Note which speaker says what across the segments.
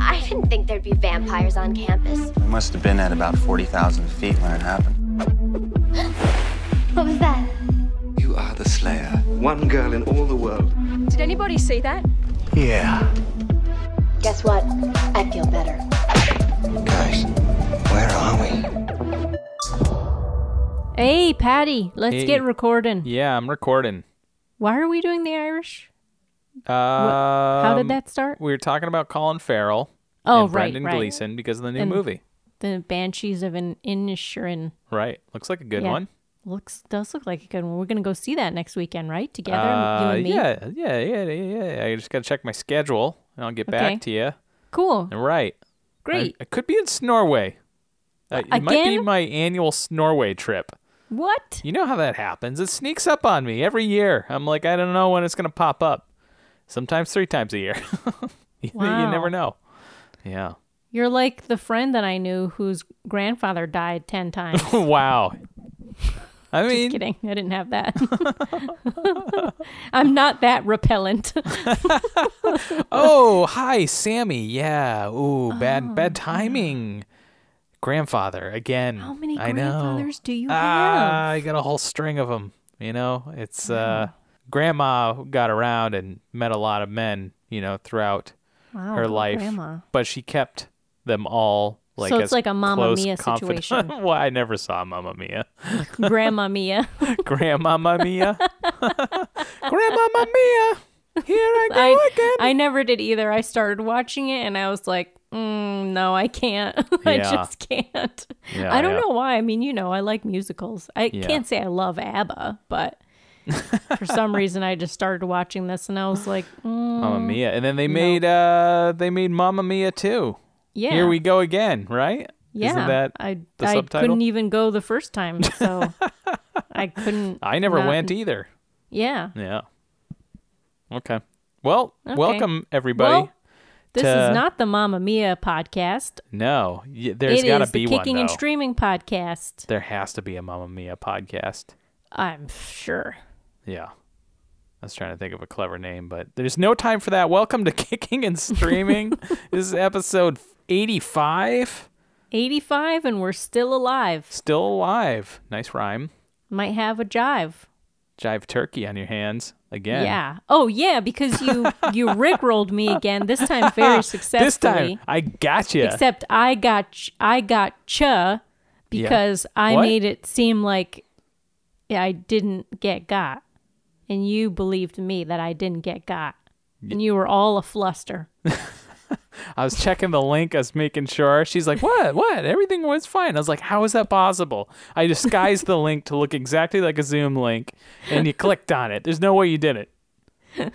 Speaker 1: I didn't think there'd be vampires on campus.
Speaker 2: We must have been at about 40,000 feet when it happened.
Speaker 1: What was that?
Speaker 3: You are the Slayer. One girl in all the world.
Speaker 4: Did anybody see that?
Speaker 2: Yeah.
Speaker 1: Guess what? I feel better.
Speaker 3: Guys, where are we?
Speaker 5: Hey, Patty, let's
Speaker 6: Hey.
Speaker 5: get recording.
Speaker 6: Yeah, I'm recording.
Speaker 5: Why are we doing the Irish?
Speaker 6: Um,
Speaker 5: How did that start?
Speaker 6: We were talking about Colin Farrell
Speaker 5: Oh,
Speaker 6: and
Speaker 5: right,
Speaker 6: Brendan
Speaker 5: right.
Speaker 6: Gleeson because of the new
Speaker 5: And-
Speaker 6: movie.
Speaker 5: The Banshees of an Inisherin.
Speaker 6: Right. Looks like a good
Speaker 5: Yeah.
Speaker 6: one.
Speaker 5: Looks does look like a good one. We're gonna go see that next weekend, right? Together, you
Speaker 6: Uh,
Speaker 5: and me.
Speaker 6: yeah, yeah, yeah, yeah, yeah. I just got to check my schedule and I'll get
Speaker 5: Okay.
Speaker 6: back to you.
Speaker 5: Cool.
Speaker 6: Right.
Speaker 5: Great.
Speaker 6: I, I could be in Snorway. Uh, it might be
Speaker 5: again?
Speaker 6: my annual Snorway trip.
Speaker 5: what?
Speaker 6: You know how that happens. It sneaks up on me every year. I'm like, I don't know when it's going to pop up. Sometimes three times a year. you, you
Speaker 5: Wow.
Speaker 6: never know. Yeah.
Speaker 5: You're like the friend that I knew whose grandfather died ten times.
Speaker 6: wow. I
Speaker 5: Just
Speaker 6: mean,
Speaker 5: kidding. I didn't have that. I'm not that repellent.
Speaker 6: oh, hi, Sammy. Yeah. Ooh, bad
Speaker 5: Oh,
Speaker 6: bad timing. Grandfather again.
Speaker 5: How many
Speaker 6: I know.
Speaker 5: grandfathers do you
Speaker 6: Ah,
Speaker 5: have?
Speaker 6: I got a whole string of them. You know, it's uh, grandma got around and met a lot of men. You know, throughout
Speaker 5: Wow,
Speaker 6: her
Speaker 5: good
Speaker 6: life,
Speaker 5: grandma.
Speaker 6: but she kept them all. Like
Speaker 5: So it's
Speaker 6: as
Speaker 5: like a Mamma
Speaker 6: close
Speaker 5: Mia
Speaker 6: confidant-
Speaker 5: situation.
Speaker 6: well, I never saw Mamma Mia.
Speaker 5: Grandma Mia.
Speaker 6: Grandmama Mia. Grandmama Mia. Here I go
Speaker 5: I,
Speaker 6: again.
Speaker 5: I never did either. I started watching it and I was like, mm, no, I can't. I
Speaker 6: Yeah.
Speaker 5: just can't.
Speaker 6: Yeah,
Speaker 5: I don't
Speaker 6: yeah.
Speaker 5: know why. I mean, you know, I like musicals. I
Speaker 6: Yeah.
Speaker 5: can't say I love ABBA, but for some reason I just started watching this and I was like, mm,
Speaker 6: Mamma Mia, and then they made uh they made Mamma Mia too.
Speaker 5: yeah.
Speaker 6: Here we go again, right?
Speaker 5: yeah.
Speaker 6: Isn't that
Speaker 5: I,
Speaker 6: the
Speaker 5: I
Speaker 6: subtitle?
Speaker 5: couldn't even go the first time. So I couldn't.
Speaker 6: I never
Speaker 5: not-
Speaker 6: went e- either.
Speaker 5: Yeah.
Speaker 6: Yeah. Okay. Well,
Speaker 5: Okay.
Speaker 6: welcome everybody.
Speaker 5: Well, This
Speaker 6: to-
Speaker 5: is not the Mamma Mia podcast.
Speaker 6: no, y-
Speaker 5: It
Speaker 6: there's
Speaker 5: is
Speaker 6: got to be
Speaker 5: the
Speaker 6: one
Speaker 5: Kicking
Speaker 6: though.
Speaker 5: and Streaming podcast.
Speaker 6: there has to be a Mamma Mia podcast.
Speaker 5: I'm sure.
Speaker 6: Yeah. I was trying to think of a clever name, but there's no time for that. Welcome to Kicking and Streaming. this is episode 85.
Speaker 5: 85 and we're still alive.
Speaker 6: Still alive. Nice rhyme.
Speaker 5: Might have a jive.
Speaker 6: Jive turkey on your hands again.
Speaker 5: Yeah. Oh yeah, because you you rickrolled me again. This time very successfully.
Speaker 6: This time, I got you.
Speaker 5: Except I got ch- I got cha because I
Speaker 6: What?
Speaker 5: made it seem like I didn't get got, and you believed me that I didn't get got, and you were all a fluster.
Speaker 6: I was checking the link. I was making sure. She's like, "What? What? Everything was fine." I was like, "How is that possible?" I disguised the link to look exactly like a Zoom link, and you clicked on it. There's no way you did it.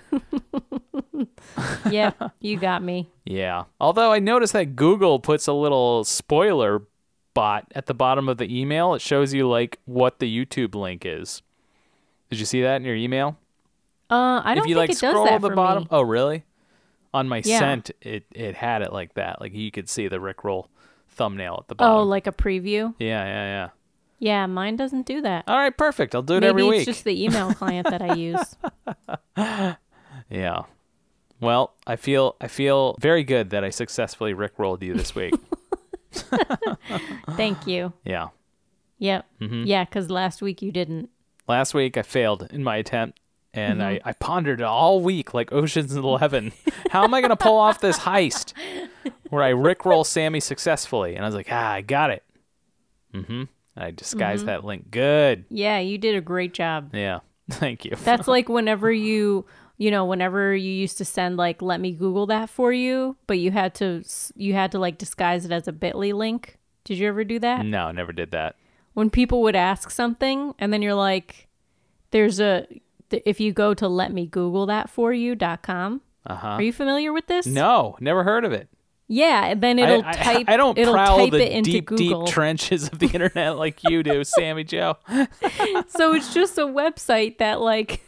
Speaker 5: yeah, you got me.
Speaker 6: Yeah. Although I noticed that Google puts a little spoiler bot at the bottom of the email. It shows you like what the YouTube link is. Did you see that in your email?
Speaker 5: Uh, I don't
Speaker 6: if you like
Speaker 5: think it does
Speaker 6: scroll
Speaker 5: that
Speaker 6: the
Speaker 5: for
Speaker 6: bottom.
Speaker 5: me.
Speaker 6: Oh, really? On my
Speaker 5: Yeah.
Speaker 6: sent, it it had it like that. Like you could see the Rickroll thumbnail at the bottom.
Speaker 5: Oh, like a preview?
Speaker 6: yeah, yeah, yeah.
Speaker 5: Yeah, mine doesn't do that.
Speaker 6: All right, perfect. I'll do it
Speaker 5: Maybe
Speaker 6: every
Speaker 5: it's
Speaker 6: week.
Speaker 5: just the email client that I use.
Speaker 6: Yeah. Well, I feel I feel very good that I successfully rickrolled you this week.
Speaker 5: Thank you.
Speaker 6: yeah.
Speaker 5: Yep.
Speaker 6: Mm-hmm.
Speaker 5: Yeah, because last week you didn't.
Speaker 6: Last week I failed in my attempt and
Speaker 5: Mm-hmm.
Speaker 6: I, I pondered it all week like Ocean's Eleven. How am I gonna pull off this heist where I rickroll Sammy successfully? And I was like, ah, I got it. Mm-hmm. I disguised that link. Good.
Speaker 5: Yeah, you did a great job.
Speaker 6: Yeah. Thank you.
Speaker 5: That's like whenever you, you know, whenever you used to send like, let me Google that for you, but you had to, s- you had to like disguise it as a Bitly link. Did you ever do that?
Speaker 6: no, I never did that.
Speaker 5: When people would ask something, and then you're like, there's a, th- if you go to let me Google that for you dot com. Uh-huh. Are you familiar with this?
Speaker 6: No, never heard of it.
Speaker 5: Yeah, then
Speaker 6: I-
Speaker 5: it'll
Speaker 6: I,
Speaker 5: type.
Speaker 6: I don't
Speaker 5: it'll
Speaker 6: prowl
Speaker 5: type
Speaker 6: the
Speaker 5: it into
Speaker 6: deep,
Speaker 5: Google.
Speaker 6: deep trenches of the internet like you do, Sammy Joe.
Speaker 5: so it's just a website that like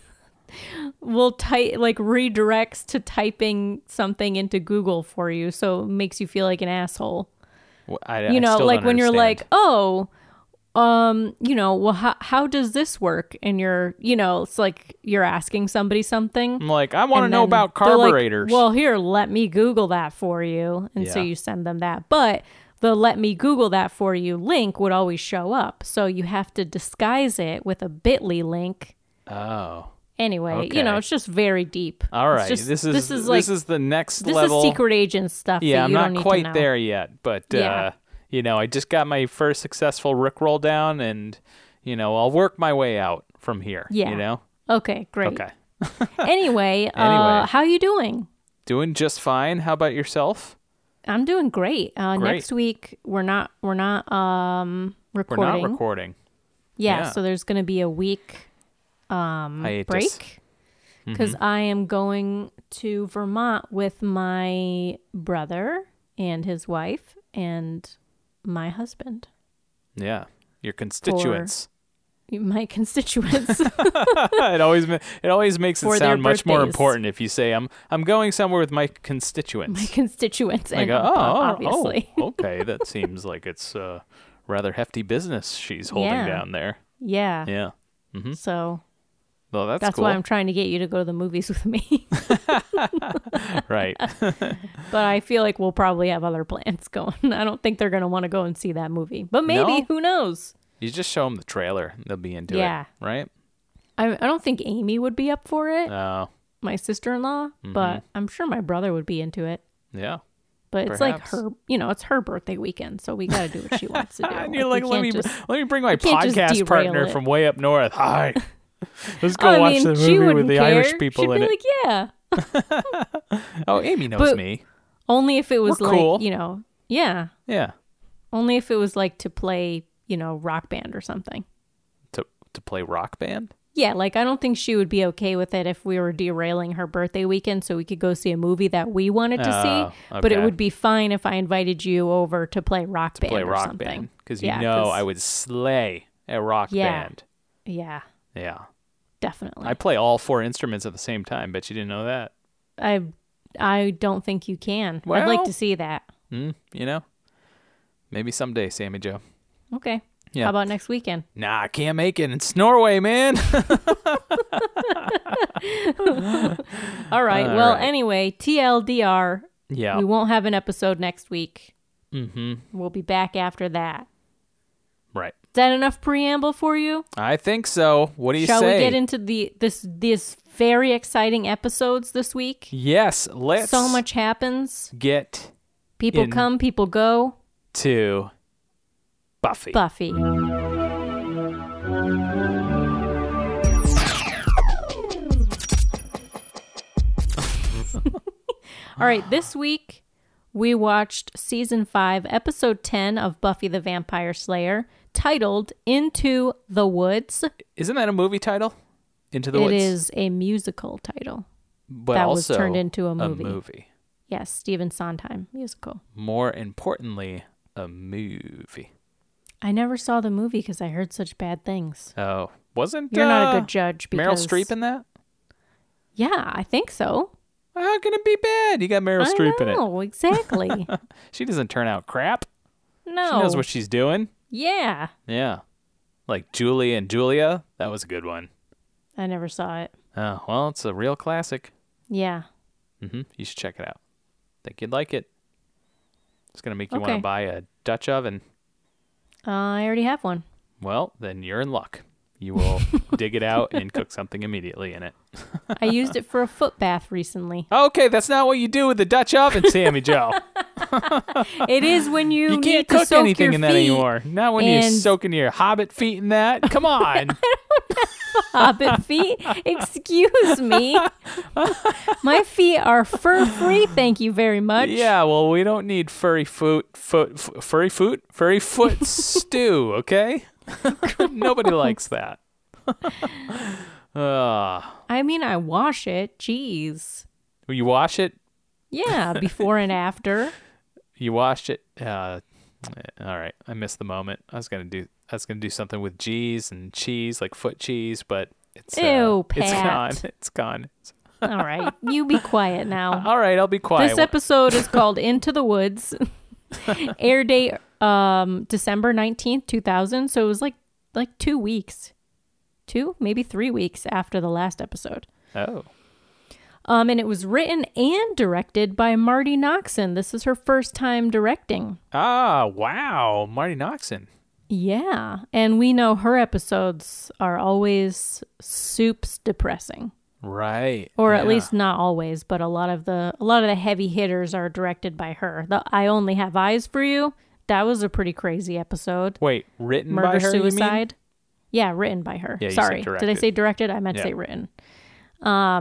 Speaker 5: will type like redirects to typing something into Google for you, so it makes you feel like an asshole.
Speaker 6: Wh- I- I
Speaker 5: You know,
Speaker 6: still
Speaker 5: like
Speaker 6: don't
Speaker 5: when you're like,
Speaker 6: understand.
Speaker 5: oh, um, you know, well, how, how does this work? And you're, you know, it's like you're asking somebody something.
Speaker 6: I'm like, I want to
Speaker 5: And
Speaker 6: know
Speaker 5: then
Speaker 6: about
Speaker 5: they're like,
Speaker 6: carburetors.
Speaker 5: well, here, let me Google that for you. And so
Speaker 6: Yeah.
Speaker 5: you send them that. But the let me Google that for you link would always show up. So you have to disguise it with a bit.ly link.
Speaker 6: oh,
Speaker 5: Anyway, you
Speaker 6: Okay.
Speaker 5: know, it's just very deep.
Speaker 6: all
Speaker 5: It's
Speaker 6: right.
Speaker 5: just-
Speaker 6: this is
Speaker 5: this is like
Speaker 6: this is the next
Speaker 5: this
Speaker 6: level.
Speaker 5: is secret agent stuff.
Speaker 6: yeah,
Speaker 5: that
Speaker 6: I'm
Speaker 5: you don't
Speaker 6: not
Speaker 5: need to know.
Speaker 6: quite there yet, but uh,
Speaker 5: Yeah.
Speaker 6: you know, I just got my first successful rickroll down, and you know, I'll work my way out from here.
Speaker 5: Yeah.
Speaker 6: you know,
Speaker 5: Okay, great.
Speaker 6: okay,
Speaker 5: Anyway, uh,
Speaker 6: Anyway.
Speaker 5: how you doing?
Speaker 6: doing just fine. How about yourself?
Speaker 5: I'm doing great. Uh,
Speaker 6: Great.
Speaker 5: Next week we're not we're not um
Speaker 6: We're
Speaker 5: recording.
Speaker 6: not recording.
Speaker 5: yeah,
Speaker 6: yeah.
Speaker 5: so there's gonna be a week
Speaker 6: Hiatus.
Speaker 5: break because
Speaker 6: Mm-hmm.
Speaker 5: I am going to Vermont with my brother and his wife and my husband,
Speaker 6: Yeah, your constituents.
Speaker 5: my constituents.
Speaker 6: it always ma- it always makes it
Speaker 5: For their
Speaker 6: sound much more
Speaker 5: birthdays.
Speaker 6: important if you say I'm I'm going somewhere with my
Speaker 5: my
Speaker 6: constituents.
Speaker 5: constituents
Speaker 6: Like,
Speaker 5: and
Speaker 6: uh, oh, oh,
Speaker 5: obviously.
Speaker 6: oh, okay, that seems like it's uh, rather hefty business she's holding
Speaker 5: Yeah.
Speaker 6: down there.
Speaker 5: Yeah.
Speaker 6: Yeah.
Speaker 5: So
Speaker 6: Well, Mm-hmm. that's,
Speaker 5: that's
Speaker 6: cool.
Speaker 5: why I'm trying to get you to go to the movies with me.
Speaker 6: right.
Speaker 5: but I feel like we'll probably have other plans going. I don't think they're going to want to go and see that movie. But maybe,
Speaker 6: No?
Speaker 5: who knows?
Speaker 6: You just show them the trailer; they'll be into
Speaker 5: Yeah.
Speaker 6: it, right?
Speaker 5: I, I don't think Amy would be up for it,
Speaker 6: Oh,
Speaker 5: my sister in law,
Speaker 6: mm-hmm.
Speaker 5: but I'm sure my brother would be into it.
Speaker 6: yeah.
Speaker 5: But it's
Speaker 6: Perhaps.
Speaker 5: like her, you know, it's her birthday weekend, so we got to do what she wants to do.
Speaker 6: And you're
Speaker 5: we
Speaker 6: like, let
Speaker 5: can't
Speaker 6: me
Speaker 5: just-
Speaker 6: let me bring my
Speaker 5: can't just
Speaker 6: podcast
Speaker 5: derail
Speaker 6: partner
Speaker 5: it."
Speaker 6: from way up north. Hi, let's go
Speaker 5: I
Speaker 6: watch
Speaker 5: mean,
Speaker 6: the
Speaker 5: she
Speaker 6: movie with
Speaker 5: wouldn't
Speaker 6: the
Speaker 5: care.
Speaker 6: Irish people
Speaker 5: She'd
Speaker 6: in
Speaker 5: be
Speaker 6: it.
Speaker 5: like, yeah,
Speaker 6: oh, Amy knows
Speaker 5: But-
Speaker 6: me.
Speaker 5: only if it was
Speaker 6: We're
Speaker 5: like,
Speaker 6: cool.
Speaker 5: you know, yeah,
Speaker 6: Yeah,
Speaker 5: only if it was like to play, you know, rock band or something.
Speaker 6: to to play rock band.
Speaker 5: Yeah, like I don't think she would be okay with it if we were derailing her birthday weekend so we could go see a movie that we wanted to see.
Speaker 6: Oh,
Speaker 5: But it
Speaker 6: okay.
Speaker 5: would be fine if I invited you over to play rock band
Speaker 6: play
Speaker 5: or
Speaker 6: rock
Speaker 5: something.
Speaker 6: band because you
Speaker 5: Yeah,
Speaker 6: know
Speaker 5: 'cause-
Speaker 6: I would slay a rock
Speaker 5: Yeah.
Speaker 6: band.
Speaker 5: Yeah,
Speaker 6: Yeah,
Speaker 5: definitely.
Speaker 6: I play all four instruments at the same time. Bet you didn't know that.
Speaker 5: I I don't think you can. I'd like
Speaker 6: Well-
Speaker 5: to see that.
Speaker 6: Mm, you know, maybe someday, Sammy Joe.
Speaker 5: Okay.
Speaker 6: Yeah.
Speaker 5: How about next weekend?
Speaker 6: Nah, I can't make it. It's Norway, man.
Speaker 5: All right.
Speaker 6: All
Speaker 5: well,
Speaker 6: right.
Speaker 5: anyway, TLDR,
Speaker 6: yeah,
Speaker 5: we won't have an episode next week. Mm-hmm. We'll be back after that.
Speaker 6: right.
Speaker 5: Is that enough preamble for you?
Speaker 6: I think so. What do you
Speaker 5: Shall
Speaker 6: say?
Speaker 5: we get into the this these very exciting episodes this week?
Speaker 6: yes, let's
Speaker 5: So much happens.
Speaker 6: get
Speaker 5: People
Speaker 6: In-
Speaker 5: come, people go.
Speaker 6: to Buffy.
Speaker 5: Buffy. All right, this week we watched season 5, episode 10 of Buffy the Vampire Slayer, titled Into the Woods.
Speaker 6: Isn't that a movie title? Into the
Speaker 5: It
Speaker 6: Woods.
Speaker 5: is a musical title.
Speaker 6: but
Speaker 5: that was
Speaker 6: also
Speaker 5: turned into a movie.
Speaker 6: A movie.
Speaker 5: Yes, Stephen Sondheim musical.
Speaker 6: More importantly, a movie.
Speaker 5: I never saw the movie because I heard such bad things.
Speaker 6: Oh, wasn't
Speaker 5: You're not
Speaker 6: uh,
Speaker 5: a good judge. Because,
Speaker 6: Meryl Streep in that?
Speaker 5: Yeah, I think so.
Speaker 6: How can it be bad? You got Meryl Streep
Speaker 5: I
Speaker 6: in it.
Speaker 5: know, exactly.
Speaker 6: She doesn't turn out crap.
Speaker 5: No.
Speaker 6: She knows what she's doing.
Speaker 5: yeah.
Speaker 6: Yeah. Like Julie and Julia. That was a good one.
Speaker 5: I never saw it.
Speaker 6: Oh, well, it's a real classic.
Speaker 5: Yeah.
Speaker 6: hmm You should check it out. Think you'd like it. It's going to make you want
Speaker 5: Okay.
Speaker 6: to buy a Dutch oven.
Speaker 5: Uh, I already have one.
Speaker 6: Well, then you're in luck. You will dig it out and cook something immediately in it.
Speaker 5: I used it for a foot bath recently.
Speaker 6: Okay, that's not what you do with the Dutch oven, Sammy Joe.
Speaker 5: It is when you,
Speaker 6: You
Speaker 5: need
Speaker 6: can't
Speaker 5: to
Speaker 6: cook
Speaker 5: soak
Speaker 6: anything
Speaker 5: your
Speaker 6: in that
Speaker 5: feet,
Speaker 6: anymore. Not when you're
Speaker 5: and-
Speaker 6: soaking your hobbit feet in that. Come on.
Speaker 5: Hobbit feet. Excuse me. My feet are fur free. Thank you very much.
Speaker 6: yeah, well, we don't need furry foot, foot, f- furry foot, furry foot stew. Okay, nobody likes that. uh,
Speaker 5: I mean, I wash it. Jeez.
Speaker 6: you wash it.
Speaker 5: Yeah. Before and after.
Speaker 6: You washed it. Uh, all right, I missed the moment. I was gonna do. I was gonna do something with G's and cheese, like foot cheese, but it's uh,
Speaker 5: Ew,
Speaker 6: it's gone.
Speaker 5: Pat.
Speaker 6: It's gone. It's-
Speaker 5: All right. You be quiet now.
Speaker 6: all right, I'll be quiet.
Speaker 5: This episode is called Into the Woods. Air date um, December 19th, 2000. So it was like like 2 weeks. 2, maybe 3 weeks after the last episode.
Speaker 6: Oh.
Speaker 5: Um, and it was written and directed by Marty Noxon. This is her first time directing.
Speaker 6: Ah, wow. Marty Noxon.
Speaker 5: Yeah. And we know her episodes are always soups depressing.
Speaker 6: Right.
Speaker 5: Or at
Speaker 6: Yeah.
Speaker 5: least not always, but a lot of the a lot of the heavy hitters are directed by her. The I Only Have Eyes for You, that was a pretty crazy episode.
Speaker 6: Wait, written by
Speaker 5: Murder
Speaker 6: her, you mean?
Speaker 5: Suicide. Yeah, written by her.
Speaker 6: Yeah, you said
Speaker 5: Sorry. Did I
Speaker 6: directed.
Speaker 5: say directed? I meant to
Speaker 6: Yeah.
Speaker 5: say written. Um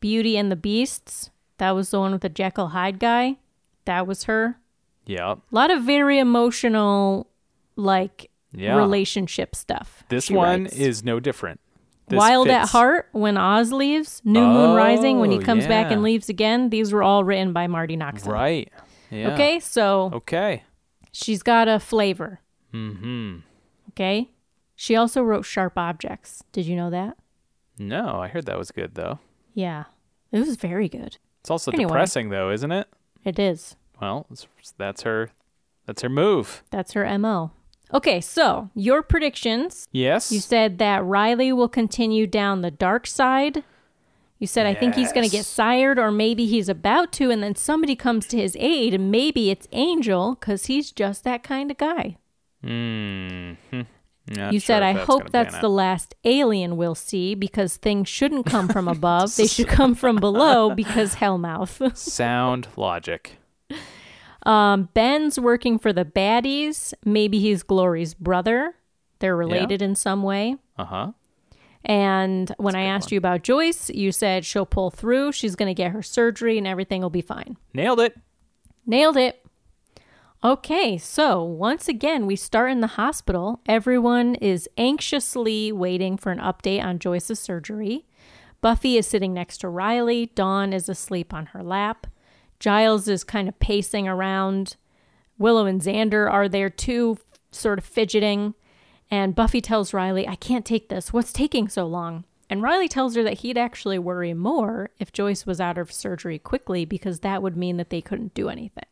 Speaker 5: Beauty and the Beasts. That was the one with the Jekyll Hyde guy. That was her.
Speaker 6: Yep.
Speaker 5: A lot of very emotional like
Speaker 6: Yeah.
Speaker 5: relationship stuff.
Speaker 6: This
Speaker 5: she
Speaker 6: one
Speaker 5: writes.
Speaker 6: is no different. This
Speaker 5: Wild at
Speaker 6: fits.
Speaker 5: Heart, When Oz Leaves, New Moon Rising, When He
Speaker 6: Oh,
Speaker 5: Comes Back
Speaker 6: yeah.
Speaker 5: and Leaves Again. These were all written by Marty Noxon.
Speaker 6: Right. Yeah. Oh.
Speaker 5: Okay, so
Speaker 6: Okay.
Speaker 5: she's got a flavor. Mm-hmm. Okay. She also wrote Sharp Objects. Did you know that?
Speaker 6: No, I heard that was good though.
Speaker 5: Yeah. It was very good.
Speaker 6: It's also
Speaker 5: Anyway.
Speaker 6: depressing though, isn't it?
Speaker 5: It is.
Speaker 6: Well, it's, that's her. That's her move.
Speaker 5: That's her MO. Okay, so your predictions.
Speaker 6: Yes.
Speaker 5: You said that Riley will continue down the dark side. You said, I think he's going to get
Speaker 6: Yes.
Speaker 5: sired, or maybe he's about to, and then somebody comes to his aid, and maybe it's Angel, because he's just that kind of guy.
Speaker 6: Mm-hmm. Not
Speaker 5: you
Speaker 6: sure
Speaker 5: said,
Speaker 6: if
Speaker 5: I
Speaker 6: gonna
Speaker 5: hope that's
Speaker 6: pan
Speaker 5: the
Speaker 6: out."
Speaker 5: last alien we'll see, because things shouldn't come from above. they should come from below, because Hellmouth.
Speaker 6: sound logic.
Speaker 5: Ben's working for the baddies. Maybe he's Glory's brother. They're related in some way.
Speaker 6: Uh huh.
Speaker 5: And when I asked you about Joyce, you said she'll pull through. She's going to get her surgery and everything will be fine.
Speaker 6: Nailed it.
Speaker 5: Nailed it. Okay, so once again, we start in the hospital. Everyone is anxiously waiting for an update on Joyce's surgery. Buffy is sitting next to Riley. Dawn is asleep on her lap. Giles is kind of pacing around. Willow and Xander are there too, sort of fidgeting. And Buffy tells Riley, I can't take this. What's taking so long? And Riley tells her that he'd actually worry more if Joyce was out of surgery quickly because that would mean that they couldn't do anything.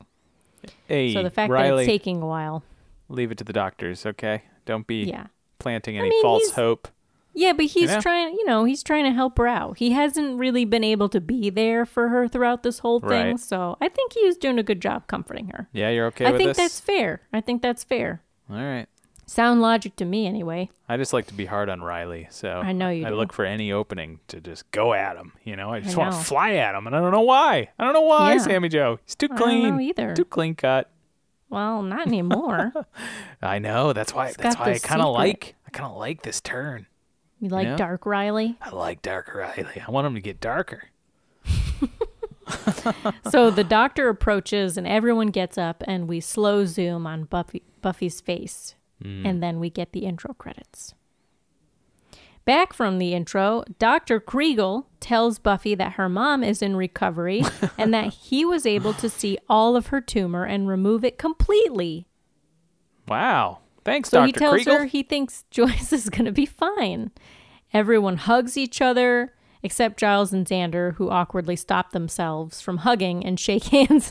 Speaker 6: Hey,
Speaker 5: So the fact that
Speaker 6: Riley,
Speaker 5: it's taking a while.
Speaker 6: leave it to the doctors, okay? Don't be
Speaker 5: Yeah.
Speaker 6: planting any
Speaker 5: mean,
Speaker 6: false
Speaker 5: he's-
Speaker 6: hope.
Speaker 5: Yeah, but he's
Speaker 6: Yeah.
Speaker 5: trying, you know, he's trying to help her out. He hasn't really been able to be there for her throughout this whole thing.
Speaker 6: Right.
Speaker 5: So I think he was doing a good job comforting her.
Speaker 6: Yeah, you're okay
Speaker 5: I
Speaker 6: with
Speaker 5: think
Speaker 6: this.
Speaker 5: that's fair. I think that's fair.
Speaker 6: All right.
Speaker 5: Sound logic to me, anyway.
Speaker 6: I just like to be hard on Riley, so
Speaker 5: I know you
Speaker 6: I
Speaker 5: do.
Speaker 6: look for any opening to just go at him. You know, I just
Speaker 5: I
Speaker 6: want to
Speaker 5: know.
Speaker 6: fly at him, and I don't know why. I don't know why,
Speaker 5: Yeah.
Speaker 6: Sammy Joe. He's too
Speaker 5: I don't
Speaker 6: clean.
Speaker 5: know either.
Speaker 6: Too clean cut.
Speaker 5: Well, not anymore.
Speaker 6: I know. That's why. that's
Speaker 5: got
Speaker 6: why I
Speaker 5: this
Speaker 6: kind of
Speaker 5: secret.
Speaker 6: like. I kind of like this turn.
Speaker 5: you like
Speaker 6: Yeah.
Speaker 5: Dark Riley?
Speaker 6: I like darker Riley. I want him to get darker.
Speaker 5: So the doctor approaches and everyone gets up and we slow zoom on Buffy Buffy's face and then we get the intro credits. Back from the intro, Dr. Kriegel tells Buffy that her mom is in recovery and that he was able to see all of her tumor and remove it completely.
Speaker 6: Wow. Thanks,
Speaker 5: So
Speaker 6: Dr.
Speaker 5: he tells
Speaker 6: Kriegel.
Speaker 5: her he thinks Joyce is going to be fine. Everyone hugs each other except Giles and Xander, who awkwardly stop themselves from hugging and shake hands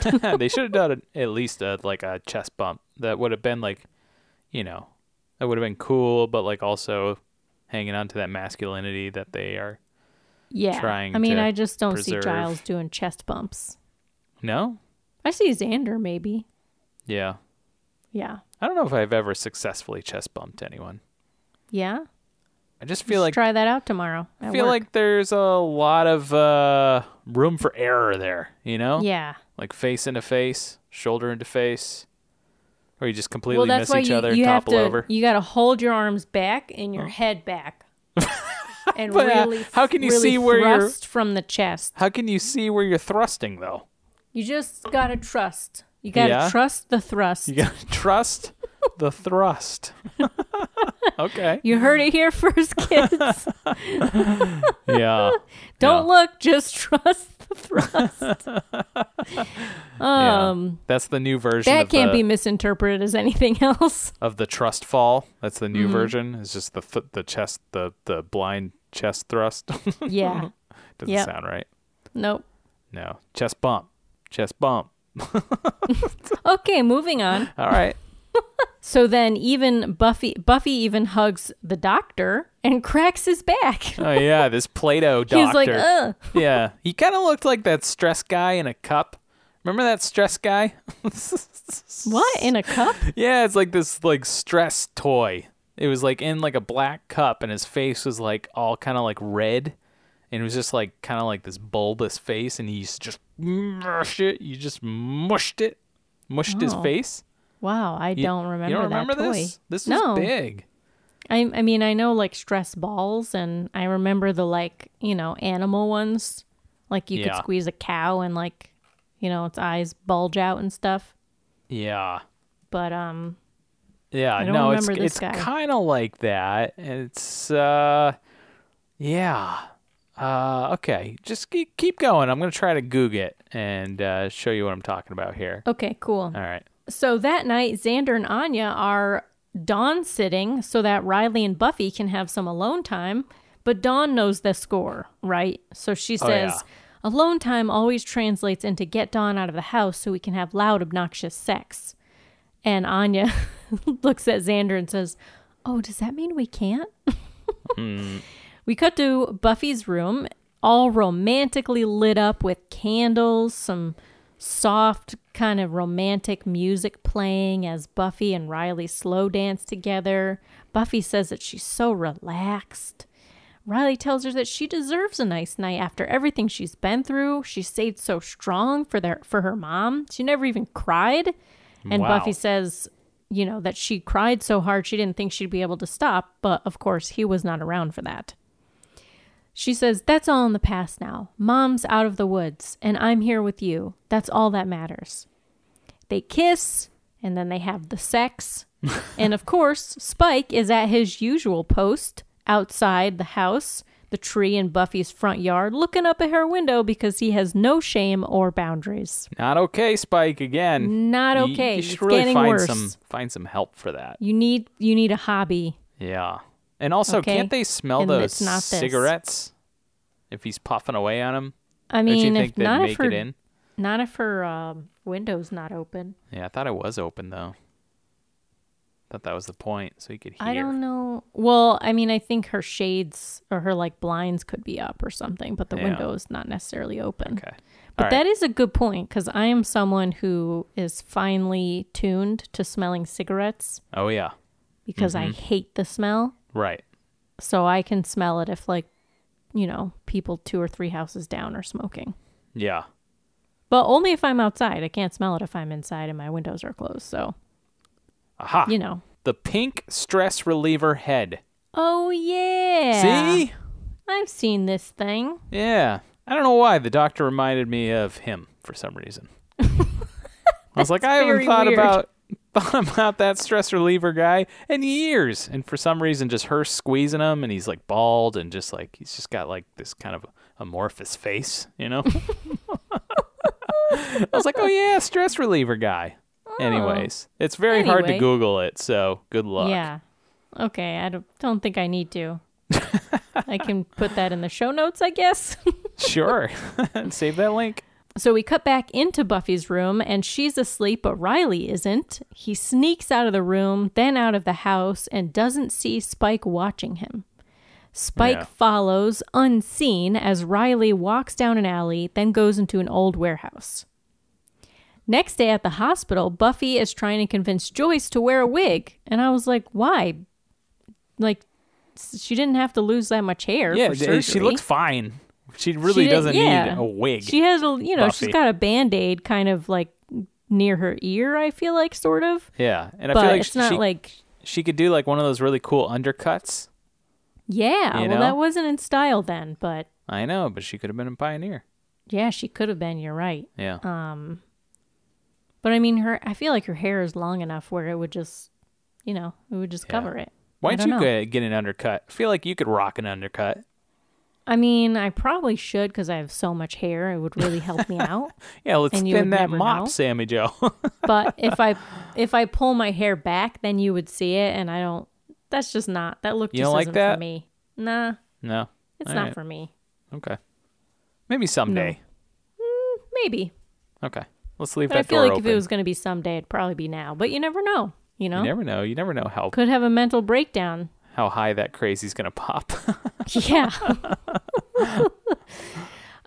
Speaker 6: they should have done an- at least a, like a chest bump. That would have been like, you know, that would have been cool, but like also hanging on to that masculinity that they are.
Speaker 5: yeah.
Speaker 6: trying
Speaker 5: I mean,
Speaker 6: to
Speaker 5: I just don't see
Speaker 6: preserve.
Speaker 5: Giles doing chest bumps.
Speaker 6: No.
Speaker 5: I see Xander maybe.
Speaker 6: Yeah.
Speaker 5: Yeah.
Speaker 6: I don't know if I've ever successfully chest bumped anyone.
Speaker 5: Yeah.
Speaker 6: I just feel like
Speaker 5: Try that out tomorrow.
Speaker 6: I
Speaker 5: at
Speaker 6: feel
Speaker 5: work.
Speaker 6: like there's a lot of uh, room for error there. You know.
Speaker 5: Yeah.
Speaker 6: Like face into face, shoulder into face, or you just completely
Speaker 5: Well, that's
Speaker 6: miss
Speaker 5: why
Speaker 6: each
Speaker 5: you,
Speaker 6: other,
Speaker 5: you have
Speaker 6: topple
Speaker 5: to
Speaker 6: over. Oh.
Speaker 5: you got to hold your arms back and your head back. and
Speaker 6: But, uh,
Speaker 5: really
Speaker 6: how can you
Speaker 5: really
Speaker 6: see where you're-
Speaker 5: thrust from the chest?
Speaker 6: How can you see where you're thrusting though?
Speaker 5: You just gotta trust. You gotta
Speaker 6: Yeah?
Speaker 5: trust the thrust.
Speaker 6: You
Speaker 5: You,
Speaker 6: gotta trust the thrust. okay.
Speaker 5: heard it here first, kids.
Speaker 6: Yeah.
Speaker 5: Don't look, just trust the thrust.
Speaker 6: Um. That's the new version.
Speaker 5: that
Speaker 6: of
Speaker 5: can't
Speaker 6: the,
Speaker 5: be misinterpreted as anything else.
Speaker 6: of the trust fall. That's the new
Speaker 5: Mm-hmm.
Speaker 6: version. It's just the th- the chest the the blind chest thrust. Doesn't
Speaker 5: Yeah. Yep.
Speaker 6: sound right.
Speaker 5: Nope.
Speaker 6: No chest bump, chest bump.
Speaker 5: Okay, moving on.
Speaker 6: All right.
Speaker 5: So then even Buffy Buffy even hugs the doctor and cracks his back.
Speaker 6: Oh yeah, this Play-Doh doctor.
Speaker 5: He's like, "Ugh."
Speaker 6: Yeah, he kind of looked like that stress guy in a cup. Remember that stress guy?
Speaker 5: What in a cup?
Speaker 6: yeah, it's like this like stress toy. It was like in like a black cup, and his face was like all kind of like red, and it was just like kind of like this bulbous face, and he's just mush it. You just mushed it, mushed his
Speaker 5: Wow.
Speaker 6: face.
Speaker 5: Wow, I
Speaker 6: You-
Speaker 5: Oh. don't remember.
Speaker 6: You don't remember
Speaker 5: that
Speaker 6: this?
Speaker 5: Toy.
Speaker 6: This was
Speaker 5: no,
Speaker 6: big.
Speaker 5: I I mean I know like stress balls and I remember the like you know animal ones, like you
Speaker 6: Yeah.
Speaker 5: could squeeze a cow and like you know its eyes bulge out and stuff.
Speaker 6: Yeah.
Speaker 5: But um,
Speaker 6: Yeah,
Speaker 5: don't
Speaker 6: no, it's
Speaker 5: remember this
Speaker 6: it's
Speaker 5: guy.
Speaker 6: kind of like that. It's uh, yeah, uh, okay. Just keep keep going. I'm gonna try to Google it and uh, show you what I'm talking about here.
Speaker 5: okay, cool.
Speaker 6: All right.
Speaker 5: So that night, Xander and Anya are dawn sitting so that Riley and Buffy can have some alone time. But Dawn knows the score, right? So she
Speaker 6: Oh, yeah.
Speaker 5: says, Alone time always translates into get Dawn out of the house so we can have loud, obnoxious sex. And Anya looks at Xander and says, Oh, does that mean we can't? We cut to Buffy's room, all romantically lit up with candles, some soft, kind of romantic music playing as Buffy and Riley slow dance together. Buffy says that she's so relaxed. Riley tells her that she deserves a nice night after everything she's been through. She stayed so strong for their for her mom. She never even cried. And
Speaker 6: Wow.
Speaker 5: Buffy says, you know, that she cried so hard she didn't think she'd be able to stop, but of course he was not around for that. She says, That's all in the past now. Mom's out of the woods, and I'm here with you. That's all that matters. They kiss, and then they have the sex. and of course, Spike is at his usual post outside the house, the tree in Buffy's front yard, looking up at her window because he has no shame or boundaries.
Speaker 6: Not okay, Spike. Again,
Speaker 5: Not
Speaker 6: You-
Speaker 5: okay.
Speaker 6: You, should
Speaker 5: It's
Speaker 6: really
Speaker 5: getting
Speaker 6: find
Speaker 5: worse.
Speaker 6: some find some help for that.
Speaker 5: You need you need a hobby.
Speaker 6: Yeah, and also,
Speaker 5: Okay.
Speaker 6: can't they smell
Speaker 5: And
Speaker 6: those
Speaker 5: it's not this.
Speaker 6: cigarettes? If he's puffing away on them,
Speaker 5: I
Speaker 6: don't you
Speaker 5: mean,
Speaker 6: think
Speaker 5: if
Speaker 6: they'd
Speaker 5: not
Speaker 6: make
Speaker 5: if her
Speaker 6: it in?
Speaker 5: not if her um, window's not open.
Speaker 6: Yeah, I thought it was open though. Thought that was the point, so you could hear.
Speaker 5: I don't know. Well, I mean, I think her shades or her like blinds could be up or something, but the
Speaker 6: Yeah.
Speaker 5: window's not necessarily open.
Speaker 6: Okay.
Speaker 5: But
Speaker 6: All right.
Speaker 5: that is a good point because I am someone who is finely tuned to smelling cigarettes
Speaker 6: Oh yeah.
Speaker 5: because I
Speaker 6: Mm-hmm.
Speaker 5: hate the smell.
Speaker 6: Right.
Speaker 5: So I can smell it if, like, you know, people two or three houses down are smoking.
Speaker 6: Yeah.
Speaker 5: But only if I'm outside. I can't smell it if I'm inside and my windows are closed. So,
Speaker 6: Aha.
Speaker 5: you know.
Speaker 6: The pink stress reliever head.
Speaker 5: Oh, yeah.
Speaker 6: See?
Speaker 5: I've seen this thing.
Speaker 6: Yeah. I don't know why the doctor reminded me of him for some reason. I was like, I haven't
Speaker 5: very
Speaker 6: thought
Speaker 5: weird.
Speaker 6: about thought about that stress reliever guy in years. And for some reason just her squeezing him and he's like bald and just like he's just got like this kind of amorphous face, you know? I was like, Oh yeah, stress reliever guy. Anyways. It's very hard to
Speaker 5: Oh. Anyway.
Speaker 6: Google it, so good luck.
Speaker 5: Yeah. Okay. I don't, don't think I need to. I can put that in the show notes, I guess.
Speaker 6: Sure. Save that link.
Speaker 5: so we cut back into Buffy's room and she's asleep, but Riley isn't. He sneaks out of the room, then out of the house, and doesn't see Spike watching him. Spike
Speaker 6: Yeah.
Speaker 5: follows unseen as Riley walks down an alley, then goes into an old warehouse. Next day at the hospital, Buffy is trying to convince Joyce to wear a wig. And I was like, why? Like, s- she didn't have to lose that much hair.
Speaker 6: Yeah,
Speaker 5: for
Speaker 6: d-
Speaker 5: surgery.
Speaker 6: she looks fine. She really
Speaker 5: She did-
Speaker 6: doesn't
Speaker 5: yeah.
Speaker 6: need a wig.
Speaker 5: She has a, you know,
Speaker 6: Buffy.
Speaker 5: she's got a band aid kind of like near her ear, I feel like, sort of.
Speaker 6: yeah, and I
Speaker 5: but
Speaker 6: feel like
Speaker 5: it's not
Speaker 6: she,
Speaker 5: like,
Speaker 6: she could do like one of those really cool undercuts.
Speaker 5: yeah,
Speaker 6: You
Speaker 5: well,
Speaker 6: know?
Speaker 5: that wasn't in style then, but
Speaker 6: I know, but she could have been a pioneer.
Speaker 5: yeah, she could have been. You're right.
Speaker 6: Yeah,
Speaker 5: But I mean, her, I feel like her hair is long enough where it would just, you know, it would just cover it.
Speaker 6: why
Speaker 5: I
Speaker 6: don't you
Speaker 5: don't know.
Speaker 6: get- get an undercut? I feel like you could rock an undercut.
Speaker 5: I mean, I probably should because I have so much hair. It would really help me out.
Speaker 6: Yeah, let's
Speaker 5: And you
Speaker 6: thin
Speaker 5: would
Speaker 6: that
Speaker 5: never
Speaker 6: mop,
Speaker 5: know.
Speaker 6: Sammy Joe.
Speaker 5: But if I if I pull my hair back, then you would see it, and I don't. That's just not. That look
Speaker 6: You
Speaker 5: just
Speaker 6: don't like
Speaker 5: isn't
Speaker 6: that?
Speaker 5: for me. Nah,
Speaker 6: no,
Speaker 5: it's
Speaker 6: All
Speaker 5: not
Speaker 6: right.
Speaker 5: for me.
Speaker 6: Okay, maybe someday.
Speaker 5: Maybe.
Speaker 6: Okay, Let's leave
Speaker 5: But I
Speaker 6: that
Speaker 5: feel
Speaker 6: door
Speaker 5: like
Speaker 6: open.
Speaker 5: if it was going to be someday, it'd probably be now. But you never know. You know,
Speaker 6: you never know. You never know how
Speaker 5: could have a mental breakdown.
Speaker 6: how high that crazy's gonna pop.
Speaker 5: Yeah.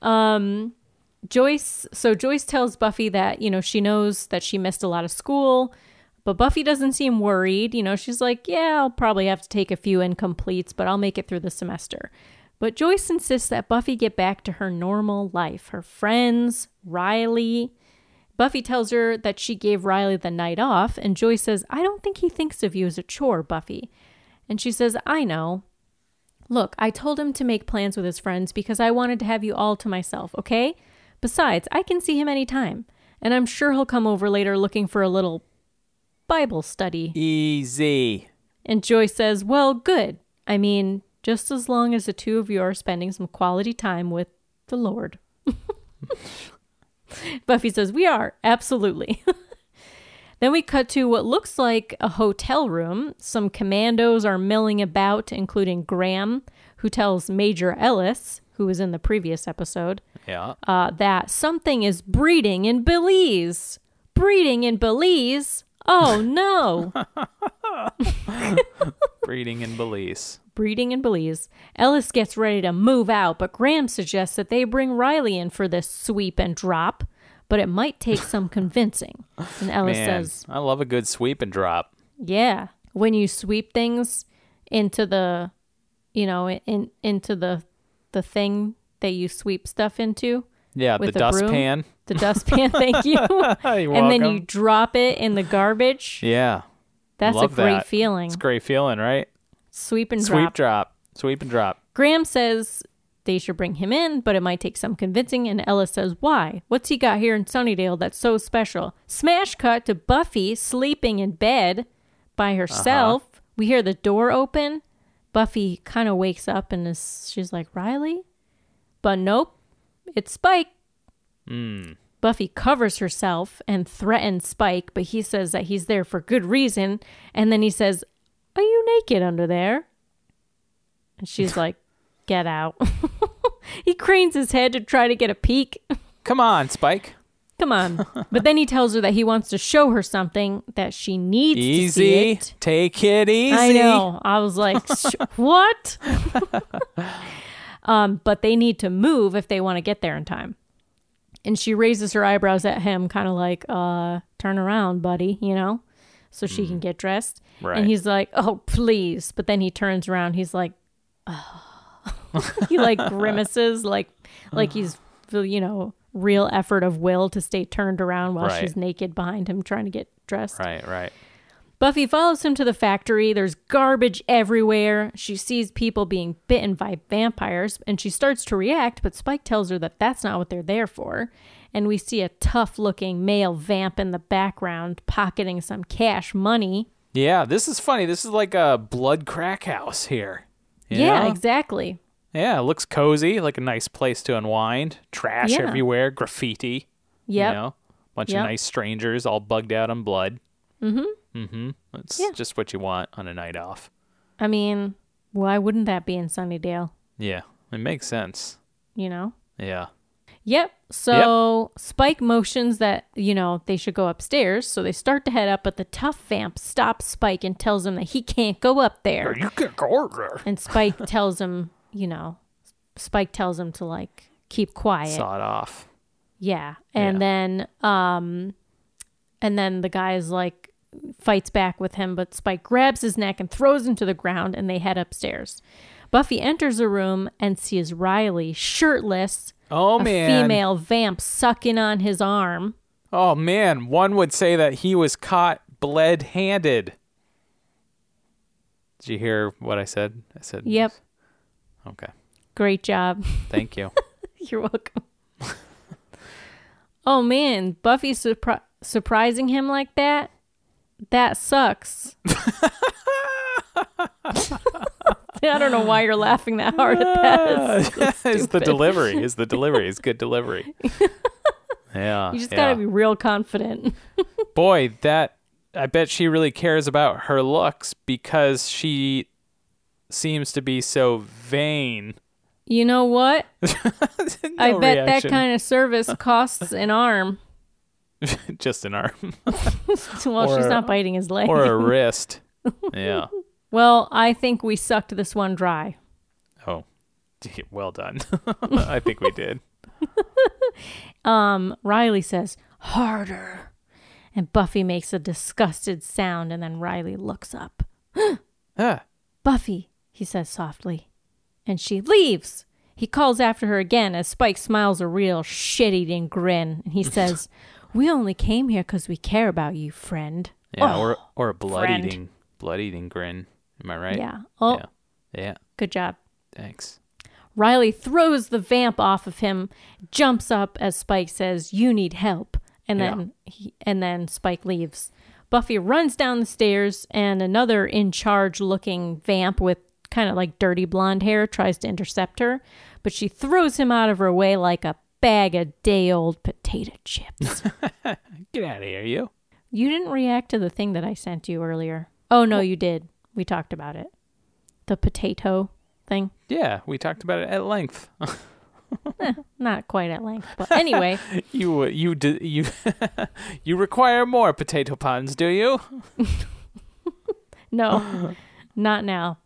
Speaker 5: um, Joyce. So Joyce tells Buffy that you know she knows that she missed a lot of school, but Buffy doesn't seem worried. You know, she's like, "Yeah, I'll probably have to take a few incompletes, but I'll make it through the semester." But Joyce insists that Buffy get back to her normal life, her friends, Riley. Buffy tells her that she gave Riley the night off, and Joyce says, I don't think he thinks of you as a chore, Buffy. And she says, I know, Look, I told him to make plans with his friends because I wanted to have you all to myself, okay? Besides, I can see him anytime, and I'm sure he'll come over later looking for a little Bible study.
Speaker 6: Easy.
Speaker 5: And Joyce says, Well, good. I mean, just as long as the two of you are spending some quality time with the Lord. Buffy says, We are, absolutely. Then we cut to what looks like a hotel room. Some commandos are milling about, including Graham, who tells Major Ellis, who was in the previous episode,
Speaker 6: Yeah.
Speaker 5: uh, that something is breeding in Belize. Breeding in Belize? Oh no!
Speaker 6: Breeding in Belize.
Speaker 5: breeding in Belize. Ellis gets ready to move out, but Graham suggests that they bring Riley in for this sweep and drop, but it might take some convincing. And Ellis
Speaker 6: Man,
Speaker 5: says,
Speaker 6: I love a good sweep and drop.
Speaker 5: Yeah. When you sweep things into the you know, in into the the thing that you sweep stuff into,
Speaker 6: Yeah,
Speaker 5: With
Speaker 6: the
Speaker 5: a broom?
Speaker 6: dustpan.
Speaker 5: the dustpan, thank you.
Speaker 6: You're
Speaker 5: and then you
Speaker 6: welcome.
Speaker 5: drop it in the garbage.
Speaker 6: Yeah.
Speaker 5: That's a
Speaker 6: love
Speaker 5: great
Speaker 6: that.
Speaker 5: feeling.
Speaker 6: It's a great feeling, right?
Speaker 5: Sweep and
Speaker 6: Sweep
Speaker 5: drop.
Speaker 6: drop. Sweep and drop.
Speaker 5: Graham says they should bring him in, but it might take some convincing. And Ellis says, Why? What's he got here in Sunnydale that's so special? Smash cut to Buffy sleeping in bed by herself. We hear the door open. Buffy kind of wakes up and is, she's like, Riley? But nope, it's Spike. Buffy covers herself and threatens Spike, but he says that he's there for good reason. And then he says, Are you naked under there? And she's like, Get out. he cranes his head to try to get a peek.
Speaker 6: Come on, Spike.
Speaker 5: Come on. but then he tells her that he wants to show her something that she needs to see
Speaker 6: Easy.
Speaker 5: it.
Speaker 6: Take it easy.
Speaker 5: I know. I was like, "Sh- what? um, but they need to move if they want to get there in time. And she raises her eyebrows at him, kind of like, uh, turn around, buddy, you know, so she can get dressed.
Speaker 6: Mm. Right.
Speaker 5: And he's like, oh, please. But then he turns around. He's like, oh. he like grimaces, like, like he's, you know, real effort of will to stay turned around while
Speaker 6: Right.
Speaker 5: she's naked behind him trying to get dressed.
Speaker 6: Right, right.
Speaker 5: Buffy follows him to the factory. There's garbage everywhere. She sees people being bitten by vampires and she starts to react, but Spike tells her that that's not what they're there for. And we see a tough looking male vamp in the background pocketing some cash money.
Speaker 6: Yeah, this is funny. This is like a blood crack house here. you
Speaker 5: Yeah,
Speaker 6: know?
Speaker 5: exactly.
Speaker 6: Yeah, it looks cozy, like a nice place to unwind. Trash
Speaker 5: Yeah.
Speaker 6: everywhere, graffiti.
Speaker 5: Yep.
Speaker 6: You know, bunch
Speaker 5: Yep.
Speaker 6: of nice strangers all bugged out on blood. Mm-hmm. Mm-hmm. That's
Speaker 5: Yeah.
Speaker 6: just what you want on a night off.
Speaker 5: I mean, why wouldn't that be in Sunnydale?
Speaker 6: Yeah, it makes sense.
Speaker 5: You know?
Speaker 6: Yeah.
Speaker 5: Yep. So Spike motions that, you know, they should go upstairs. So they start to head up, but the tough vamp stops Spike and tells him that he can't go up there.
Speaker 6: You can go there.
Speaker 5: And Spike tells him, you know, Spike tells him to like keep quiet.
Speaker 6: Saw it off.
Speaker 5: Yeah. And
Speaker 6: Yeah.
Speaker 5: then um and then the guy's like fights back with him, but Spike grabs his neck and throws him to the ground and they head upstairs. Buffy enters a room and sees Riley shirtless,
Speaker 6: Oh
Speaker 5: a
Speaker 6: man.
Speaker 5: female vamp sucking on his arm.
Speaker 6: Oh man, one would say that he was caught bled-handed. Did you hear what I said? I said
Speaker 5: Yep.
Speaker 6: Okay.
Speaker 5: Great job.
Speaker 6: Thank you.
Speaker 5: You're welcome. oh man, Buffy surpri- surprising him like that. That sucks. I don't know why you're laughing that hard at that. It's so
Speaker 6: is the
Speaker 5: stupid.
Speaker 6: delivery is the delivery is good delivery yeah
Speaker 5: You just
Speaker 6: yeah.
Speaker 5: gotta be real confident.
Speaker 6: boy that i bet she really cares about her looks because she seems to be so vain
Speaker 5: You know what? I
Speaker 6: No
Speaker 5: bet that
Speaker 6: reaction.
Speaker 5: kind of service costs an arm.
Speaker 6: just an arm
Speaker 5: well, she's
Speaker 6: Or-
Speaker 5: not biting his leg.
Speaker 6: or a wrist. Yeah.
Speaker 5: well, I think we sucked this one dry.
Speaker 6: Oh, well done. I think we did.
Speaker 5: Riley says, harder. And Buffy makes a disgusted sound, and then Riley looks up.
Speaker 6: Ah,
Speaker 5: Buffy, he says softly. And she leaves. He calls after her again as Spike smiles a real shit eating grin. And he says, We only came here 'cause we care about you, friend.
Speaker 6: yeah,
Speaker 5: Oh,
Speaker 6: or or a blood
Speaker 5: friend.
Speaker 6: eating blood eating grin. Am I right?
Speaker 5: Yeah. Oh,
Speaker 6: Yeah. Yeah.
Speaker 5: good job.
Speaker 6: Thanks.
Speaker 5: Riley throws the vamp off of him, jumps up as Spike says, "You need help." And then he, and then Spike leaves. Buffy runs down the stairs and another in charge looking vamp with kind of like dirty blonde hair tries to intercept her, but she throws him out of her way like a bag of day old potato chips.
Speaker 6: Get out of here, you.
Speaker 5: you didn't react to the thing that I sent you earlier. Oh no, you did. We talked about it. The potato thing.
Speaker 6: Yeah, we talked about it at length.
Speaker 5: Not quite at length, but anyway.
Speaker 6: you uh, you d- you you require more potato puns, do you?
Speaker 5: No, not now.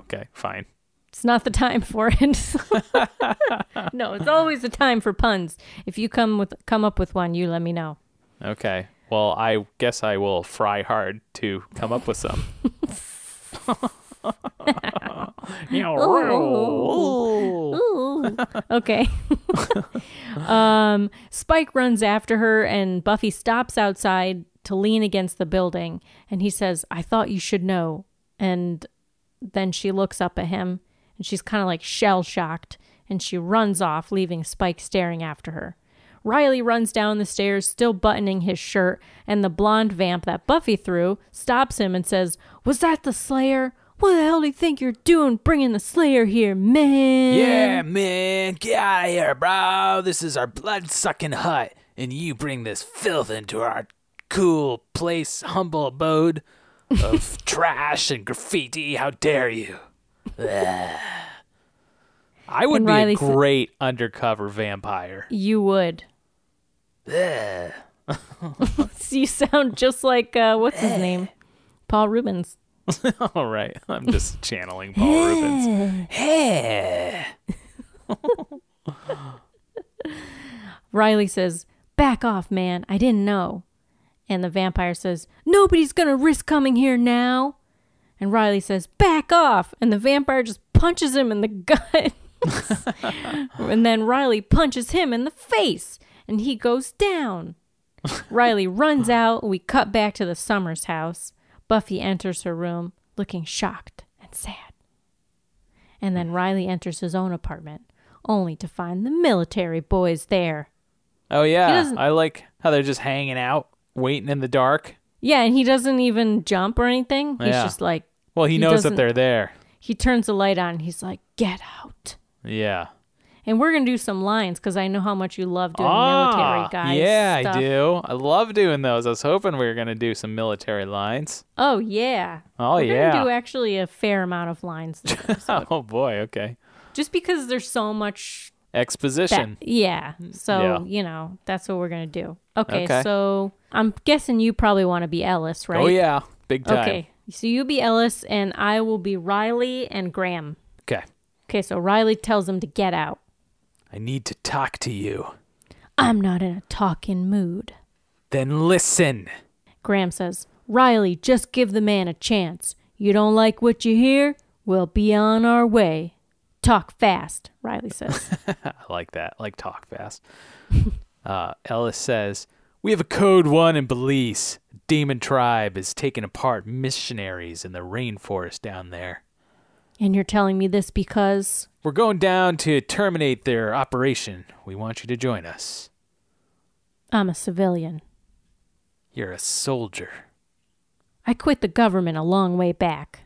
Speaker 6: Okay, fine.
Speaker 5: It's not the time for it. no, it's always the time for puns. If you come with come up with one, you let me know.
Speaker 6: Okay. Well, I guess I will fry hard to come up with some. Yeah,
Speaker 5: Oh.
Speaker 6: roll.
Speaker 5: Ooh. okay. um, Spike runs after her, and Buffy stops outside to lean against the building, and he says, "I thought you should know." And then she looks up at him, and she's kind of like shell shocked, and she runs off, leaving Spike staring after her. Riley runs down the stairs, still buttoning his shirt, and the blonde vamp that Buffy threw stops him and says, Was that the Slayer? What the hell do you think you're doing bringing the Slayer here, man?
Speaker 6: Yeah, man, get out of here, bro. This is our blood sucking hut, and you bring this filth into our cool place, humble abode of trash and graffiti. How dare you? Ugh. I would
Speaker 5: And
Speaker 6: be
Speaker 5: Riley
Speaker 6: a
Speaker 5: s-
Speaker 6: great undercover vampire.
Speaker 5: You would.
Speaker 6: Ugh.
Speaker 5: You sound just like, uh, what's his name? Paul Rubens.
Speaker 6: All right, I'm just channeling Paul Rubens. Hey.
Speaker 5: Riley says, Back off, man. I didn't know. And the vampire says, Nobody's going to risk coming here now. And Riley says, Back off. And the vampire just punches him in the gut. and then Riley punches him in the face. And he goes down. Riley runs out. We cut back to the Summers house. Buffy enters her room, looking shocked and sad. And then Riley enters his own apartment, only to find the military boys there.
Speaker 6: Oh yeah,
Speaker 5: doesn't-
Speaker 6: I like how they're just hanging out, waiting in the dark.
Speaker 5: Yeah, and he doesn't even jump or anything. He's
Speaker 6: Yeah.
Speaker 5: just like
Speaker 6: Well, he,
Speaker 5: He
Speaker 6: knows that
Speaker 5: doesn't-
Speaker 6: they're there.
Speaker 5: he turns the light on. And he's like, "Get out!"
Speaker 6: Yeah.
Speaker 5: And we're gonna do some lines because I know how much you love doing military guys.
Speaker 6: Ah, Yeah,
Speaker 5: stuff.
Speaker 6: I do. I love doing those. I was hoping we were gonna do some military lines.
Speaker 5: Oh yeah.
Speaker 6: Oh,
Speaker 5: we're
Speaker 6: yeah.
Speaker 5: Gonna do actually a fair amount of lines, this episode.
Speaker 6: Oh boy, okay.
Speaker 5: just because there's so much. That,
Speaker 6: Exposition.
Speaker 5: yeah. So
Speaker 6: Mm, Yeah.
Speaker 5: you know that's what we're gonna do. Okay,
Speaker 6: Okay.
Speaker 5: So I'm guessing you probably want to be Ellis, right?
Speaker 6: Oh yeah, big time.
Speaker 5: Okay. So you be Ellis, and I will be Riley and Graham.
Speaker 6: Okay.
Speaker 5: Okay. So Riley tells him to get out.
Speaker 6: I need to talk to you.
Speaker 5: I'm not in a talking mood.
Speaker 6: Then listen.
Speaker 5: Graham says, Riley, just give the man a chance. You don't like what you hear? We'll be on our way. Talk fast, Riley says.
Speaker 6: I like that. I like talk fast. uh, Ellis says, "We have a code one in Belize. A demon tribe is taking apart missionaries in the rainforest down there.
Speaker 5: and you're telling me this because.
Speaker 6: We're going down to terminate their operation. We want you to join us.
Speaker 5: I'm a civilian.
Speaker 6: You're a soldier.
Speaker 5: I quit the government a long way back.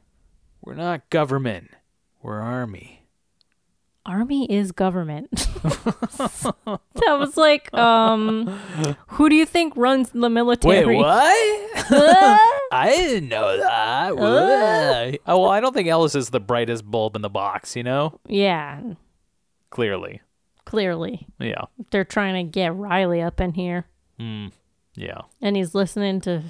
Speaker 6: We're not government. We're army.
Speaker 5: Army is government. that was like, um, who do you think runs the military?
Speaker 6: what? I didn't know that. What? oh, well, I don't think Ellis is the brightest bulb in the box, you know?
Speaker 5: Yeah.
Speaker 6: Clearly.
Speaker 5: Clearly,
Speaker 6: Yeah.
Speaker 5: they're trying to get Riley up in here,
Speaker 6: Yeah.
Speaker 5: and he's listening to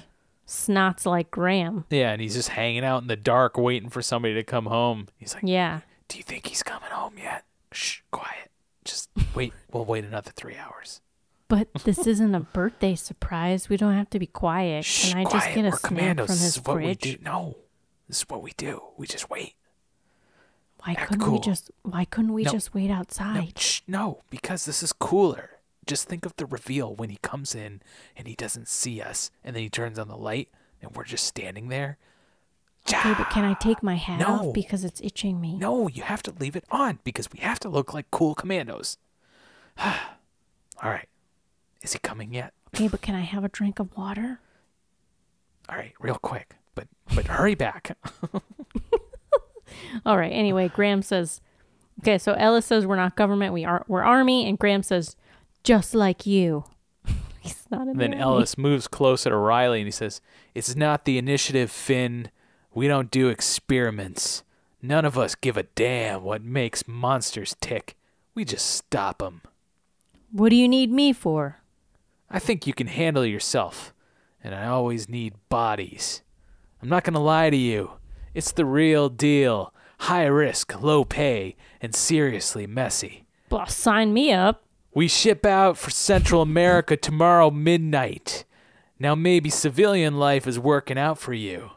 Speaker 5: snots like Graham.
Speaker 6: Yeah. And he's just hanging out in the dark waiting for somebody to come home. He's like,
Speaker 5: Yeah.
Speaker 6: Do you think he's coming home yet? Shh, quiet. Just wait. we'll wait another three hours.
Speaker 5: But this isn't a birthday surprise. We don't have to be quiet.
Speaker 6: Shh,
Speaker 5: Can I
Speaker 6: quiet.
Speaker 5: just get a
Speaker 6: We're
Speaker 5: snack
Speaker 6: commandos.
Speaker 5: from
Speaker 6: this
Speaker 5: his
Speaker 6: is what
Speaker 5: fridge?
Speaker 6: we do. No, this is what we do. We just wait.
Speaker 5: Why
Speaker 6: Act
Speaker 5: couldn't
Speaker 6: cool.
Speaker 5: we just why couldn't we
Speaker 6: No.
Speaker 5: just wait outside?
Speaker 6: No, shh, no, because this is cooler. Just think of the reveal when he comes in and he doesn't see us, and then he turns on the light, and we're just standing there.
Speaker 5: Okay, but can I take my hat
Speaker 6: No.
Speaker 5: off because it's itching me?
Speaker 6: No, you have to leave it on because we have to look like cool commandos. All right. Is he coming yet?
Speaker 5: Okay, but can I have a drink of water?
Speaker 6: All right, real quick. But but hurry back.
Speaker 5: All right. Anyway, Graham says, "Okay." So Ellis says, "We're not government. We are. We're army." And Graham says, "Just like you." He's not in the
Speaker 6: then
Speaker 5: army.
Speaker 6: Ellis moves closer to Riley and he says, It's not the initiative, Finn. We don't do experiments. None of us give a damn what makes monsters tick. We just stop 'em.
Speaker 5: What do you need me for?
Speaker 6: I think you can handle yourself, and I always need bodies. I'm not going to lie to you. It's the real deal. High risk, low pay, and seriously messy.
Speaker 5: Well, sign me up.
Speaker 6: We ship out for Central America tomorrow midnight. Now maybe civilian life is working out for you.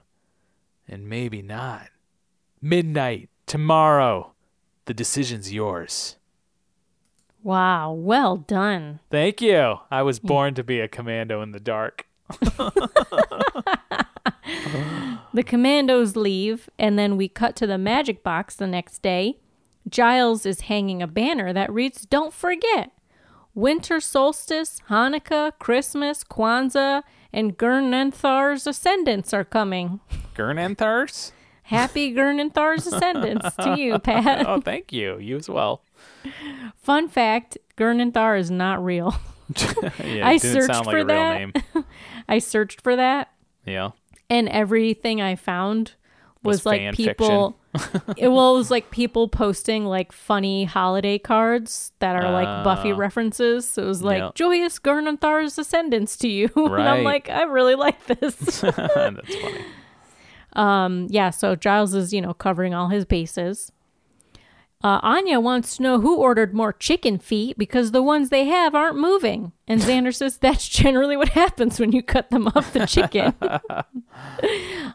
Speaker 6: And maybe not. Midnight, tomorrow. The decision's yours.
Speaker 5: Wow. Well done.
Speaker 6: Thank you. I was born to be a commando in the dark.
Speaker 5: The commandos leave, and then we cut to the magic box the next day. Giles is hanging a banner that reads, Don't forget! Winter solstice, Hanukkah, Christmas, Kwanzaa, and Gurnenthar's ascendants are coming.
Speaker 6: Gernanthars?
Speaker 5: Happy Gurnenthar's ascendants to you, Pat.
Speaker 6: Oh, thank you. You as well.
Speaker 5: Fun fact Gurnenthar is not real.
Speaker 6: Yeah,
Speaker 5: I
Speaker 6: it didn't
Speaker 5: searched
Speaker 6: sound like
Speaker 5: for
Speaker 6: a real
Speaker 5: that.
Speaker 6: name.
Speaker 5: I searched for that
Speaker 6: Yeah.
Speaker 5: and everything I found was,
Speaker 6: Was fan
Speaker 5: like people. it well, it was like people posting like funny holiday cards that are like Buffy references. So it was like
Speaker 6: Ah. yeah.
Speaker 5: joyous Gurnanthar's ascendance to you, and
Speaker 6: Right.
Speaker 5: I'm like, I really like this.
Speaker 6: That's funny.
Speaker 5: yeah. So Giles is you know covering all his bases. Uh, Anya wants to know who ordered more chicken feet because the ones they have aren't moving. And Xander says that's generally what happens when you cut them off the chicken.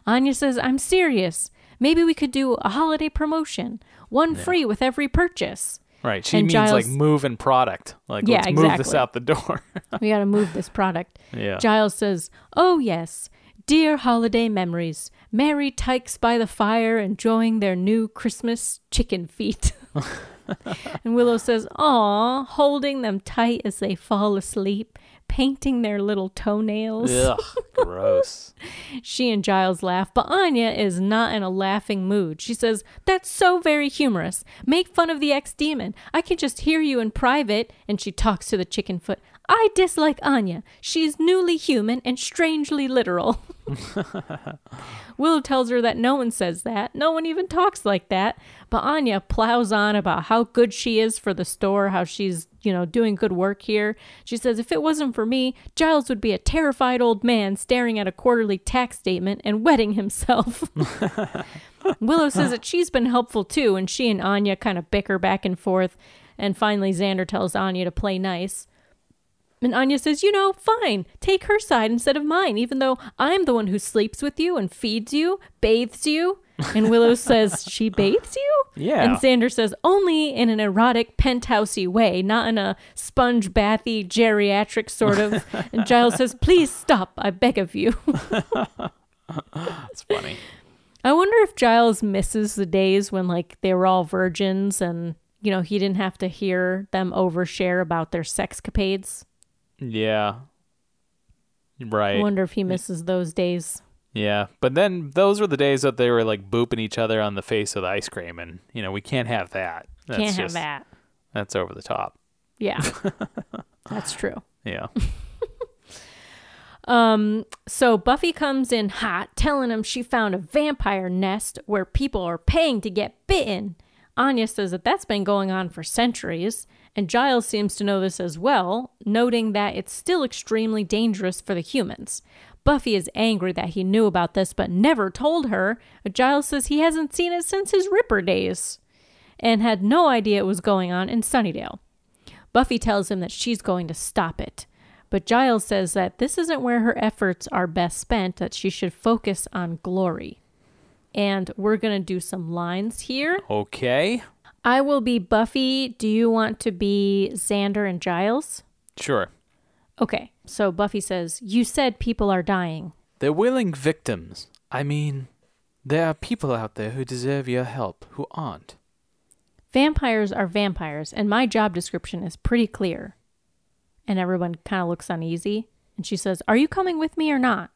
Speaker 5: Anya says, I'm serious. Maybe we could do a holiday promotion, one free with every purchase.
Speaker 6: Right. She
Speaker 5: And
Speaker 6: means like
Speaker 5: Giles-
Speaker 6: moving product. Like
Speaker 5: Yeah,
Speaker 6: let's move this
Speaker 5: exactly.
Speaker 6: out the door.
Speaker 5: We got to move this product.
Speaker 6: Yeah.
Speaker 5: Giles says, Oh, yes. Dear holiday memories, merry tykes by the fire enjoying their new Christmas chicken feet. and Willow says, Aw, holding them tight as they fall asleep, painting their little toenails.
Speaker 6: Ugh, gross.
Speaker 5: She and Giles laugh, but Anya is not in a laughing mood. She says, That's so very humorous. Make fun of the ex demon. I can just hear you in private. And she talks to the chicken foot. I dislike Anya. She's newly human and strangely literal. Willow tells her that no one says that. No one even talks like that. But Anya plows on about how good she is for the store, how she's, you know, doing good work here. She says, if it wasn't for me, Giles would be a terrified old man staring at a quarterly tax statement and wetting himself. Willow says that she's been helpful too, and she and Anya kind of bicker back and forth. And finally, Xander tells Anya to play nice. And Anya says, You know, fine, take her side instead of mine, even though I'm the one who sleeps with you and feeds you, bathes you. And Willow says, She bathes you?
Speaker 6: Yeah.
Speaker 5: And Xander says, Only in an erotic, penthousey way, not in a sponge bathy, geriatric sort of. and Giles says, Please stop, I beg of you.
Speaker 6: That's funny.
Speaker 5: I wonder if Giles misses the days when, like, they were all virgins and, you know, he didn't have to hear them overshare about their sex capades.
Speaker 6: Yeah.
Speaker 5: I
Speaker 6: Right.
Speaker 5: wonder if he misses those days.
Speaker 6: Yeah. But then those were the days that they were like booping each other on the face with ice cream and you know, we can't have that. That's
Speaker 5: Can't have
Speaker 6: just-
Speaker 5: that.
Speaker 6: That's over the top.
Speaker 5: Yeah. That's true.
Speaker 6: Yeah.
Speaker 5: So Buffy comes in hot, telling him she found a vampire nest where people are paying to get bitten. Anya says that that's been going on for centuries, and Giles seems to know this as well, noting that it's still extremely dangerous for the humans. Buffy is angry that he knew about this but never told her. Giles says he hasn't seen it since his Ripper days and had no idea it was going on in Sunnydale. Buffy tells him that she's going to stop it. But Giles says that this isn't where her efforts are best spent, that she should focus on glory. And we're going to do some lines here.
Speaker 6: Okay.
Speaker 5: I will be Buffy. Do you want to be Xander and Giles?
Speaker 6: Sure.
Speaker 5: Okay. So Buffy says, You said people are dying.
Speaker 6: They're willing victims. I mean, there are people out there who deserve your help who aren't.
Speaker 5: Vampires are vampires, and my job description is pretty clear. And everyone kind of looks uneasy. And she says, Are you coming with me or not?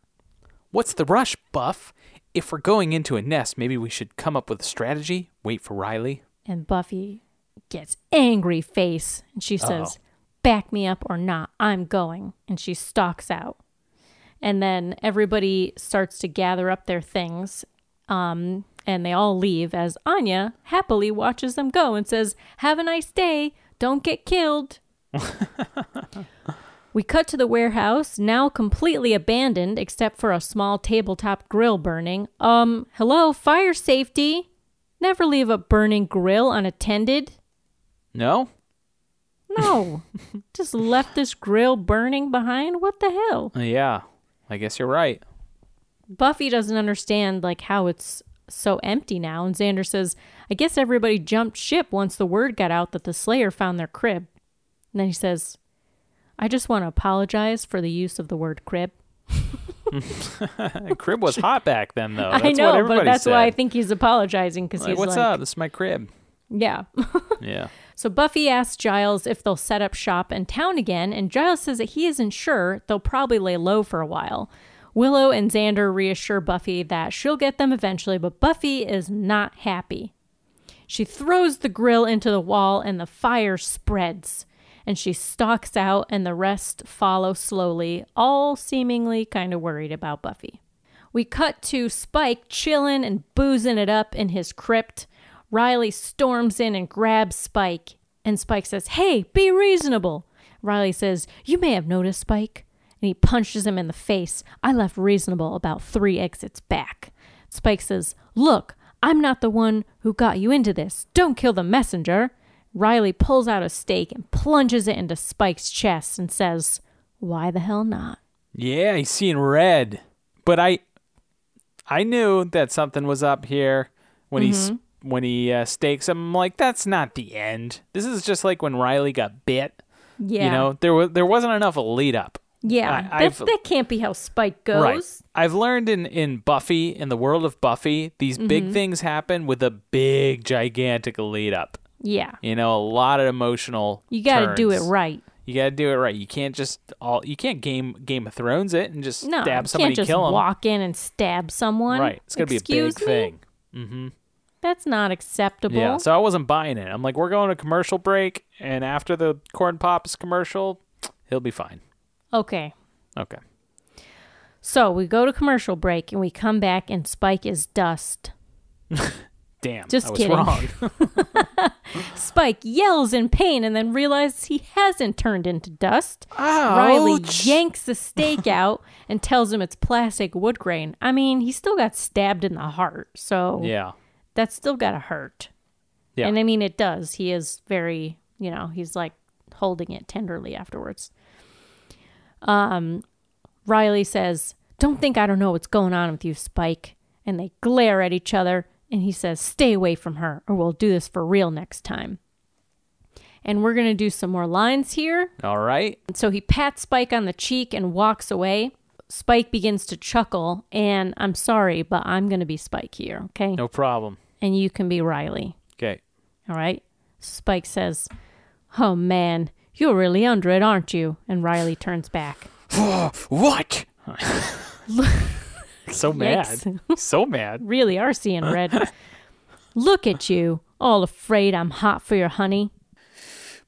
Speaker 6: What's the rush, Buff? If we're going into a nest, maybe we should come up with a strategy. Wait for Riley.
Speaker 5: And Buffy gets angry face and she says, Back me up or not, I'm going. And she stalks out. And then everybody starts to gather up their things. Um, and they all leave as Anya happily watches them go and says, Have a nice day. Don't get killed. we cut to the warehouse, now completely abandoned except for a small tabletop grill burning. Um, hello, fire safety. Never leave a burning grill unattended.
Speaker 6: No?
Speaker 5: No. Just left this grill burning behind? What the hell?
Speaker 6: Yeah. I guess you're right.
Speaker 5: Buffy doesn't understand like how it's so empty now and Xander says, "I guess everybody jumped ship once the word got out that the Slayer found their crib." And then he says, "I just want to apologize for the use of the word crib."
Speaker 6: That crib was hot back then, though. Oh, That's
Speaker 5: I
Speaker 6: what
Speaker 5: know,
Speaker 6: everybody
Speaker 5: but that's
Speaker 6: said.
Speaker 5: why I think he's apologizing cuz
Speaker 6: Like,
Speaker 5: he's
Speaker 6: what's
Speaker 5: like,
Speaker 6: up? This is my crib.
Speaker 5: yeah.
Speaker 6: Yeah.
Speaker 5: So Buffy asks Giles if they'll set up shop in town again, and Giles says that he isn't sure. They'll probably lay low for a while. Willow and Xander reassure Buffy that she'll get them eventually, but Buffy is not happy. She throws the grill into the wall, and the fire spreads. And she stalks out, and the rest follow slowly, all seemingly kind of worried about Buffy. We cut to Spike chillin' and boozing it up in his crypt. Riley storms in and grabs Spike. And Spike says, Hey, be reasonable. Riley says, You may have noticed, Spike. And he punches him in the face. I left reasonable about three exits back. Spike says, Look, I'm not the one who got you into this. Don't kill the messenger. Riley pulls out a stake and plunges it into Spike's chest and says, Why the hell not?
Speaker 6: Yeah, he's seeing red. But I, I knew that something was up here when he s
Speaker 5: Mm-hmm.
Speaker 6: when he uh, stakes him. I'm like, that's not the end. This is just like when Riley got bit.
Speaker 5: Yeah.
Speaker 6: You know, there was there wasn't enough of a lead up.
Speaker 5: yeah.
Speaker 6: I-
Speaker 5: that's,
Speaker 6: I've-
Speaker 5: that can't be how Spike goes.
Speaker 6: I've learned in in Buffy, in the world of Buffy, these
Speaker 5: Mm-hmm.
Speaker 6: big things happen with a big, gigantic lead up.
Speaker 5: Yeah.
Speaker 6: You know, a lot of emotional.
Speaker 5: You got to do it
Speaker 6: turns.
Speaker 5: right.
Speaker 6: You got to do it right. You can't just all. You can't game Game of Thrones it and just
Speaker 5: No,
Speaker 6: stab
Speaker 5: you
Speaker 6: somebody,
Speaker 5: can't just
Speaker 6: kill them.
Speaker 5: walk in and stab someone.
Speaker 6: Right. It's gonna
Speaker 5: Excuse
Speaker 6: be a big
Speaker 5: me?
Speaker 6: thing.
Speaker 5: That's not acceptable.
Speaker 6: Yeah. So I wasn't buying it. I'm like, we're going to commercial break, and after the corn pops commercial, he'll be fine.
Speaker 5: okay.
Speaker 6: Okay.
Speaker 5: So we go to commercial break and we come back and Spike is dust.
Speaker 6: Damn.
Speaker 5: Just
Speaker 6: I was
Speaker 5: kidding.
Speaker 6: wrong.
Speaker 5: Spike yells in pain and then realizes he hasn't turned into dust. Riley yanks the stake out and tells him it's plastic wood grain. I mean, he still got stabbed in the heart, so
Speaker 6: yeah.
Speaker 5: that's still got to hurt.
Speaker 6: Yeah.
Speaker 5: And I mean, it does. He is very, you know, he's like holding it tenderly afterwards. Um, Riley says, Don't think I don't know what's going on with you, Spike. And they glare at each other. And he says, Stay away from her, or we'll do this for real next time. And we're going to do some more lines here.
Speaker 6: All right.
Speaker 5: So he pats Spike on the cheek and walks away. Spike begins to chuckle. And I'm sorry, but I'm going to be Spike here, okay?
Speaker 6: No problem.
Speaker 5: And you can be Riley.
Speaker 6: Okay.
Speaker 5: All right. Spike says, Oh man, you're really under it, aren't you? And Riley turns back.
Speaker 6: What? so mad.
Speaker 5: Yikes.
Speaker 6: so mad.
Speaker 5: Really are seeing red. Look at you, all afraid I'm hot for your honey.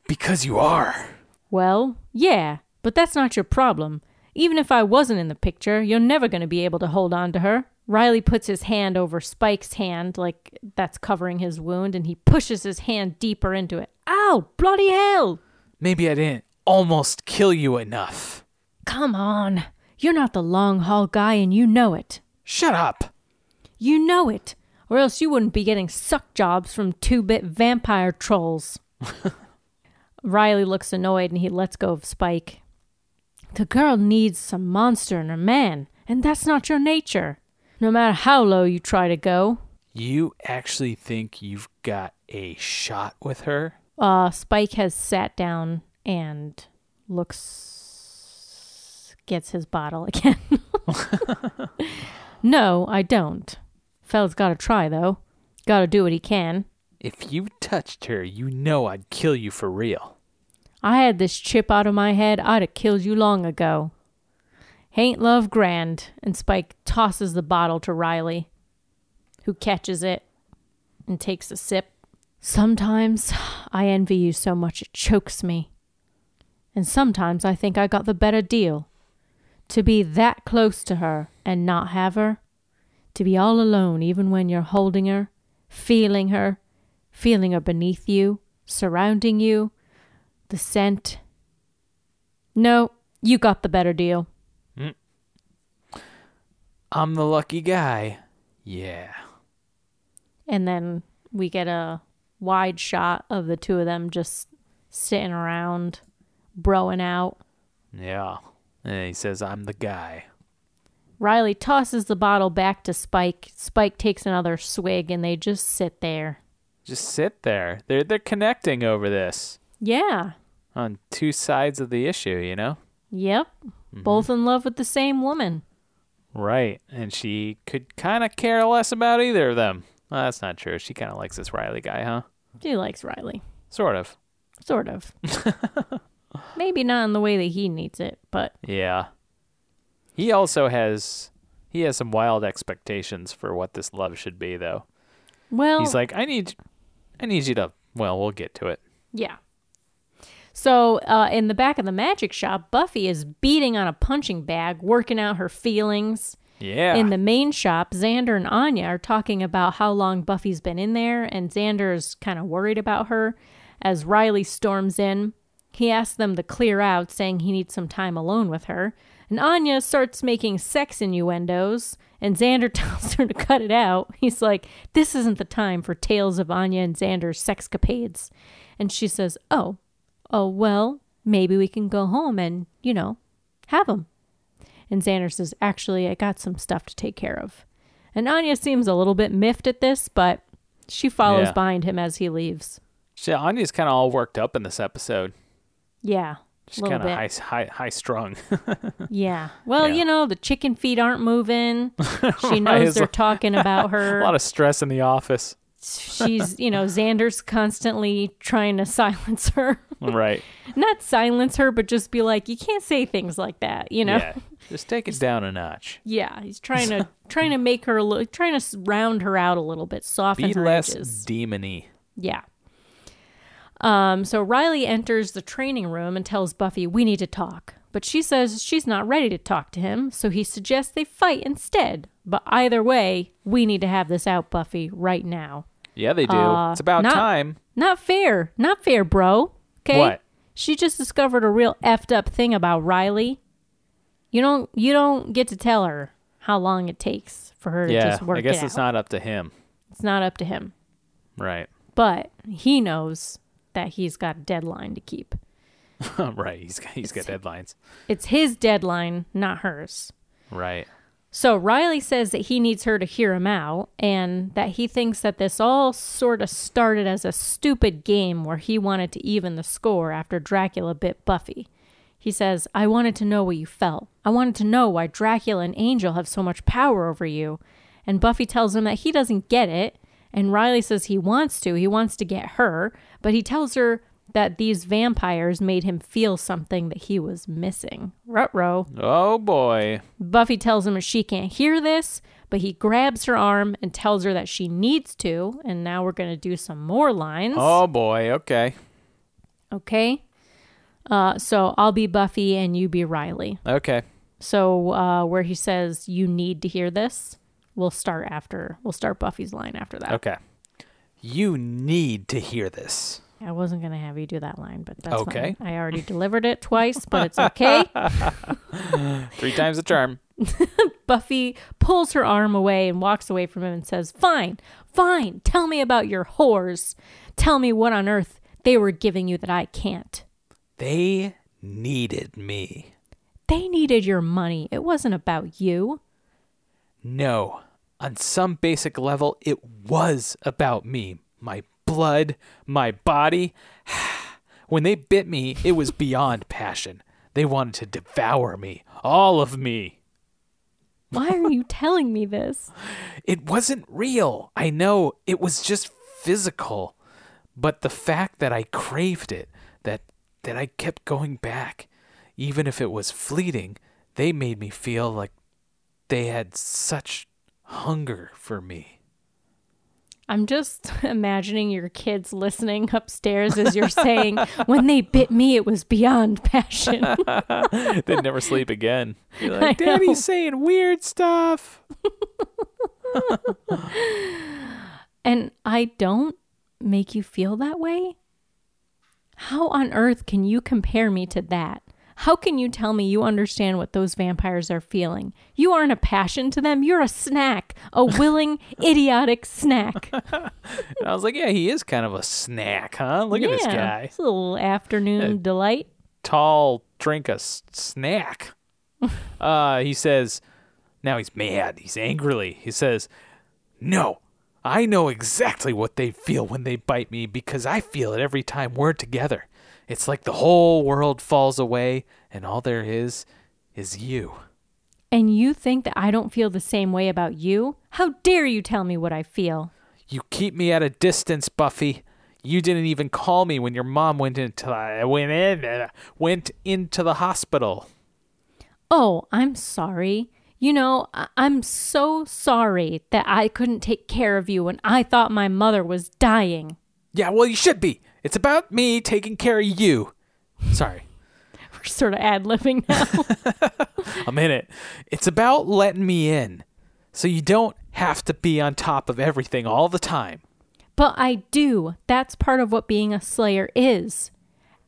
Speaker 6: Because you are.
Speaker 5: Well, yeah, but that's not your problem. Even if I wasn't in the picture, you're never going to be able to hold on to her. Riley puts his hand over Spike's hand, like that's covering his wound, and he pushes his hand deeper into it. Ow, bloody hell!
Speaker 6: Maybe I didn't almost kill you enough.
Speaker 5: Come on. You're not the long haul guy, and you know it.
Speaker 6: Shut up.
Speaker 5: You know it. Or else you wouldn't be getting suck jobs from two bit vampire trolls. Riley looks annoyed and he lets go of Spike. The girl needs some monster in her man, and that's not your nature. No matter how low you try to go.
Speaker 6: You actually think you've got a shot with her?
Speaker 5: Uh, Spike has sat down and looks. gets his bottle again. no, I don't. Fella's gotta try, though. Gotta do what he can.
Speaker 6: If you touched her, you know I'd kill you for real.
Speaker 5: I had this chip out of my head, I'd have killed you long ago. Ain't love grand? And Spike tosses the bottle to Riley, who catches it and takes a sip. Sometimes I envy you so much it chokes me. And sometimes I think I got the better deal. To be that close to her and not have her, to be all alone even when you're holding her, feeling her, feeling her beneath you, surrounding you, the scent. No, you got the better deal.
Speaker 6: I'm the lucky guy. Yeah.
Speaker 5: And then we get a wide shot of the two of them just sitting around, broing out.
Speaker 6: Yeah. And he says, I'm the guy.
Speaker 5: Riley tosses the bottle back to Spike. Spike takes another swig and they just sit there.
Speaker 6: Just sit there. They're they're connecting over this
Speaker 5: Yeah.
Speaker 6: on two sides of the issue, you know?
Speaker 5: Yep.
Speaker 6: Mm-hmm.
Speaker 5: Both in love with the same woman.
Speaker 6: Right. And she could kind of care less about either of them. Well, that's not true. She kind of likes this Riley guy, huh?
Speaker 5: She likes Riley.
Speaker 6: Sort of.
Speaker 5: Sort of. Maybe not in the way that he needs it, but
Speaker 6: Yeah. He also has he has some wild expectations for what this love should be though.
Speaker 5: well
Speaker 6: He's like, "I need I need you to well, we'll get to it."
Speaker 5: Yeah. So uh, in the back of the magic shop, Buffy is beating on a punching bag, working out her feelings.
Speaker 6: Yeah.
Speaker 5: In the main shop, Xander and Anya are talking about how long Buffy's been in there, and Xander is kind of worried about her. As Riley storms in, he asks them to clear out, saying he needs some time alone with her. And Anya starts making sex innuendos, and Xander tells her to cut it out. He's like, This isn't the time for tales of Anya and Xander's sexcapades. And she says, Oh, oh, well, maybe we can go home and, you know, have 'em." And Xander says, Actually, I got some stuff to take care of. And Anya seems a little bit miffed at this, but she follows
Speaker 6: Yeah.
Speaker 5: behind him as he leaves.
Speaker 6: She, Anya's kind of all worked up in this episode.
Speaker 5: Yeah. a
Speaker 6: She's
Speaker 5: little
Speaker 6: kind of
Speaker 5: bit.
Speaker 6: high, high, high strung.
Speaker 5: Yeah. Well,
Speaker 6: Yeah.
Speaker 5: you know, the chicken feet aren't moving. She
Speaker 6: it's
Speaker 5: knows they're
Speaker 6: like-
Speaker 5: talking about
Speaker 6: a
Speaker 5: her.
Speaker 6: lot of stress in the office.
Speaker 5: She's, you know, Xander's constantly trying to silence her.
Speaker 6: Right.
Speaker 5: Not silence her, but just be like, you can't say things like that, you know?
Speaker 6: Yeah. Just take it down a notch.
Speaker 5: Yeah, he's trying to trying to make her look, trying to s- round her out a little bit, soften
Speaker 6: Be
Speaker 5: her
Speaker 6: less
Speaker 5: edges.
Speaker 6: demony.
Speaker 5: Yeah. Um, so Riley enters the training room and tells Buffy, "We need to talk." But she says she's not ready to talk to him, so he suggests they fight instead. But either way, we need to have this out, Buffy, right now.
Speaker 6: Yeah, they do.
Speaker 5: Uh,
Speaker 6: it's about
Speaker 5: not-
Speaker 6: time.
Speaker 5: Not fair. Not fair, bro. Okay?
Speaker 6: What?
Speaker 5: She just discovered a real effed up thing about Riley. You don't you don't get to tell her how long it takes for her to
Speaker 6: Yeah.
Speaker 5: just work
Speaker 6: I guess
Speaker 5: it
Speaker 6: it's
Speaker 5: out.
Speaker 6: not up to him.
Speaker 5: It's not up to him.
Speaker 6: Right.
Speaker 5: But he knows that he's got a deadline to keep.
Speaker 6: right. He's got, he's got deadlines.
Speaker 5: It's his deadline, not hers.
Speaker 6: Right.
Speaker 5: So Riley says that he needs her to hear him out and that he thinks that this all sort of started as a stupid game where he wanted to even the score after Dracula bit Buffy. He says, I wanted to know what you felt. I wanted to know why Dracula and Angel have so much power over you. And Buffy tells him that he doesn't get it. And Riley says he wants to. He wants to get her. But he tells her that these vampires made him feel something that he was missing. Rutro.
Speaker 6: Oh boy.
Speaker 5: Buffy tells him she can't hear this, but he grabs her arm and tells her that she needs to. And now we're going to do some more lines.
Speaker 6: Oh boy. Okay.
Speaker 5: Okay. Uh, so I'll be Buffy and you be Riley.
Speaker 6: Okay.
Speaker 5: So uh, where he says, You need to hear this. We'll start after. We'll start Buffy's line after that.
Speaker 6: Okay. You need to hear this.
Speaker 5: I wasn't gonna have you do that line, but that's
Speaker 6: Okay.
Speaker 5: fine. I already delivered it twice, but it's okay.
Speaker 6: Three times the charm.
Speaker 5: Buffy pulls her arm away and walks away from him and says, Fine, fine, tell me about your whores. Tell me what on earth they were giving you that I can't.
Speaker 6: They needed me.
Speaker 5: They needed your money. It wasn't about you.
Speaker 6: No, on some basic level, it was about me. My blood, my body. when they bit me, it was beyond passion. They wanted to devour me, all of me.
Speaker 5: Why are you telling me this?
Speaker 6: It wasn't real. I know it was just physical. But the fact that I craved it, that that I kept going back, even if it was fleeting, they made me feel like they had such hunger for me.
Speaker 5: I'm just imagining your kids listening upstairs as you're saying, When they bit me, it was beyond passion.
Speaker 6: They'd never sleep again. Be like,
Speaker 5: I know.
Speaker 6: Daddy's saying weird stuff.
Speaker 5: and I don't make you feel that way? How on earth can you compare me to that? How can you tell me you understand what those vampires are feeling? You aren't a passion to them. You're a snack, a willing, idiotic snack.
Speaker 6: And I was like, Yeah, he is kind of a snack, huh? Look at this guy.
Speaker 5: It's a little afternoon delight.
Speaker 6: tall drink a s- snack. uh, he says, now he's mad. He's angrily. He says, no, I know exactly what they feel when they bite me because I feel it every time we're together. It's like the whole world falls away and all there is is you.
Speaker 5: And you think that I don't feel the same way about you? How dare you tell me what I feel?
Speaker 6: You keep me at a distance, Buffy. You didn't even call me when your mom went into went in went into the hospital.
Speaker 5: Oh, I'm sorry. You know, I- I'm so sorry that I couldn't take care of you when I thought my mother was dying.
Speaker 6: Yeah, well, you should be. It's about me taking care of you. Sorry,
Speaker 5: We're sort of ad libbing now.
Speaker 6: I'm in it. It's about letting me in so you don't have to be on top of everything all the time.
Speaker 5: but I do. That's part of what being a slayer is.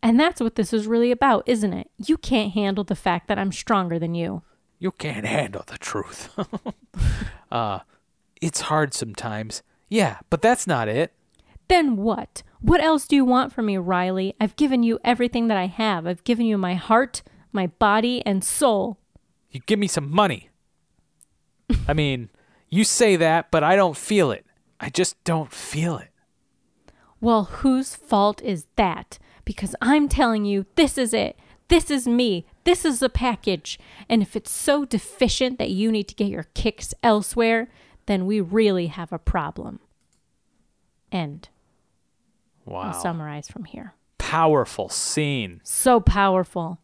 Speaker 5: And that's what this is really about, isn't it? You can't handle the fact that I'm stronger than you.
Speaker 6: You can't handle the truth. uh, it's hard sometimes. Yeah, but that's not it.
Speaker 5: Then what? What else do you want from me, Riley? I've given you everything that I have. I've given you my heart, my body, and soul.
Speaker 6: You give me some money. I mean, you say that, but I don't feel it. I just don't feel it.
Speaker 5: Well, whose fault is that? Because I'm telling you, this is it. This is me. This is the package. And if it's so deficient that you need to get your kicks elsewhere, then we really have a problem. End.
Speaker 6: Wow.
Speaker 5: I'll summarize from here.
Speaker 6: Powerful scene.
Speaker 5: so powerful.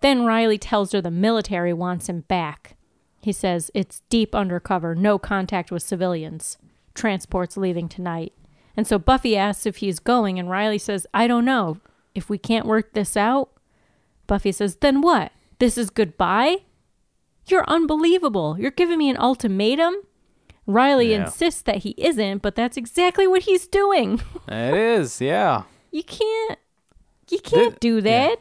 Speaker 5: Then Riley tells her the military wants him back. He says it's deep undercover, no contact with civilians. Transport's leaving tonight. And so Buffy asks if he's going, and Riley says, I don't know. If we can't work this out, Buffy says, then what? This is goodbye? You're unbelievable. You're giving me an ultimatum? Riley
Speaker 6: Yeah.
Speaker 5: insists that he isn't, but that's exactly what he's doing.
Speaker 6: It is, yeah.
Speaker 5: You can't you can't do that.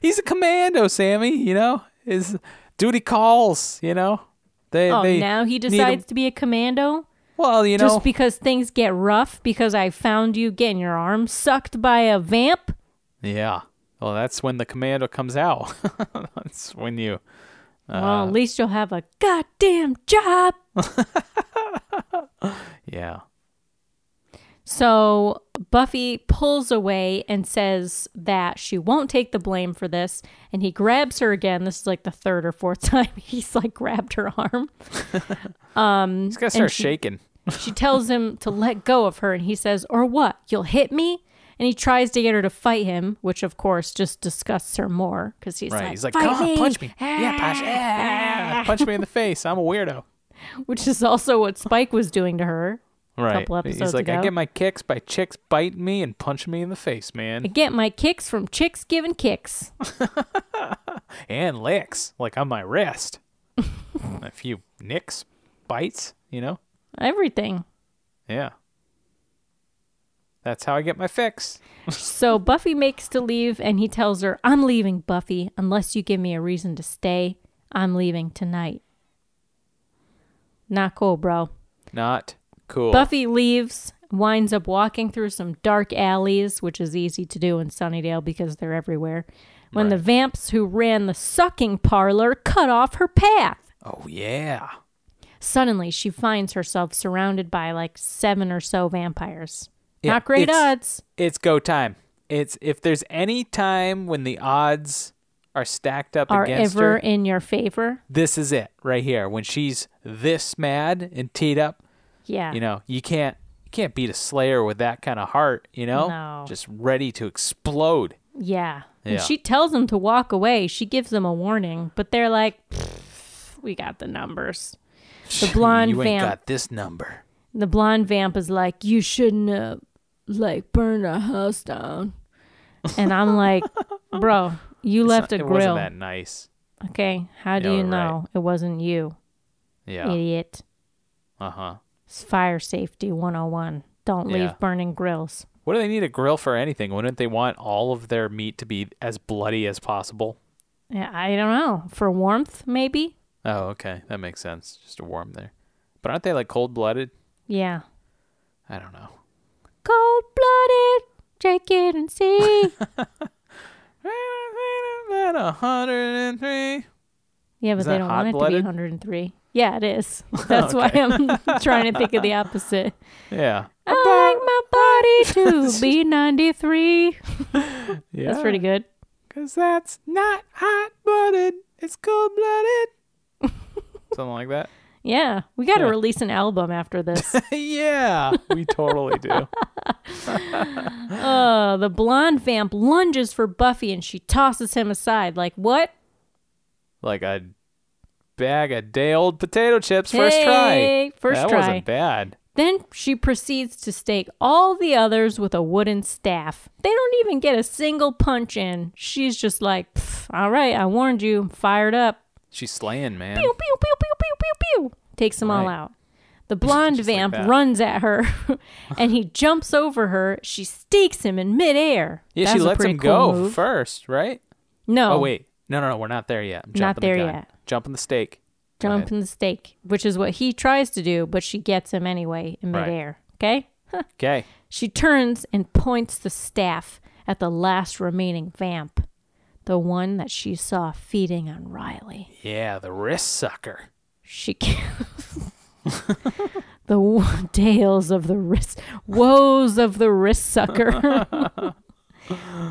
Speaker 6: he's a commando, Sammy. You know, his duty calls. You know, they
Speaker 5: Oh,
Speaker 6: they
Speaker 5: now he
Speaker 6: need
Speaker 5: decides
Speaker 6: him-
Speaker 5: to be a commando
Speaker 6: well, you know,
Speaker 5: just because things get rough because I found you getting your arm sucked by a vamp.
Speaker 6: yeah. Well, that's when the commando comes out. that's when you. Uh-huh.
Speaker 5: well, at least you'll have a goddamn job.
Speaker 6: Yeah.
Speaker 5: So Buffy pulls away and says that she won't take the blame for this. And he grabs her again. This is like the third or fourth time he's like grabbed her arm.
Speaker 6: He's gonna start
Speaker 5: she-
Speaker 6: shaking.
Speaker 5: She tells him to let go of her, and he says, Or what? You'll hit me? And he tries to get her to fight him, which of course just disgusts her more because he's
Speaker 6: Right.
Speaker 5: like,
Speaker 6: He's like,
Speaker 5: "Fight
Speaker 6: come on,
Speaker 5: me!" Ah.
Speaker 6: punch me. Yeah, punch. Yeah, punch me in the face. I'm a weirdo.
Speaker 5: Which is also what Spike was doing to her.
Speaker 6: Right.
Speaker 5: Couple episodes
Speaker 6: He's like,
Speaker 5: ago.
Speaker 6: I get my kicks by chicks biting me and punching me in the face, man,
Speaker 5: Get my kicks from chicks giving kicks.
Speaker 6: and licks like on my wrist. a few nicks. bites, you know?
Speaker 5: Everything.
Speaker 6: Yeah. That's how I get my fix.
Speaker 5: So Buffy makes to leave and he tells her, I'm leaving, Buffy, unless you give me a reason to stay. I'm leaving tonight. Not cool, bro.
Speaker 6: Not cool.
Speaker 5: Buffy leaves, winds up walking through some dark alleys, which is easy to do in Sunnydale because they're everywhere, when the vamps who ran the sucking parlor cut off her path.
Speaker 6: oh, yeah.
Speaker 5: Suddenly, she finds herself surrounded by like seven or so vampires.
Speaker 6: Yeah,
Speaker 5: Not great
Speaker 6: it's-
Speaker 5: odds.
Speaker 6: It's go time. It's if there's any time when the odds are stacked up
Speaker 5: Are
Speaker 6: against
Speaker 5: ever
Speaker 6: her,
Speaker 5: in your favor?
Speaker 6: this is it right here. When she's this mad and teed up,
Speaker 5: Yeah.
Speaker 6: you know, you can't you can't beat a slayer with that kind of heart, you know?
Speaker 5: No.
Speaker 6: Just ready to explode.
Speaker 5: Yeah. And
Speaker 6: Yeah.
Speaker 5: she tells them to walk away. She gives them a warning, but they're like, "Pfft, we got the numbers. The blonde
Speaker 6: you ain't
Speaker 5: vamp.
Speaker 6: got this number.
Speaker 5: The blonde vamp is like, you shouldn't have, like, burned our house down. And I'm like, bro, you left a
Speaker 6: it
Speaker 5: grill.
Speaker 6: wasn't that nice.
Speaker 5: Okay. How do
Speaker 6: Yeah,
Speaker 5: you
Speaker 6: right.
Speaker 5: know it wasn't you,
Speaker 6: Yeah.
Speaker 5: idiot?
Speaker 6: Uh huh.
Speaker 5: It's fire safety 101. Don't
Speaker 6: Yeah.
Speaker 5: leave burning grills.
Speaker 6: What do they need a grill for anything? Wouldn't they want all of their meat to be as bloody as possible?
Speaker 5: Yeah, I don't know. For warmth, maybe?
Speaker 6: Oh, okay. That makes sense. Just a warm there. But aren't they like cold blooded?
Speaker 5: Yeah.
Speaker 6: I don't know.
Speaker 5: Cold blooded. Check it and see.
Speaker 6: At 103.
Speaker 5: Yeah, but
Speaker 6: Is
Speaker 5: they
Speaker 6: that
Speaker 5: don't want it to be
Speaker 6: hot-blooded?
Speaker 5: 103. Yeah, it is. That's why I'm trying to think of the opposite.
Speaker 6: Yeah.
Speaker 5: I like my body to be 93.
Speaker 6: yeah.
Speaker 5: That's pretty good.
Speaker 6: Because that's not hot blooded. It's cold blooded. Something like that.
Speaker 5: Yeah, we got to
Speaker 6: Yeah.
Speaker 5: release an album after this.
Speaker 6: yeah. We totally do.
Speaker 5: uh, the blonde vamp lunges for Buffy and she tosses him aside. Like, what?
Speaker 6: Like a bag of day old potato chips first try.
Speaker 5: Hey, First
Speaker 6: that
Speaker 5: try.
Speaker 6: wasn't bad.
Speaker 5: Then she proceeds to stake all the others with a wooden staff. They don't even get a single punch in. She's just like, "Pff, all right, I warned you. I'm fired up.
Speaker 6: She's slaying, man.
Speaker 5: Pew, pew, pew, pew, pew, pew, pew. Takes them all
Speaker 6: Right.
Speaker 5: out. The blonde
Speaker 6: Just like
Speaker 5: vamp
Speaker 6: that.
Speaker 5: runs at her and he jumps over her. She stakes him in midair.
Speaker 6: Yeah,
Speaker 5: That's
Speaker 6: she
Speaker 5: a
Speaker 6: lets
Speaker 5: pretty
Speaker 6: him
Speaker 5: cool
Speaker 6: go
Speaker 5: move.
Speaker 6: first, right?
Speaker 5: No.
Speaker 6: Oh wait, no, no, no, we're not there yet. I'm
Speaker 5: Not
Speaker 6: jumping
Speaker 5: there
Speaker 6: the gun.
Speaker 5: yet.
Speaker 6: Jumping the stake. Go
Speaker 5: Jump
Speaker 6: ahead.
Speaker 5: in the stake, which is what he tries to do, but she gets him anyway in
Speaker 6: Right.
Speaker 5: midair. Okay?
Speaker 6: Okay.
Speaker 5: She turns and points the staff at the last remaining vamp, the one that she saw feeding on Riley.
Speaker 6: Yeah, the wrist sucker.
Speaker 5: She kills the wo- tales of the wrist, woes of the wrist sucker.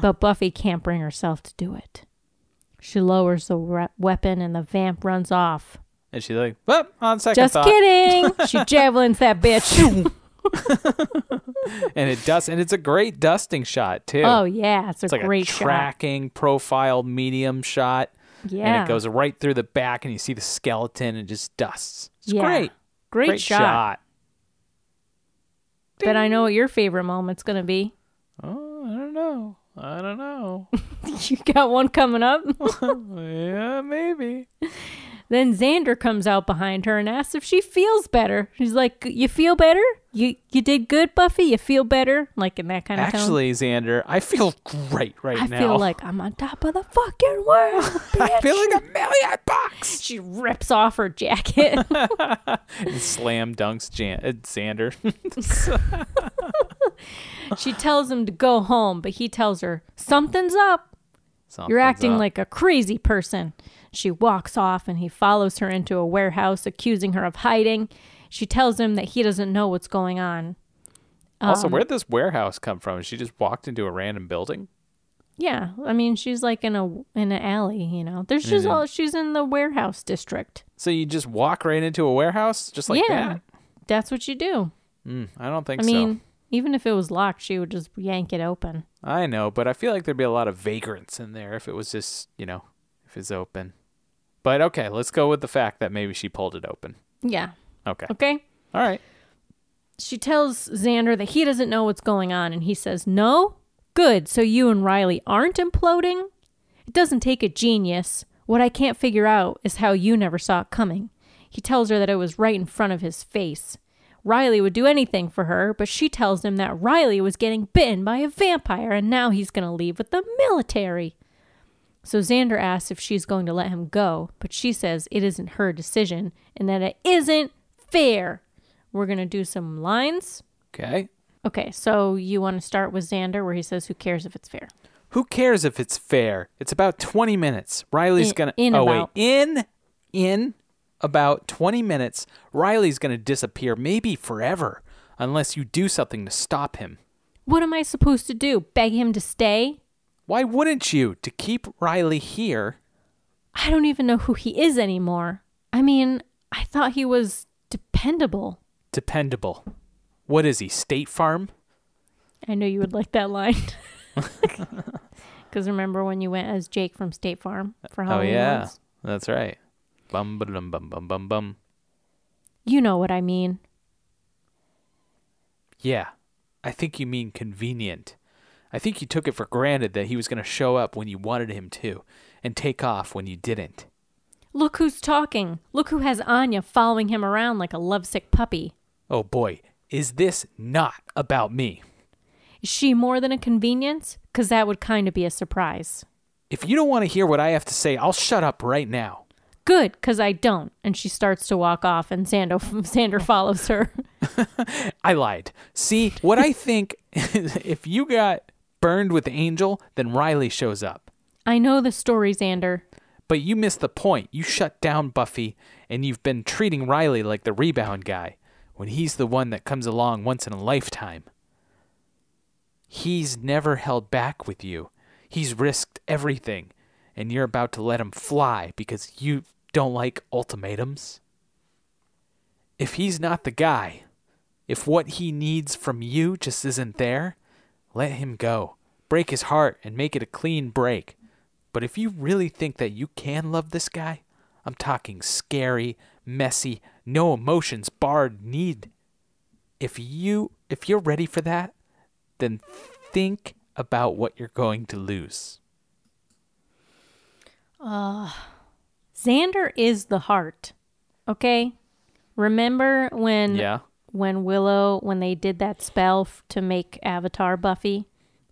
Speaker 5: but Buffy can't bring herself to do it. She lowers the re- weapon and the vamp runs off.
Speaker 6: And she's like, "Well, on second
Speaker 5: Just
Speaker 6: thought,"
Speaker 5: kidding. She javelins that bitch.
Speaker 6: and it does, and it's a great dusting shot too.
Speaker 5: oh yeah, it's a
Speaker 6: it's like
Speaker 5: great
Speaker 6: a tracking profile medium shot,
Speaker 5: shot. Yeah,
Speaker 6: and it goes right through the back, and you see the skeleton, and it just dusts. It's
Speaker 5: Yeah.
Speaker 6: great.
Speaker 5: Great,
Speaker 6: shot.
Speaker 5: shot. But I know what your favorite moment's going to be.
Speaker 6: Oh, I don't know. I don't know.
Speaker 5: You got one coming up.
Speaker 6: yeah, maybe.
Speaker 5: then Xander comes out behind her and asks if she feels better. She's like, "You feel better? You you did good, Buffy. You feel better?" Like in that kind of tone.
Speaker 6: Actually, Xander, I feel great right
Speaker 5: I
Speaker 6: now.
Speaker 5: feel like I'm on top of the fucking world.
Speaker 6: I
Speaker 5: bitch."
Speaker 6: feel like a million bucks.
Speaker 5: she rips off her jacket.
Speaker 6: Slam dunks Jan- uh, Xander.
Speaker 5: she tells him to go home, but he tells her, "Something's up.
Speaker 6: Something's
Speaker 5: You're acting
Speaker 6: up.
Speaker 5: like a crazy person. She walks off and he follows her into a warehouse, accusing her of hiding. She tells him that he doesn't know what's going on. um,
Speaker 6: Also, where'd this warehouse come from? She just walked into a random building.
Speaker 5: Yeah, I mean she's like in a in an alley, you know. There's just all she's in the warehouse district.
Speaker 6: So you just walk right into a warehouse just like
Speaker 5: yeah, that's what you do.
Speaker 6: that? I don't think
Speaker 5: I mean,
Speaker 6: so.
Speaker 5: even if it was locked, she would just yank it open.
Speaker 6: I know, but I feel like there'd be a lot of vagrants in there if it was just, you know, if it's open. But okay, let's go with the fact that maybe she pulled it open.
Speaker 5: Yeah.
Speaker 6: Okay.
Speaker 5: Okay.
Speaker 6: All right.
Speaker 5: She tells Xander that he doesn't know what's going on, and he says, No? Good. So you and Riley aren't imploding? It doesn't take a genius. What I can't figure out is how you never saw it coming. He tells her that it was right in front of his face. Riley would do anything for her, but she tells him that Riley was getting bitten by a vampire and now he's going to leave with the military. So Xander asks if she's going to let him go, but she says it isn't her decision and that it isn't fair. We're going to do some lines.
Speaker 6: Okay.
Speaker 5: Okay, so you want to start with Xander where he says, Who cares if it's fair?
Speaker 6: Who cares if it's fair? It's about 20 minutes. Riley's
Speaker 5: In-
Speaker 6: going to
Speaker 5: in
Speaker 6: Oh
Speaker 5: about-
Speaker 6: wait. In in about 20 minutes, Riley's going to disappear maybe forever unless you do something to stop him.
Speaker 5: What am I supposed to do? Beg him to stay?
Speaker 6: Why wouldn't you to keep Riley here?
Speaker 5: I don't even know who he is anymore. I mean, I thought he was dependable.
Speaker 6: Dependable. What is he? State Farm?
Speaker 5: I know you would like that line. Because remember when you went as Jake from State Farm for Halloween?
Speaker 6: oh yeah.
Speaker 5: once?
Speaker 6: That's right. Bum bum bum bum bum bum.
Speaker 5: You know what I mean.
Speaker 6: Yeah. I think you mean convenient. I think you took it for granted that he was going to show up when you wanted him to and take off when you didn't.
Speaker 5: Look who's talking. Look who has Anya following him around like a lovesick puppy.
Speaker 6: Oh boy, is this not about me?
Speaker 5: Is she more than a convenience? Because that would kind of be a surprise.
Speaker 6: If you don't want to hear what I have to say, I'll shut up right now.
Speaker 5: Good, because I don't. And she starts to walk off, and Sando, Sander follows her.
Speaker 6: I lied. See, what I think is if you got burned with Angel, then Riley shows up.
Speaker 5: I know the story, Xander.
Speaker 6: But you missed the point. You shut down Buffy, and you've been treating Riley like the rebound guy when he's the one that comes along once in a lifetime. He's never held back with you. He's risked everything, and you're about to let him fly because you don't like ultimatums. If he's not the guy, if what he needs from you just isn't there, let him go. Break his heart and make it a clean break. But if you really think that you can love this guy, I'm talking scary, messy, no emotions barred need. If you if you're ready for that, then think about what you're going to lose.
Speaker 5: Xander is the heart. Okay? Remember when
Speaker 6: Yeah.
Speaker 5: when Willow when they did that spell f- to make Avatar Buffy,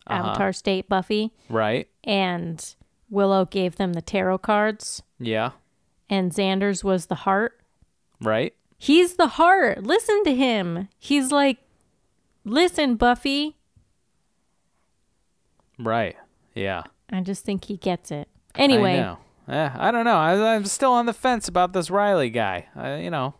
Speaker 6: Uh-huh.
Speaker 5: Avatar State Buffy,
Speaker 6: Right?
Speaker 5: and Willow gave them the tarot cards
Speaker 6: Yeah.
Speaker 5: and Xander's was the heart.
Speaker 6: Right?
Speaker 5: He's the heart. Listen to him. He's like Listen, Buffy.
Speaker 6: Right. Yeah.
Speaker 5: I just think he gets it. Anyway,
Speaker 6: I know. Eh, I don't know. I, I'm still on the fence about this Riley guy. I, you know.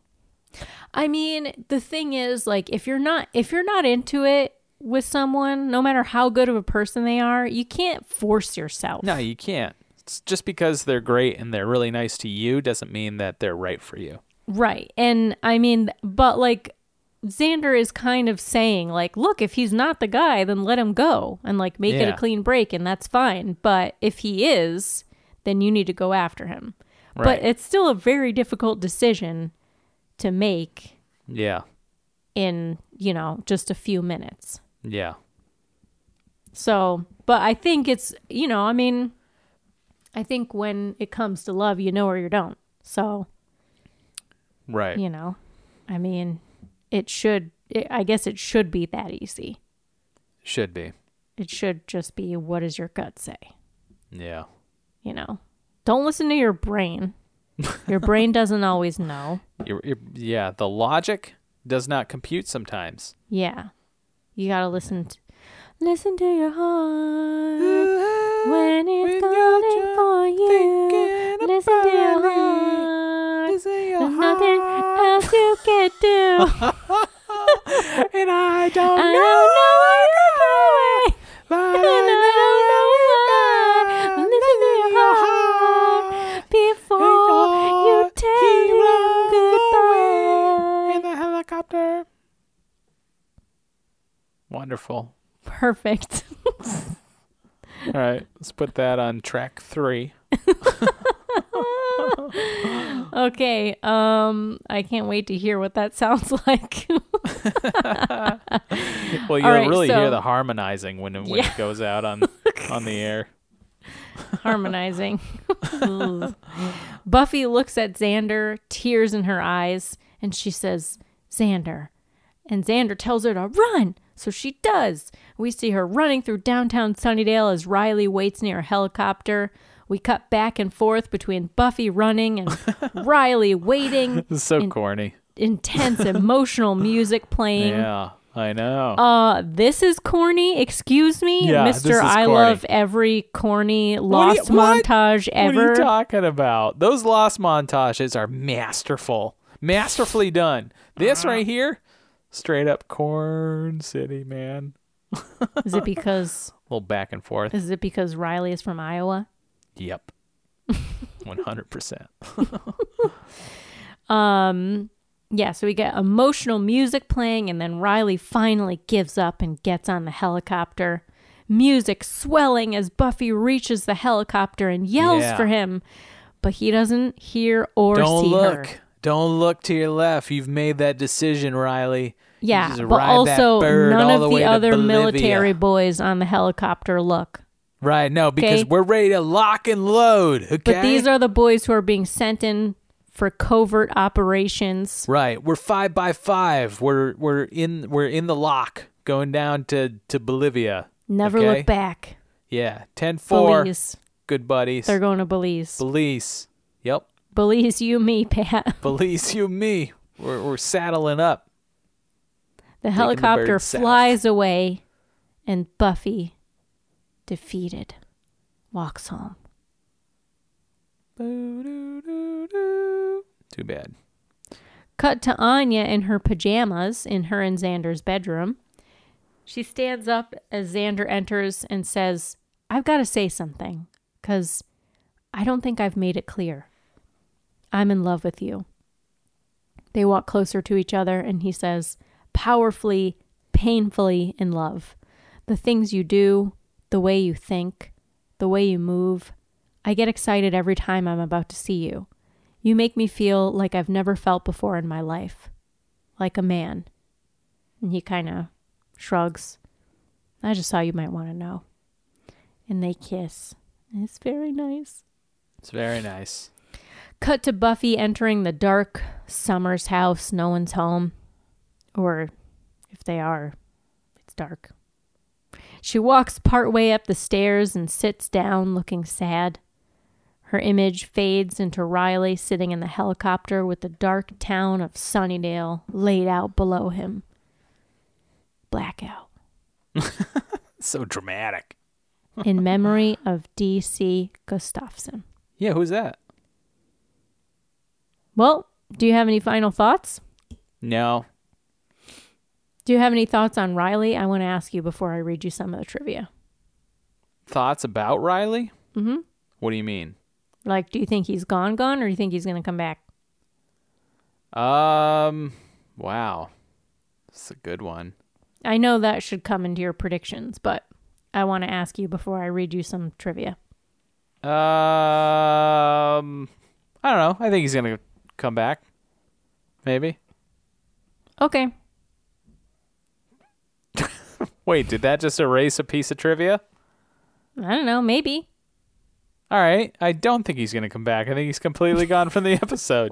Speaker 5: I mean, the thing is, like, if you're not if you're not into it with someone, no matter how good of a person they are, you can't force yourself.
Speaker 6: No, you can't. It's just because they're great and they're really nice to you doesn't mean that they're right for you.
Speaker 5: Right. And I mean, but like Xander is kind of saying, like, look, if he's not the guy, then let him go and like make it
Speaker 6: Yeah.
Speaker 5: a clean break and that's fine. But if he is, then you need to go after him.
Speaker 6: Right.
Speaker 5: But it's still a very difficult decision to make
Speaker 6: Yeah.
Speaker 5: in, you know, just a few minutes.
Speaker 6: Yeah.
Speaker 5: So, but I think it's, you know, I mean, I think when it comes to love, you know or you don't. So,
Speaker 6: Right.
Speaker 5: you know, I mean, it should, it, I guess it should be that easy.
Speaker 6: Should be.
Speaker 5: It should just be what does your gut say?
Speaker 6: Yeah.
Speaker 5: You know, don't listen to your brain. Your brain doesn't always know.
Speaker 6: You're, you're, yeah. The logic does not compute sometimes.
Speaker 5: Yeah. You got to listen. T- listen to your heart. When it's calling for you,
Speaker 6: thinking
Speaker 5: listen to your
Speaker 6: about it.
Speaker 5: heart.
Speaker 6: Listen to your
Speaker 5: There's nothing else you can do.
Speaker 6: And I don't
Speaker 5: I
Speaker 6: know.
Speaker 5: don't know where you're going,
Speaker 6: but
Speaker 5: and I don't know why. Listen to your heart before you tell
Speaker 6: He
Speaker 5: him
Speaker 6: runs away
Speaker 5: goodbye.
Speaker 6: In the helicopter. Wonderful.
Speaker 5: Perfect.
Speaker 6: All right. Let's put that on track three.
Speaker 5: Okay, um, I can't wait to hear what that sounds like.
Speaker 6: Well, you
Speaker 5: All right,
Speaker 6: really
Speaker 5: so-
Speaker 6: hear the harmonizing when it, when
Speaker 5: Yeah.
Speaker 6: it goes out on on the air.
Speaker 5: harmonizing. Buffy looks at Xander, tears in her eyes, and she says, Xander. And Xander tells her to run. So she does. We see her running through downtown Sunnydale as Riley waits near a helicopter. We cut back and forth between Buffy running and Riley waiting.
Speaker 6: This is so
Speaker 5: In-
Speaker 6: corny.
Speaker 5: Intense emotional music playing.
Speaker 6: Yeah, I know.
Speaker 5: Uh, this is corny. Excuse me,
Speaker 6: Yeah, this
Speaker 5: Mister.
Speaker 6: is
Speaker 5: I
Speaker 6: corny.
Speaker 5: love every corny
Speaker 6: What are you-
Speaker 5: lost
Speaker 6: what?
Speaker 5: montage ever.
Speaker 6: What are you talking about? Those lost montages are masterful, masterfully done. This
Speaker 5: Uh-huh.
Speaker 6: right here, straight up Corn City, man.
Speaker 5: is it because
Speaker 6: little back and forth.
Speaker 5: is it because Riley is from Iowa?
Speaker 6: Yep. 100%.
Speaker 5: Yeah, so we get emotional music playing, and then Riley finally gives up and gets on the helicopter. Music swelling as Buffy reaches the helicopter and yells
Speaker 6: Yeah.
Speaker 5: for him, but he doesn't hear or
Speaker 6: Don't
Speaker 5: see
Speaker 6: look.
Speaker 5: her.
Speaker 6: Don't look to your left. You've made that decision, Riley. You
Speaker 5: Yeah,
Speaker 6: just
Speaker 5: but
Speaker 6: ride that
Speaker 5: also
Speaker 6: bird
Speaker 5: none
Speaker 6: all
Speaker 5: of
Speaker 6: the,
Speaker 5: the,
Speaker 6: way to
Speaker 5: other military
Speaker 6: Bolivia.
Speaker 5: boys on the helicopter look.
Speaker 6: Right, no, because
Speaker 5: Okay.
Speaker 6: we're ready to lock and load. Okay.
Speaker 5: But these are the boys who are being sent in for covert operations.
Speaker 6: Right. We're five by five. We're we're in we're in the lock going down to, to Bolivia.
Speaker 5: Never
Speaker 6: okay?
Speaker 5: look back.
Speaker 6: Yeah. Ten four.
Speaker 5: Belize.
Speaker 6: Good buddies.
Speaker 5: They're going to Belize.
Speaker 6: Belize. Yep.
Speaker 5: Belize, you, me, Pat.
Speaker 6: Belize, you and me. We're we're saddling up.
Speaker 5: The
Speaker 6: the
Speaker 5: helicopter
Speaker 6: bird south.
Speaker 5: flies away, and Buffy, defeated, walks home.
Speaker 6: Too bad.
Speaker 5: Cut to Anya in her pajamas in her and Xander's bedroom. She stands up as Xander enters and says, I've got to say something because I don't think I've made it clear. I'm in love with you. They walk closer to each other and he says, powerfully, painfully in love. The things you do, the way you think, the way you move. I get excited every time I'm about to see you. You make me feel like I've never felt before in my life, like a man. And he kind of shrugs. I just thought you might want to know. And they kiss. And It's very nice.
Speaker 6: It's very nice.
Speaker 5: Cut to Buffy entering the dark summer's house. No one's home. Or if they are, it's dark. She walks partway up the stairs and sits down, looking sad. Her image fades into Riley sitting in the helicopter with the dark town of Sunnydale laid out below him. Blackout.
Speaker 6: So dramatic.
Speaker 5: In memory of D.C. Gustafson.
Speaker 6: Yeah, who's that?
Speaker 5: Well, do you have any final thoughts?
Speaker 6: No.
Speaker 5: Do you have any thoughts on Riley? I want to ask you before I read you some of the trivia.
Speaker 6: Thoughts about Riley? Mm-hmm. What do you mean?
Speaker 5: Like, do you think he's gone, gone, or do you think he's going to come back?
Speaker 6: Um wow. It's a good one.
Speaker 5: I know that should come into your predictions, but I want to ask you before I read you some trivia.
Speaker 6: Um I don't know. I think he's gonna come back. Maybe.
Speaker 5: Okay.
Speaker 6: Wait, did that just erase a piece of trivia?
Speaker 5: I don't know. Maybe.
Speaker 6: All right. I don't think he's going to come back. I think he's completely gone from the episode.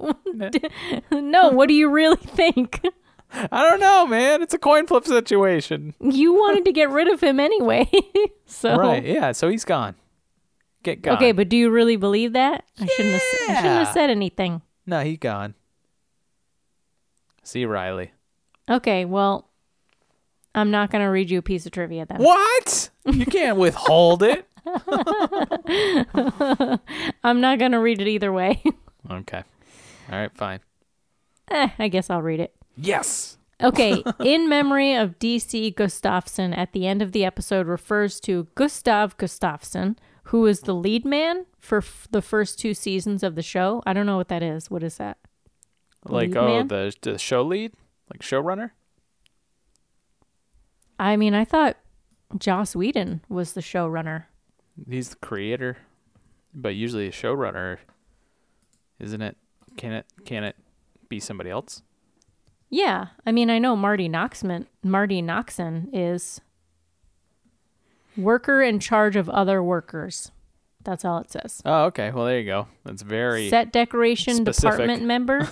Speaker 5: no, what do you really think?
Speaker 6: I don't know, man. It's a coin flip situation.
Speaker 5: you wanted to get rid of him anyway. so.
Speaker 6: Right. Yeah. So he's gone. Get gone.
Speaker 5: Okay, but do you really believe that? I shouldn't have, s- I shouldn't have
Speaker 6: Yeah.
Speaker 5: said anything.
Speaker 6: no, he's gone. See you, Riley.
Speaker 5: Okay, well, I'm not going to read you a piece of trivia then.
Speaker 6: What? You can't withhold it.
Speaker 5: I'm not going to read it either way.
Speaker 6: Okay. All right. Fine.
Speaker 5: Eh, I guess I'll read it.
Speaker 6: Yes.
Speaker 5: Okay, in memory of DC Gustafsson at the end of the episode refers to Gustav Gustafsson, who was the lead man for f- the first two seasons of the show. I don't know what that is. What is that?
Speaker 6: Like,
Speaker 5: Lead
Speaker 6: oh,
Speaker 5: man?
Speaker 6: the the show lead, like showrunner.
Speaker 5: I mean, I thought Joss Whedon was the showrunner.
Speaker 6: He's the creator, but usually a showrunner, isn't it? Can it? Can it be somebody else?
Speaker 5: Yeah, I mean, I know Marty Noxman, Marty Noxon is worker in charge of other workers. That's all it says.
Speaker 6: Oh, okay. Well, there you go. That's very
Speaker 5: Set decoration
Speaker 6: specific.
Speaker 5: department member.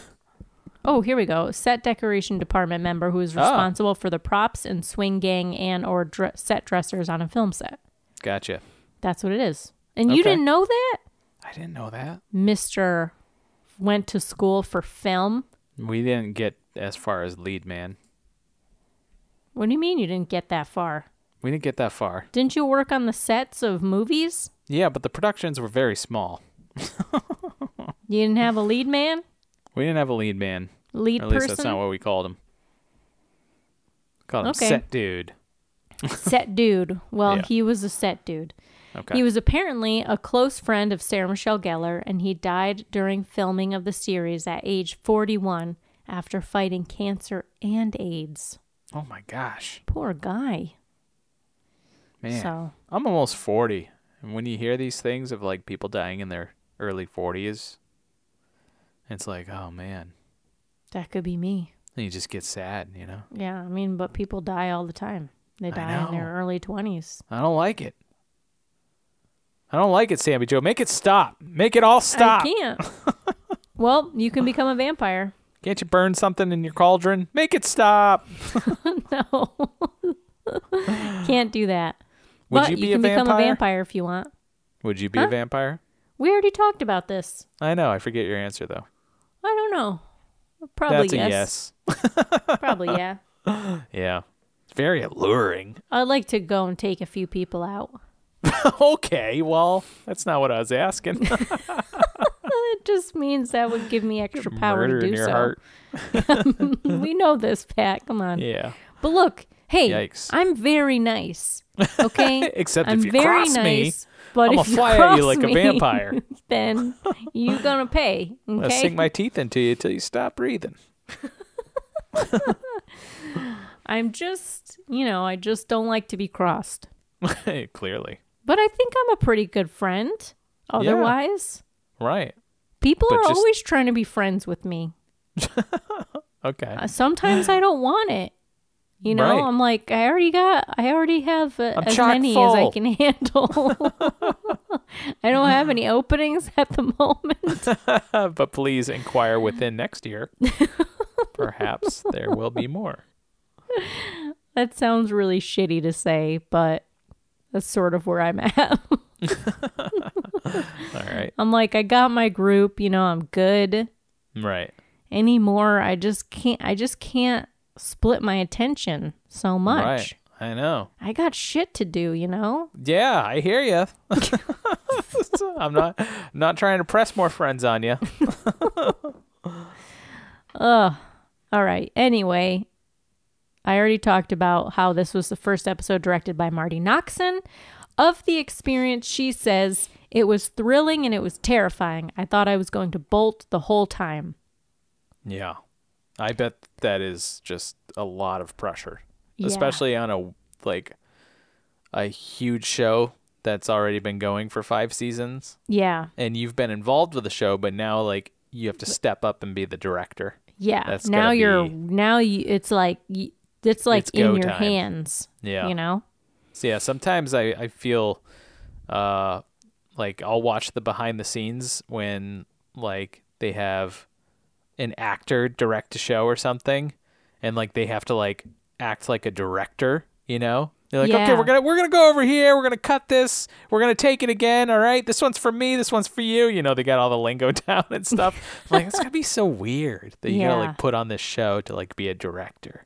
Speaker 5: oh, here we go. Set decoration department member who is
Speaker 6: Ah.
Speaker 5: responsible for the props and swing gang and or dre- set dressers on a film set.
Speaker 6: gotcha.
Speaker 5: That's what it is. And you
Speaker 6: Okay.
Speaker 5: didn't know that?
Speaker 6: I didn't know that.
Speaker 5: Mr. went to school for film.
Speaker 6: We didn't get as far as lead man.
Speaker 5: What do you mean you didn't get that far?
Speaker 6: We didn't get that far.
Speaker 5: Didn't you work on the sets of movies?
Speaker 6: Yeah, but the productions were very small.
Speaker 5: You didn't have a lead man?
Speaker 6: We didn't have a lead man.
Speaker 5: Lead
Speaker 6: Or at least
Speaker 5: person?
Speaker 6: that's not what we called him. Called him
Speaker 5: Okay.
Speaker 6: set dude.
Speaker 5: set dude. Well,
Speaker 6: Yeah.
Speaker 5: he was a set dude.
Speaker 6: Okay.
Speaker 5: He was apparently a close friend of Sarah Michelle Gellar, and he died during filming of the series at age 41 after fighting cancer and AIDS.
Speaker 6: oh my gosh,
Speaker 5: Poor guy.
Speaker 6: man!
Speaker 5: So,
Speaker 6: I'm almost forty, and when you hear these things of like people dying in their early forties, it's like, oh man,
Speaker 5: that could be me.
Speaker 6: and you just get sad, you know.
Speaker 5: Yeah, I mean, but people die all the time. They die in their
Speaker 6: know.
Speaker 5: early 20s.
Speaker 6: I don't like it. I don't like it, Sammy Joe. Make it stop. Make it all stop.
Speaker 5: I can't. well, you can become a vampire.
Speaker 6: Can't you burn something in your cauldron? Make it stop.
Speaker 5: No. can't do that.
Speaker 6: Would
Speaker 5: but
Speaker 6: you be
Speaker 5: can
Speaker 6: a
Speaker 5: become
Speaker 6: vampire?
Speaker 5: a vampire if you want.
Speaker 6: Would you be a vampire?
Speaker 5: We already talked about this.
Speaker 6: I know. I forget your answer though.
Speaker 5: I don't know. Probably
Speaker 6: That's a
Speaker 5: yes.
Speaker 6: yes.
Speaker 5: Probably yeah.
Speaker 6: Yeah. It's very alluring.
Speaker 5: I'd like to go and take a few people out.
Speaker 6: okay, well, that's not what I was asking.
Speaker 5: It just means that would give me extra power
Speaker 6: Murder
Speaker 5: to do
Speaker 6: in your
Speaker 5: so.
Speaker 6: heart.
Speaker 5: We know this, Pat. Come on.
Speaker 6: Yeah.
Speaker 5: But look, hey,
Speaker 6: Yikes.
Speaker 5: I'm very nice. Okay.
Speaker 6: Except
Speaker 5: I'm
Speaker 6: if you
Speaker 5: very
Speaker 6: cross me,
Speaker 5: nice, but
Speaker 6: I'ma
Speaker 5: if you
Speaker 6: fly at you
Speaker 5: cross
Speaker 6: like a
Speaker 5: me,
Speaker 6: vampire.
Speaker 5: then you gonna pay.
Speaker 6: I'll
Speaker 5: Okay.
Speaker 6: sink my teeth into you till you stop breathing.
Speaker 5: I'm just, you know, I just don't like to be crossed.
Speaker 6: Clearly.
Speaker 5: But I think I'm a pretty good friend. Otherwise,
Speaker 6: Right.
Speaker 5: people
Speaker 6: But
Speaker 5: are
Speaker 6: just-
Speaker 5: always trying to be friends with me.
Speaker 6: Okay.
Speaker 5: Uh, Sometimes I don't want it. You know,
Speaker 6: Right.
Speaker 5: I'm like, I already got, I already have uh,
Speaker 6: I'm
Speaker 5: as
Speaker 6: chock
Speaker 5: many as I
Speaker 6: full.
Speaker 5: can handle. I don't have any openings at the moment.
Speaker 6: Uh, but please inquire within next year. Perhaps there will be more.
Speaker 5: That sounds really shitty to say, but that's sort of where I'm at.
Speaker 6: All right.
Speaker 5: I'm like, I got my group, you know, I'm good.
Speaker 6: Right.
Speaker 5: anymore. I just can't I just can't split my attention so much.
Speaker 6: Right. I know.
Speaker 5: I got shit to do, you know?
Speaker 6: Yeah, I hear you. I'm not not trying to press more friends on you.
Speaker 5: All right. Anyway, I already talked about how this was the first episode directed by Marty Noxon. Of the experience, she says, it was thrilling and it was terrifying. I thought I was going to bolt the whole time.
Speaker 6: Yeah. I bet that is just a lot of pressure.
Speaker 5: Yeah.
Speaker 6: Especially on a like a huge show that's already been going for 5 seasons
Speaker 5: Yeah.
Speaker 6: and you've been involved with the show but now like you have to step up and be the director.
Speaker 5: Yeah.
Speaker 6: That's
Speaker 5: now
Speaker 6: gotta
Speaker 5: you're
Speaker 6: be-
Speaker 5: now you it's like y- it's like
Speaker 6: It's go
Speaker 5: in your
Speaker 6: time.
Speaker 5: hands.
Speaker 6: Yeah.
Speaker 5: You know?
Speaker 6: So yeah, sometimes I I feel uh like I'll watch the behind the scenes when like they have an actor direct a show or something and like they have to like act like a director, you know? They're like, "Okay,
Speaker 5: Yeah.
Speaker 6: we're going to we're going to go over here. We're going to cut this. We're going to take it again. All right? This one's for me. This one's for you." You know, they got all the lingo down and stuff. I'm like, it's going to be so weird that you got to
Speaker 5: Yeah.
Speaker 6: like put on this show to like be a director.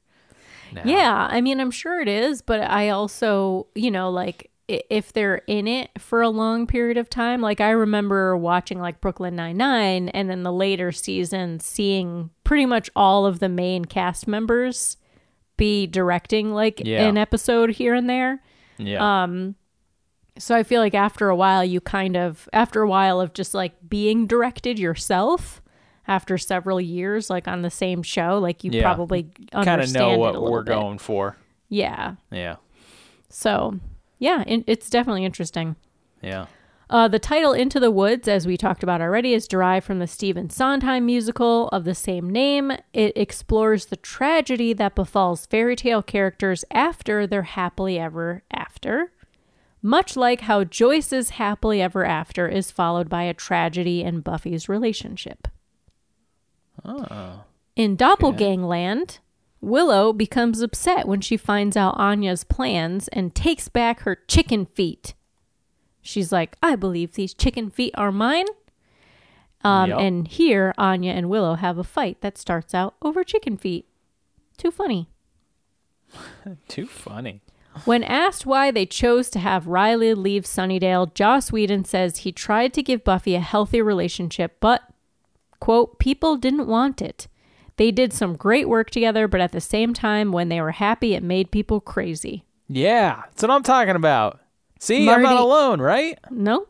Speaker 6: now.
Speaker 5: Yeah, I mean, I'm sure it is, but I also, you know, like i- if they're in it for a long period of time, like I remember watching like Brooklyn Nine Nine, and then the later season, seeing pretty much all of the main cast members be directing like
Speaker 6: Yeah.
Speaker 5: an episode here and there.
Speaker 6: Yeah.
Speaker 5: Um, So I feel like after a while, you kind of, after a while of just like being directed yourself after several years, like on the same show, like you
Speaker 6: Yeah.
Speaker 5: probably
Speaker 6: kind
Speaker 5: understand
Speaker 6: of know
Speaker 5: it a
Speaker 6: what
Speaker 5: little
Speaker 6: we're
Speaker 5: bit.
Speaker 6: going for.
Speaker 5: Yeah.
Speaker 6: Yeah.
Speaker 5: So, yeah, it, it's definitely interesting.
Speaker 6: Yeah.
Speaker 5: Uh, the title Into the Woods, as we talked about already, is derived from the Stephen Sondheim musical of the same name. It explores the tragedy that befalls fairy tale characters after their happily ever after. much like how Joyce's happily ever after is followed by a tragedy in Buffy's relationship. In Doppelgangland, Willow becomes upset when she finds out Anya's plans and takes back her chicken feet. She's like, I believe these chicken feet are mine. Um,
Speaker 6: Yep.
Speaker 5: And here, Anya and Willow have a fight that starts out over chicken feet. Too funny.
Speaker 6: Too funny.
Speaker 5: When asked why they chose to have Riley leave Sunnydale, Joss Whedon says he tried to give Buffy a healthy relationship, but, quote, people didn't want it. They did some great work together, but at the same time, when they were happy, it made people crazy.
Speaker 6: Yeah, that's what I'm talking about. See, I'm not
Speaker 5: Marty-
Speaker 6: alone, right?
Speaker 5: No?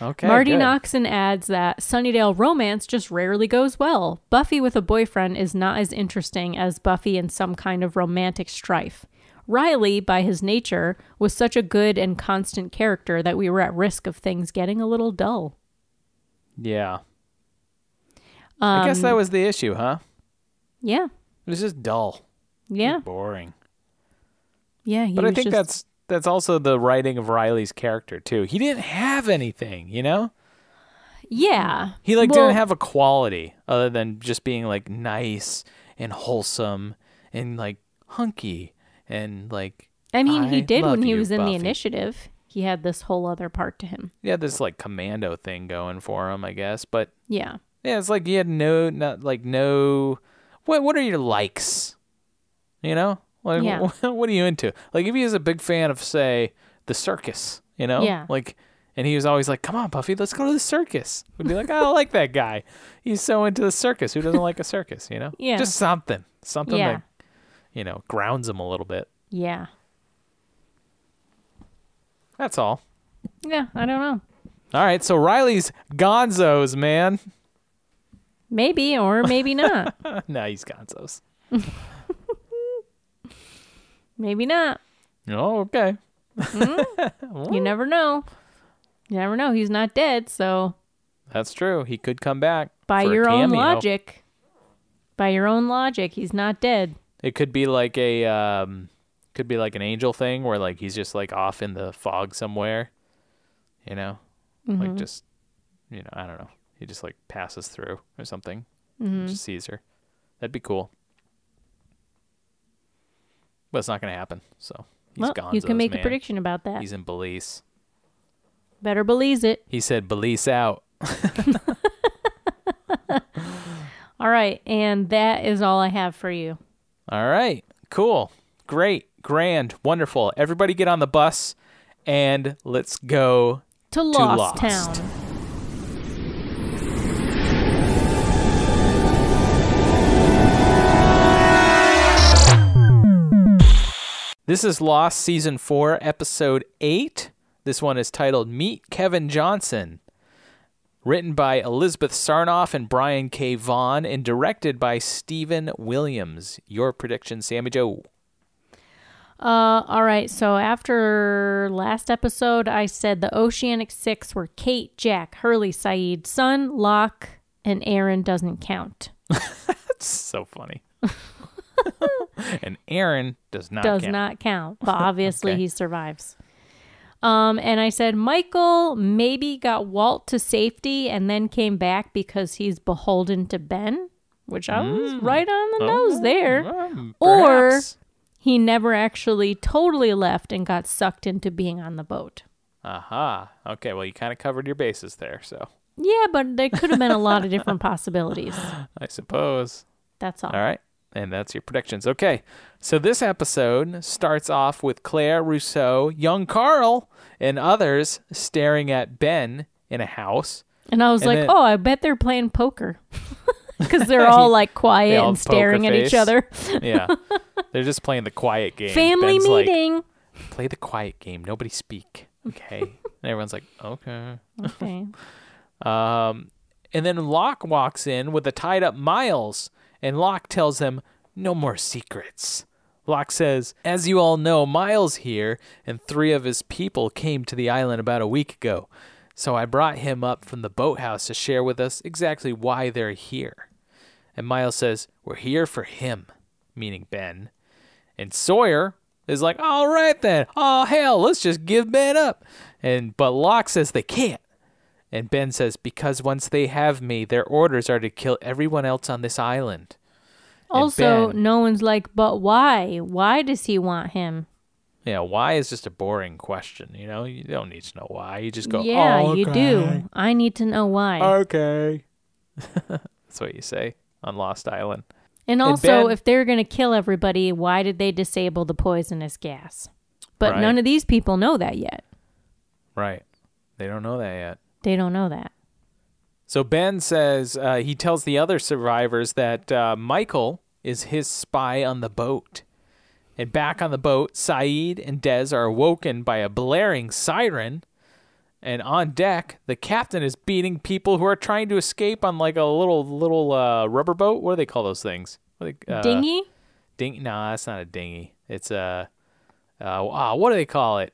Speaker 6: Okay.
Speaker 5: Marty
Speaker 6: good.
Speaker 5: Noxon adds that Sunnydale romance just rarely goes well. Buffy with a boyfriend is not as interesting as Buffy in some kind of romantic strife. Riley, by his nature, was such a good and constant character that we were at risk of things getting a little dull.
Speaker 6: Yeah. I
Speaker 5: Um,
Speaker 6: guess that was the issue, huh?
Speaker 5: Yeah.
Speaker 6: It was just dull,
Speaker 5: Yeah.
Speaker 6: boring.
Speaker 5: Yeah. He
Speaker 6: But I
Speaker 5: was
Speaker 6: think
Speaker 5: just-
Speaker 6: that's that's also the writing of Riley's character too. He didn't have anything, you know.
Speaker 5: Yeah.
Speaker 6: He like
Speaker 5: Well,
Speaker 6: didn't have a quality other than just being like nice and wholesome and like hunky and like.
Speaker 5: I mean,
Speaker 6: "I
Speaker 5: he did when
Speaker 6: love
Speaker 5: he
Speaker 6: you,
Speaker 5: was in
Speaker 6: Buffy."
Speaker 5: the initiative. He had this whole other part to him.
Speaker 6: He had this like commando thing going for him, I guess. But
Speaker 5: Yeah.
Speaker 6: yeah, it's like he had no, not like no. What what are your likes? You know, like
Speaker 5: Yeah.
Speaker 6: what are you into? Like if he was a big fan of say the circus, you know,
Speaker 5: Yeah.
Speaker 6: like. And he was always like, "Come on, Buffy, let's go to the circus." We'd be like, "Oh, "I don't like that guy. He's so into the circus. Who doesn't like a circus? You know,
Speaker 5: Yeah.
Speaker 6: just something, something
Speaker 5: Yeah.
Speaker 6: that you know grounds him a little bit.
Speaker 5: Yeah.
Speaker 6: That's all.
Speaker 5: Yeah. I don't know.
Speaker 6: All right, so Riley's Gonzos, man.
Speaker 5: Maybe or maybe not.
Speaker 6: no, he's Gonzos.
Speaker 5: maybe not.
Speaker 6: Oh, okay.
Speaker 5: You never know. You never know. He's not dead, so
Speaker 6: That's true. He could come back.
Speaker 5: by
Speaker 6: for a
Speaker 5: your own
Speaker 6: cameo.
Speaker 5: logic, by your own logic, he's not dead.
Speaker 6: It could be like a um could be like an angel thing where like he's just like off in the fog somewhere. You know?
Speaker 5: Mm-hmm.
Speaker 6: Like just you know, I don't know. He just like passes through or something.
Speaker 5: Mm-hmm.
Speaker 6: Just sees her. That'd be cool. But it's not gonna happen, so he's
Speaker 5: well,
Speaker 6: gone.
Speaker 5: you can make a prediction about that.
Speaker 6: He's in Belize.
Speaker 5: Better believe it.
Speaker 6: He said Belize out.
Speaker 5: All right, and that is all I have for you.
Speaker 6: All right. Cool. Great. Grand. Wonderful. Everybody get on the bus and let's go
Speaker 5: To Lost,
Speaker 6: Lost.
Speaker 5: Town.
Speaker 6: This is Lost Season 4, Episode 8. This one is titled Meet Kevin Johnson. Written by Elizabeth Sarnoff and Brian K. Vaughan and directed by Stephen Williams. Your prediction, Sammy Joe.
Speaker 5: Uh, all right, so after last episode, I said the Oceanic Six were Kate, Jack, Hurley, Saeed, Sun, Locke, and Aaron doesn't count.
Speaker 6: That's so funny. and Aaron does not
Speaker 5: does
Speaker 6: count.
Speaker 5: not count, but obviously
Speaker 6: Okay.
Speaker 5: he survives. Um, and I said Michael maybe got Walt to safety and then came back because he's beholden to Ben, which I was right on the nose there.
Speaker 6: Um,
Speaker 5: Or-
Speaker 6: Hmm. perhaps.
Speaker 5: He never actually totally left and got sucked into being on the boat.
Speaker 6: Aha. Okay, well, you kind of covered your bases there, so
Speaker 5: Yeah, but there could have been a lot of different possibilities.
Speaker 6: I suppose.
Speaker 5: That's all.
Speaker 6: All right. And that's your predictions. Okay. So this episode starts off with Claire Rousseau, young Carl, and others staring at Ben in a house.
Speaker 5: And I was
Speaker 6: And
Speaker 5: like,
Speaker 6: then-
Speaker 5: oh, I bet they're playing poker. Because they're all like quiet
Speaker 6: all
Speaker 5: and
Speaker 6: poker
Speaker 5: staring at
Speaker 6: face.
Speaker 5: each other.
Speaker 6: Yeah. They're just playing the quiet game.
Speaker 5: Family
Speaker 6: Ben's like,
Speaker 5: meeting.
Speaker 6: play the quiet game. Nobody speak. Okay. and everyone's like, okay.
Speaker 5: okay.
Speaker 6: Um, and then Locke walks in with a tied up Miles, and Locke tells him, No more secrets. Locke says, As you all know, Miles here and three of his people came to the island about a week ago. So I brought him up from the boathouse to share with us exactly why they're here. And Miles says, We're here for him, meaning Ben. And Sawyer is like, all right then, oh hell, let's just give Ben up. And but Locke says they can't. And Ben says, because once they have me, their orders are to kill everyone else on this island. And
Speaker 5: Also,
Speaker 6: Ben-
Speaker 5: no one's like, but why? Why does he want him?
Speaker 6: Yeah, why is just a boring question, you know? You don't need to know why. You just go,
Speaker 5: yeah,
Speaker 6: oh,
Speaker 5: you
Speaker 6: okay.
Speaker 5: do. I need to know why.
Speaker 6: Okay. That's what you say on Lost Island.
Speaker 5: and also,
Speaker 6: Ben-
Speaker 5: if they're going to kill everybody, why did they disable the poisonous gas? But
Speaker 6: Right.
Speaker 5: none of these people know that yet.
Speaker 6: Right. They don't know that yet.
Speaker 5: They don't know that.
Speaker 6: So Ben says uh, he tells the other survivors that uh, Michael is his spy on the boat. And back on the boat, Saeed and Dez are awoken by a blaring siren. And on deck, the captain is beating people who are trying to escape on like a little little uh, rubber boat. What do they call those things? What are they- uh,
Speaker 5: Dingy?
Speaker 6: Ding? No, that's not a dinghy. It's a. Uh, ah, what do they call it?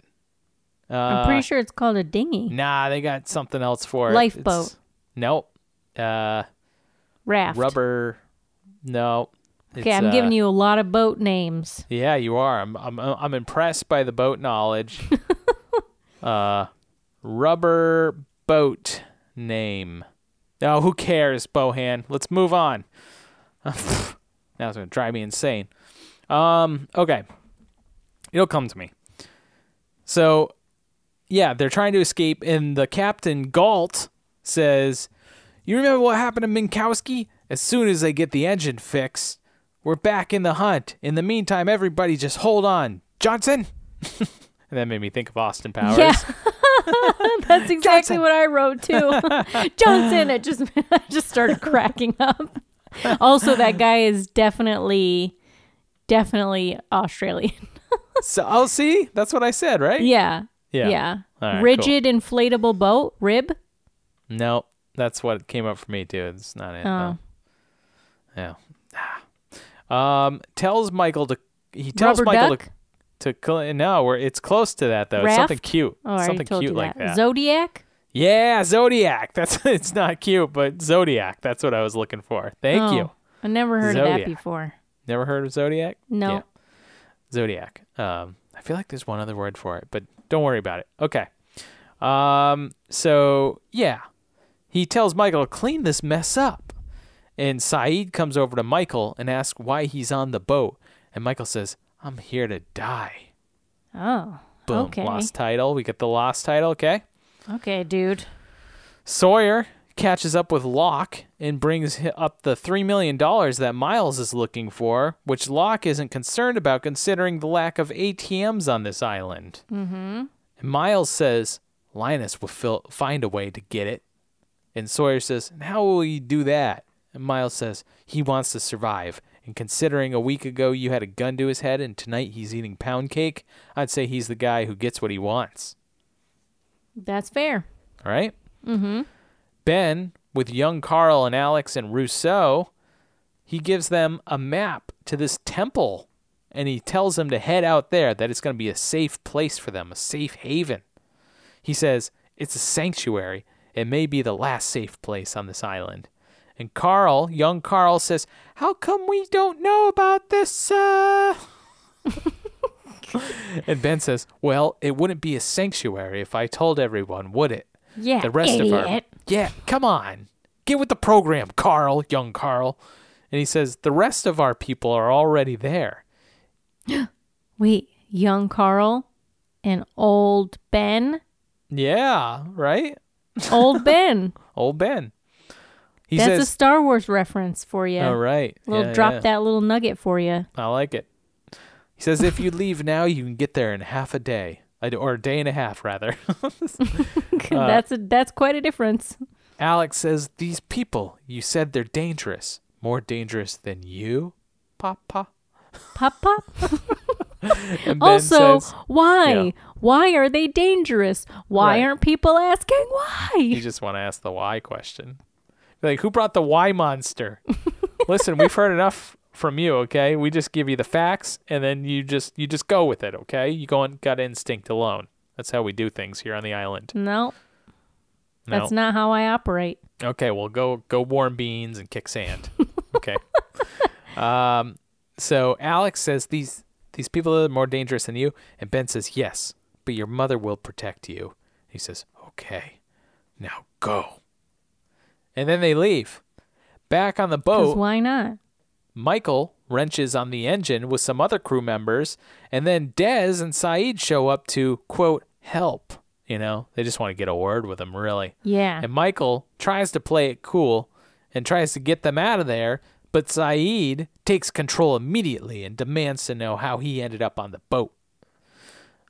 Speaker 6: Uh,
Speaker 5: I'm pretty sure it's called a dinghy.
Speaker 6: Nah, they got something else for it.
Speaker 5: Lifeboat.
Speaker 6: It's- Nope. Uh,
Speaker 5: Raft.
Speaker 6: rubber. No. uh,
Speaker 5: Okay, I'm giving you a lot of boat names.
Speaker 6: Yeah, you are. I'm. I'm. I'm impressed by the boat knowledge. uh, rubber boat name. Oh, who cares, Bohan? Let's move on. now it's gonna drive me insane. Um. Okay. It'll come to me. So, yeah, they're trying to escape, and the captain Galt says, "You remember what happened to Minkowski? As soon as they get the engine fixed, we're back in the hunt. In the meantime, everybody just hold on, Johnson." and that made me think of Austin Powers.
Speaker 5: Yeah. That's exactly what I wrote too. Johnson, it just I just started cracking up. Also, that guy is definitely, definitely Australian.
Speaker 6: So, oh, see, that's what I said, right?
Speaker 5: Yeah.
Speaker 6: Yeah.
Speaker 5: Yeah.
Speaker 6: All right,
Speaker 5: Rigid inflatable boat rib.
Speaker 6: No, that's what came up for me too. It's not it. no.
Speaker 5: Oh.
Speaker 6: Yeah. Ah. Um, tells Michael to. He tells
Speaker 5: Rubber
Speaker 6: Michael
Speaker 5: duck?
Speaker 6: to. To cl- no, we're, it's close to that though. It's something
Speaker 5: Raft?
Speaker 6: cute.
Speaker 5: Oh, I already
Speaker 6: something
Speaker 5: told
Speaker 6: cute
Speaker 5: you
Speaker 6: like that.
Speaker 5: Zodiac.
Speaker 6: yeah, Zodiac. That's it's not cute, but Zodiac. That's what I was looking for. Thank
Speaker 5: Oh,
Speaker 6: you.
Speaker 5: I never heard of
Speaker 6: Zodiac.
Speaker 5: that before.
Speaker 6: Never heard of Zodiac?
Speaker 5: No.
Speaker 6: Yeah. Zodiac. Um, I feel like there's one other word for it, but don't worry about it. Okay. Um, so yeah, he tells Michael to clean this mess up, and Saeed comes over to Michael and asks why he's on the boat, and Michael says, "I'm here to die."
Speaker 5: Oh.
Speaker 6: Boom.
Speaker 5: Okay.
Speaker 6: Lost title. We get the lost title. Okay.
Speaker 5: Okay, dude.
Speaker 6: Sawyer catches up with Locke and brings hi- up the $3 million that Miles is looking for, which Locke isn't concerned about considering the lack of ATMs on this island. Mm-hmm. And Miles says, Linus will fill, find a way to get it. And Sawyer says, How will you do that? And Miles says, He wants to survive. And considering a week ago you had a gun to his head and tonight he's eating pound cake, I'd say he's the guy who gets what he wants.
Speaker 5: That's fair.
Speaker 6: All Mm-hmm. Ben, with young Carl and Alex and Rousseau, he gives them a map to this temple and he tells them to head out there, that it's going to be a safe place for them, a safe haven. He says, It's a sanctuary. It may be the last safe place on this island. And Carl, young Carl, says, How come we don't know about this? Uh... and Ben says, Well, it wouldn't be a sanctuary if I told everyone, would it?
Speaker 5: Yeah.
Speaker 6: the rest
Speaker 5: idiot.
Speaker 6: of our yeah come on get with the program carl young carl and he says the rest of our people are already there
Speaker 5: Wait, young Carl and old Ben?
Speaker 6: yeah right
Speaker 5: Old Ben.
Speaker 6: old ben he
Speaker 5: That's a
Speaker 6: says
Speaker 5: Star Wars reference for you.
Speaker 6: all right
Speaker 5: Little
Speaker 6: yeah,
Speaker 5: drop
Speaker 6: yeah.
Speaker 5: that little nugget for you.
Speaker 6: i like it he says if you leave now you can get there in half a day I d- or a day and a half rather Uh,
Speaker 5: that's a that's quite a difference.
Speaker 6: alex says these people you said they're dangerous more dangerous than you papa
Speaker 5: Pop pop.
Speaker 6: and ben
Speaker 5: also,
Speaker 6: says,
Speaker 5: why?
Speaker 6: Yeah.
Speaker 5: Why are they dangerous? Why
Speaker 6: Right.
Speaker 5: aren't people asking why?
Speaker 6: You just want to ask the why question. You're like, who brought the why monster? Listen, we've heard enough from you, okay? We just give you the facts and then you just you just go with it, okay? You go on gut instinct alone. That's how we do things here on the island.
Speaker 5: No,
Speaker 6: No.
Speaker 5: that's not how I operate.
Speaker 6: Okay, well go go warm beans and kick sand. Okay. um so Alex says these These people are more dangerous than you. And Ben says, Yes, but your mother will protect you. He says, Okay, now go. And then they leave. Back on the
Speaker 5: Because
Speaker 6: boat,
Speaker 5: why not?
Speaker 6: Michael wrenches on the engine with some other crew members. And then Dez and Saeed show up to, quote, help. You know, they just want to get a word with him, really.
Speaker 5: Yeah.
Speaker 6: And Michael tries to play it cool and tries to get them out of there, but Saeed takes control immediately and demands to know how he ended up on the boat.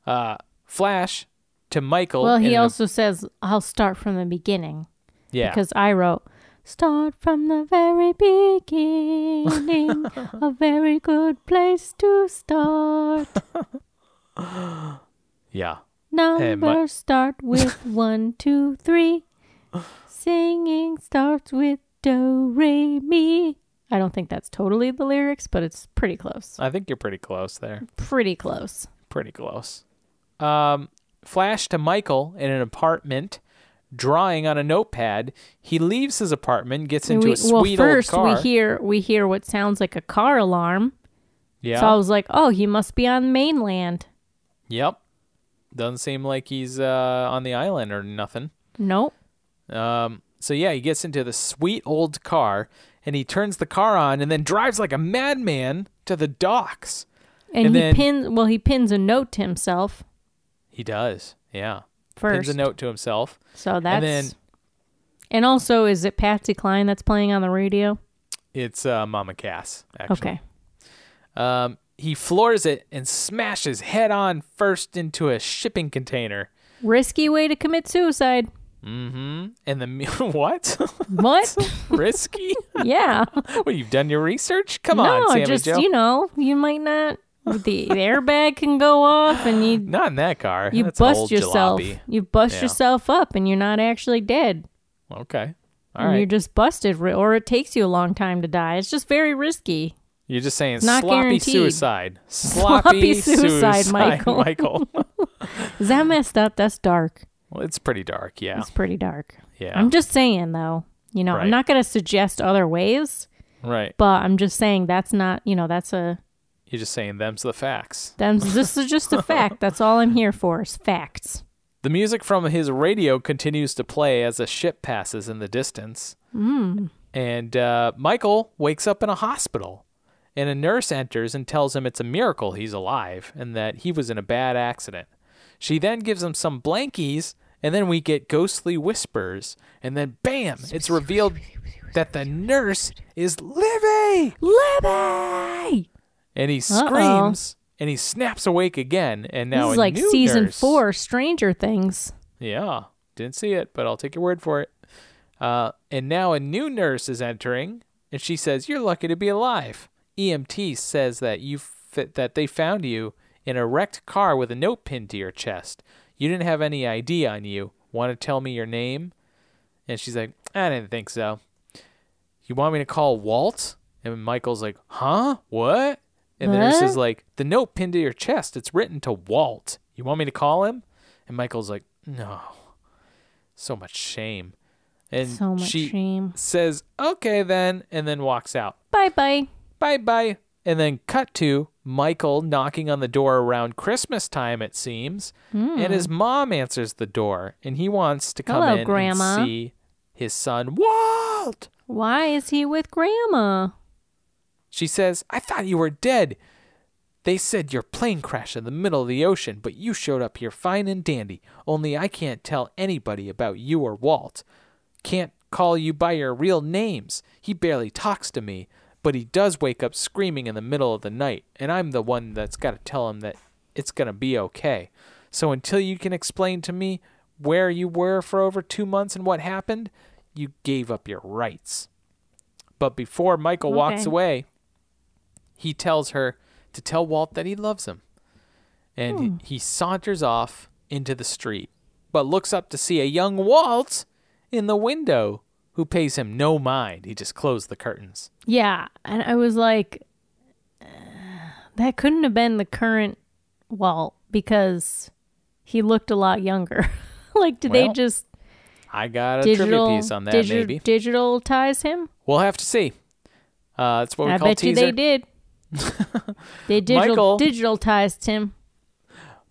Speaker 6: Uh, flash to Michael.
Speaker 5: Well, he
Speaker 6: in an-
Speaker 5: also says, I'll start from the beginning.
Speaker 6: yeah.
Speaker 5: Because I wrote, start from the very beginning. a very good place to start.
Speaker 6: yeah.
Speaker 5: Numbers
Speaker 6: my-
Speaker 5: start with one, two, three. Singing starts with do, re, mi. I don't think that's totally the lyrics, but it's pretty close.
Speaker 6: I think you're pretty close there.
Speaker 5: Pretty close.
Speaker 6: Pretty close. Um, flash to Michael in an apartment. Drawing on a notepad, he leaves his apartment, gets into a
Speaker 5: We-
Speaker 6: sweet
Speaker 5: well,
Speaker 6: old
Speaker 5: first
Speaker 6: car.
Speaker 5: we hear we hear what sounds like a car alarm.
Speaker 6: yeah.
Speaker 5: So I was like, oh, he must be on mainland.
Speaker 6: Yep. Doesn't seem like he's uh, on the island or nothing.
Speaker 5: Nope.
Speaker 6: Um, so yeah, he gets into the sweet old car and he turns the car on and then drives like a madman to the docks.
Speaker 5: And,
Speaker 6: And
Speaker 5: he
Speaker 6: then-
Speaker 5: pins well, he pins a note to himself
Speaker 6: He does. Yeah.
Speaker 5: first.
Speaker 6: Pins a note to himself.
Speaker 5: So that's and,
Speaker 6: then-
Speaker 5: also is it Patsy Cline that's playing on the radio?
Speaker 6: It's uh, Mama Cass, actually.
Speaker 5: Okay.
Speaker 6: Um, he floors it and smashes head on first into a shipping container.
Speaker 5: Risky way to commit suicide. Mm-hmm.
Speaker 6: And the mu- what?
Speaker 5: What?
Speaker 6: Risky?
Speaker 5: yeah.
Speaker 6: well, you've done your research. Come
Speaker 5: no,
Speaker 6: on, Sammy
Speaker 5: just
Speaker 6: Joe.
Speaker 5: you know, you might not the, the airbag can go off and you
Speaker 6: Not in that car.
Speaker 5: you
Speaker 6: That's an
Speaker 5: bust
Speaker 6: old
Speaker 5: yourself.
Speaker 6: jalopy.
Speaker 5: You bust
Speaker 6: Yeah.
Speaker 5: yourself up and you're not actually dead.
Speaker 6: Okay. All
Speaker 5: And
Speaker 6: right.
Speaker 5: You're just busted re- or it takes you a long time to die. It's just very risky.
Speaker 6: You're just saying
Speaker 5: Not
Speaker 6: sloppy
Speaker 5: guaranteed.
Speaker 6: suicide. Sloppy,
Speaker 5: Sloppy suicide, Michael.
Speaker 6: Michael.
Speaker 5: Is that messed up? That's dark.
Speaker 6: well, it's pretty dark, yeah.
Speaker 5: It's pretty dark.
Speaker 6: Oh. Yeah.
Speaker 5: I'm just saying though, you know,
Speaker 6: Right.
Speaker 5: I'm not going to suggest other ways,
Speaker 6: right.
Speaker 5: but I'm just saying that's not, you know, that's a
Speaker 6: You're just saying them's the facts.
Speaker 5: that's this is just a fact. That's all I'm here for is facts.
Speaker 6: The music from his radio continues to play as a ship passes in the distance.
Speaker 5: Mm.
Speaker 6: And uh, Michael wakes up in a hospital. And a nurse enters and tells him it's a miracle he's alive and that he was in a bad accident. She then gives him some blankies, and then we get ghostly whispers. And then, bam, it's revealed that the nurse is Livy!
Speaker 5: Libby.
Speaker 6: And he
Speaker 5: Uh-oh.
Speaker 6: screams and he snaps awake again. And now
Speaker 5: This is
Speaker 6: a
Speaker 5: like
Speaker 6: new
Speaker 5: season
Speaker 6: nurse-
Speaker 5: four, Stranger Things.
Speaker 6: Yeah, didn't see it, but I'll take your word for it. Uh, and now a new nurse is entering, and she says, "You're lucky to be alive." EMT says that you fit, that they found you in a wrecked car with a note pinned to your chest. You didn't have any ID on you. Want to tell me your name? And she's like, "I didn't think so." You want me to call Walt? And Michael's like, "Huh? What?" And the nurse
Speaker 5: What?
Speaker 6: is like, "The note pinned to your chest. It's written to Walt. You want me to call him?" And Michael's like, "No." So much shame. And
Speaker 5: So much
Speaker 6: she
Speaker 5: shame.
Speaker 6: says, "Okay then," and then walks out.
Speaker 5: Bye bye.
Speaker 6: Bye bye. And then cut to Michael knocking on the door around Christmas time, it seems. And his mom answers the door, and he wants to come
Speaker 5: Hmm. Hello,
Speaker 6: in
Speaker 5: Grandma.
Speaker 6: and see his son Walt.
Speaker 5: Why is he with Grandma?
Speaker 6: She says, I thought you were dead. They said your plane crashed in the middle of the ocean, but you showed up here fine and dandy. Only I can't tell anybody about you or Walt. Can't call you by your real names. He barely talks to me, but he does wake up screaming in the middle of the night, and I'm the one that's got to tell him that it's going to be okay. So until you can explain to me where you were for over two months and what happened, you gave up your rights. But before Michael walks
Speaker 5: Okay.
Speaker 6: away, he tells her to tell Walt that he loves him. And he saunters off into the street, but looks up to see a young Walt in the window who pays him no mind. He just closed the curtains.
Speaker 5: Yeah, and I was like, uh, that couldn't have been the current Walt because he looked a lot younger. like, did they
Speaker 6: Well,
Speaker 5: just
Speaker 6: I got a
Speaker 5: digital
Speaker 6: trivia piece on that,
Speaker 5: digi-
Speaker 6: maybe.
Speaker 5: digital ties him?
Speaker 6: We'll have to see. Uh, that's what we
Speaker 5: I
Speaker 6: call
Speaker 5: bet you
Speaker 6: teaser.
Speaker 5: they did. They digital
Speaker 6: Michael.
Speaker 5: digitalized him.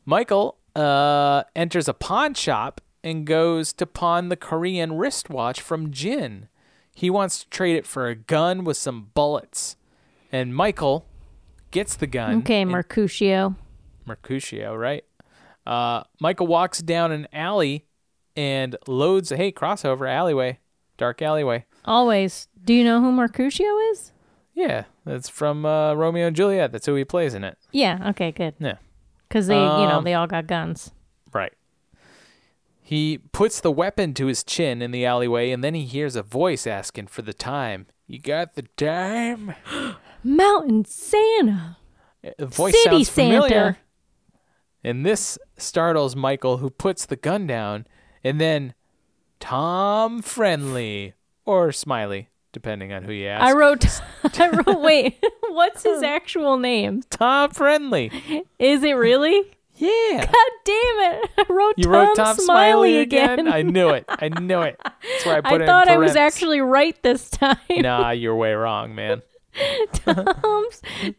Speaker 6: Michael uh, enters a pawn shop and goes to pawn the Korean wristwatch from Jin. He wants to trade it for a gun with some bullets. And Michael gets the gun.
Speaker 5: Okay,
Speaker 6: and-
Speaker 5: Mercutio.
Speaker 6: Mercutio, right? Uh, Michael walks down an alley and loads, hey, crossover alleyway, dark alleyway.
Speaker 5: Always. Do you know who Mercutio is?
Speaker 6: Yeah, that's from uh, Romeo and Juliet. That's who he plays in it.
Speaker 5: Yeah. Okay. Good.
Speaker 6: Yeah.
Speaker 5: Because they, you know,
Speaker 6: Um,
Speaker 5: they all got guns.
Speaker 6: Right. He puts the weapon to his chin in the alleyway, and then he hears a voice asking for the time. You got the time?
Speaker 5: Mountain Santa.
Speaker 6: The voice
Speaker 5: City
Speaker 6: sounds familiar.
Speaker 5: Santa.
Speaker 6: And this startles Michael, who puts the gun down, and then Tom Friendly or Smiley, depending on who you ask.
Speaker 5: I wrote. I wrote. Wait. What's his actual name?
Speaker 6: Tom Friendly.
Speaker 5: Is it really?
Speaker 6: Yeah.
Speaker 5: God damn it! I wrote
Speaker 6: You
Speaker 5: Tom,
Speaker 6: wrote Tom
Speaker 5: Smiley,
Speaker 6: Smiley
Speaker 5: again.
Speaker 6: I knew it. I knew it. That's where I
Speaker 5: I
Speaker 6: put it. in
Speaker 5: thought I was
Speaker 6: parents.
Speaker 5: actually right this time.
Speaker 6: Nah, you're way wrong, man.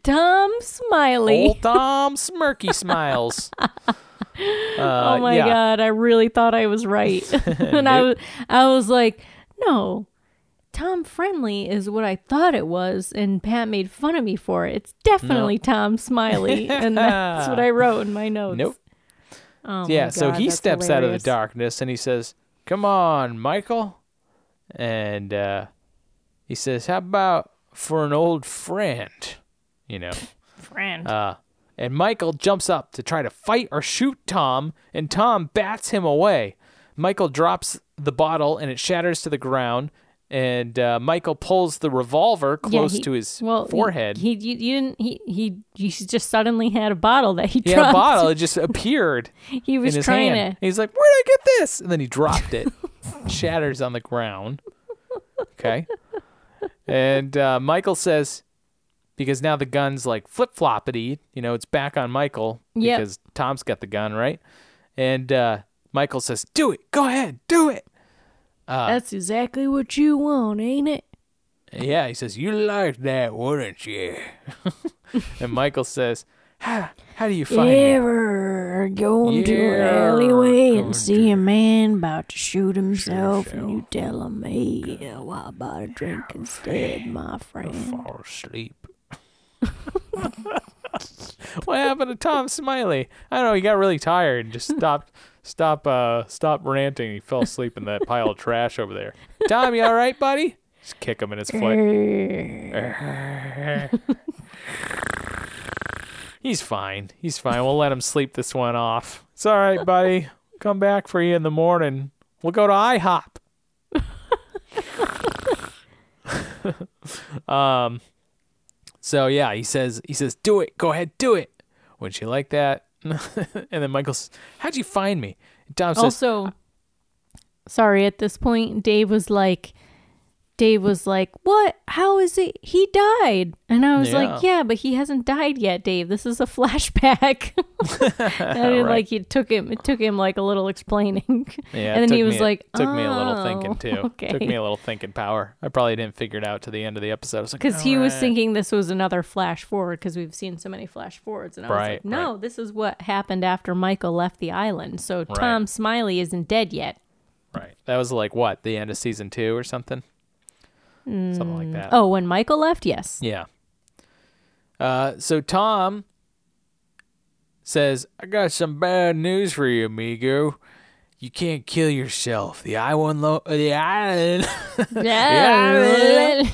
Speaker 5: Tom Smiley.
Speaker 6: Old Tom Smirky smiles. Uh,
Speaker 5: oh my
Speaker 6: yeah.
Speaker 5: god! I really thought I was right, and I was, I was like, no. Tom Friendly is what I thought it was, and Pat made fun of me for it. It's definitely Tom Smiley, and that's what I wrote in my notes.
Speaker 6: Nope.
Speaker 5: Oh my
Speaker 6: yeah, so
Speaker 5: God,
Speaker 6: he
Speaker 5: that's
Speaker 6: steps out of the
Speaker 5: hilarious.
Speaker 6: darkness and he says, Come on, Michael. And uh, he says, How about for an old friend? You know.
Speaker 5: Friend.
Speaker 6: Uh, and Michael jumps up to try to fight or shoot Tom, and Tom bats him away. Michael drops the bottle and it shatters to the ground. And uh, Michael pulls the revolver
Speaker 5: Yeah,
Speaker 6: close
Speaker 5: he-
Speaker 6: to his
Speaker 5: well, he-
Speaker 6: forehead.
Speaker 5: He, you, you didn't. He he he just suddenly had a bottle that he,
Speaker 6: He had
Speaker 5: dropped.
Speaker 6: a bottle. It just appeared
Speaker 5: He was
Speaker 6: in his
Speaker 5: trying
Speaker 6: hand.
Speaker 5: to.
Speaker 6: He's like, "Where'd I get this?" And then he dropped it. Shatters on the ground. Okay. And uh, Michael says, because now the gun's like flip floppity. You know, it's back on Michael
Speaker 5: Yep.
Speaker 6: because Tom's got the gun, right? And uh, Michael says, "Do it. Go ahead. Do it." Uh.
Speaker 5: That's exactly what you want, ain't it?
Speaker 6: Yeah, he says, "You liked that, wouldn't you?" and Michael says, "How how do you find it?"
Speaker 5: Ever go into an
Speaker 6: Yeah,
Speaker 5: alleyway
Speaker 6: go
Speaker 5: and see a man about to shoot himself, and you tell him, "Hey, yeah, why about a drink instead, my friend?"
Speaker 6: fall asleep. what happened to Tom Smiley? I don't know. He got really tired. and Just stopped, stop, uh, stop ranting. He fell asleep in that pile of trash over there. Tom, you all right, buddy? Just kick him in his foot. He's fine. He's fine. We'll let him sleep this one off. It's all right, buddy. Come back for you in the morning. We'll go to IHOP. Um, So yeah, he says he says, "Do it. Go ahead, do it." Wouldn't you like that? and then Michael's, "How'd you find me?" And Tom says,
Speaker 5: Also, sorry. At this point, Dave was like, Dave was like, "What? How is it? He died?" And I was like,
Speaker 6: Yeah.
Speaker 5: "Yeah, but he hasn't died yet, Dave. This is a flashback." and it, like it took him, it took him like a little explaining.
Speaker 6: "Yeah." it
Speaker 5: and then
Speaker 6: took
Speaker 5: he
Speaker 6: me-
Speaker 5: was like,
Speaker 6: "Took me a little
Speaker 5: "Oh,
Speaker 6: thinking too.
Speaker 5: Okay.
Speaker 6: Took me a little thinking power. I probably didn't figure it out to the end of the episode. I was like,
Speaker 5: because he
Speaker 6: "All
Speaker 5: was
Speaker 6: right."
Speaker 5: thinking this was another flash forward because we've seen so many flash forwards and i was
Speaker 6: Right,
Speaker 5: like no this is what happened after michael left the island so tom smiley isn't dead yet
Speaker 6: right. That was like what the end of season two or something, something like that.
Speaker 5: oh when michael left yes
Speaker 6: Yeah. Uh, so Tom says, I got some bad news for you, amigo. You can't kill yourself. The I one lo- the island
Speaker 5: Yeah.
Speaker 6: the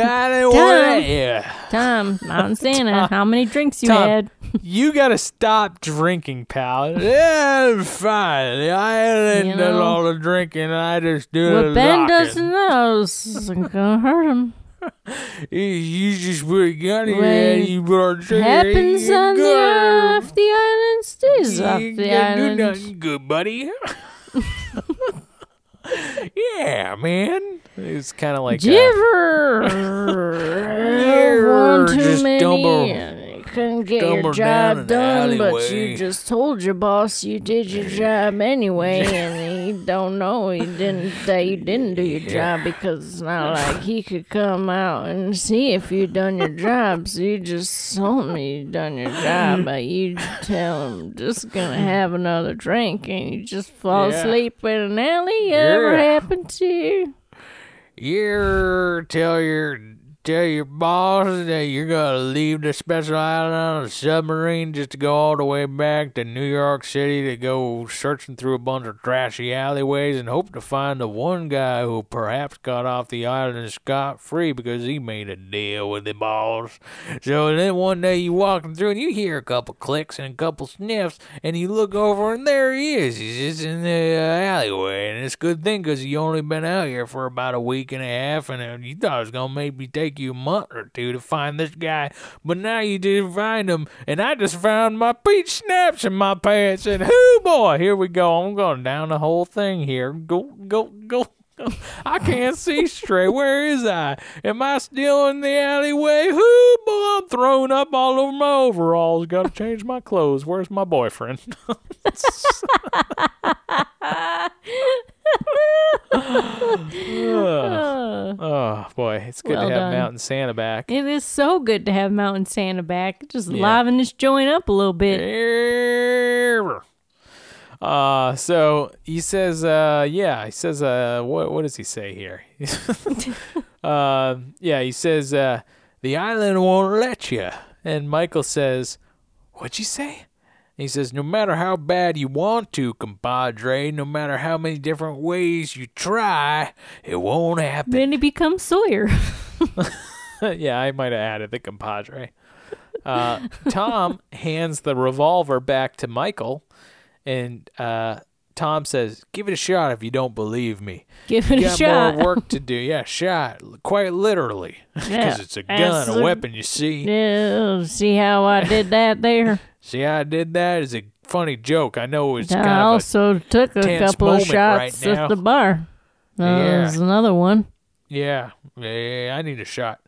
Speaker 6: island won't let you.
Speaker 5: tom mountain santa how many drinks you
Speaker 6: Tom.
Speaker 5: had
Speaker 6: You gotta stop drinking, pal. Yeah, I'm fine. The island
Speaker 5: You
Speaker 6: does
Speaker 5: know,
Speaker 6: all the drinking. I just do
Speaker 5: what
Speaker 6: the
Speaker 5: ben
Speaker 6: talking.
Speaker 5: doesn't know is gonna hurt him
Speaker 6: You- You just put a gun in your
Speaker 5: When
Speaker 6: head. You put on trigger.
Speaker 5: happens
Speaker 6: you
Speaker 5: on the
Speaker 6: go.
Speaker 5: off the island stays
Speaker 6: You
Speaker 5: off
Speaker 6: ain't
Speaker 5: the
Speaker 6: gonna Do
Speaker 5: island
Speaker 6: nothing good, buddy. yeah, man. It's kind of like uh,
Speaker 5: Giver, one too
Speaker 6: Just
Speaker 5: many.
Speaker 6: stumble-
Speaker 5: you couldn't get
Speaker 6: stumble
Speaker 5: your
Speaker 6: down an
Speaker 5: job done, but
Speaker 6: alleyway.
Speaker 5: you just told your boss you did your job anyway, and
Speaker 4: he don't know. He didn't say you didn't do your job because it's not like he could come out and see if you done your job. So you just told me you done your job, but you tell him just gonna have another drink and you just fall
Speaker 6: Yeah.
Speaker 4: asleep in an alley. Ever
Speaker 6: Yeah.
Speaker 4: happened to you?
Speaker 6: You tell your tell your boss that you're gonna leave the special island on a submarine just to go all the way back to New York City to go searching through a bunch of trashy alleyways and hope to find the one guy who perhaps got off the island scot free because he made a deal with the boss. So then one day you walking through and you hear a couple clicks and a couple sniffs and you look over and there he is. He's just in the uh, alleyway and it's a good thing 'cause he only been out here for about a week and a half and uh, you thought it was gonna maybe take you a month or two to find this guy, but now you didn't find him and I just found my peach snaps in my pants and hoo boy, here we go. I'm going down the whole thing here. Go go go. I can't see straight. Where is I? Am I still in the alleyway? Whoo, boy, I'm thrown up all over my overalls. Got to change my clothes. Where's my boyfriend? oh, boy. It's good
Speaker 5: Well
Speaker 6: to have
Speaker 5: done.
Speaker 6: Mountain Santa back.
Speaker 5: It is so good to have Mountain Santa back. Just liven this joint up a little bit.
Speaker 6: Err. Uh, so he says, uh, yeah, he says, uh, what, what does he say here? uh, yeah, he says, uh, the island won't let you. And Michael says, what'd you say? He says, no matter how bad you want to, compadre, no matter how many different ways you try, it won't happen.
Speaker 5: Then he becomes Sawyer.
Speaker 6: yeah, I might have added the compadre. Uh, Tom hands the revolver back to Michael, and uh, Tom says, "Give it a shot if you don't believe me.
Speaker 5: Give it a
Speaker 6: Got
Speaker 5: shot.
Speaker 6: more work to do. Yeah, shot. Quite literally, because
Speaker 4: Yeah,
Speaker 6: it's a gun,
Speaker 4: that's
Speaker 6: a
Speaker 4: a-
Speaker 6: weapon. You see,
Speaker 4: Yeah, see how I did that there.
Speaker 6: see how I did that? It's a funny joke. I know it's kind
Speaker 4: I
Speaker 6: of a
Speaker 4: also took a
Speaker 6: tense
Speaker 4: couple of
Speaker 6: moment right
Speaker 4: shots
Speaker 6: now.
Speaker 4: at the bar. Uh,
Speaker 6: Yeah.
Speaker 4: There's another one.
Speaker 6: Yeah, yeah, I need a shot.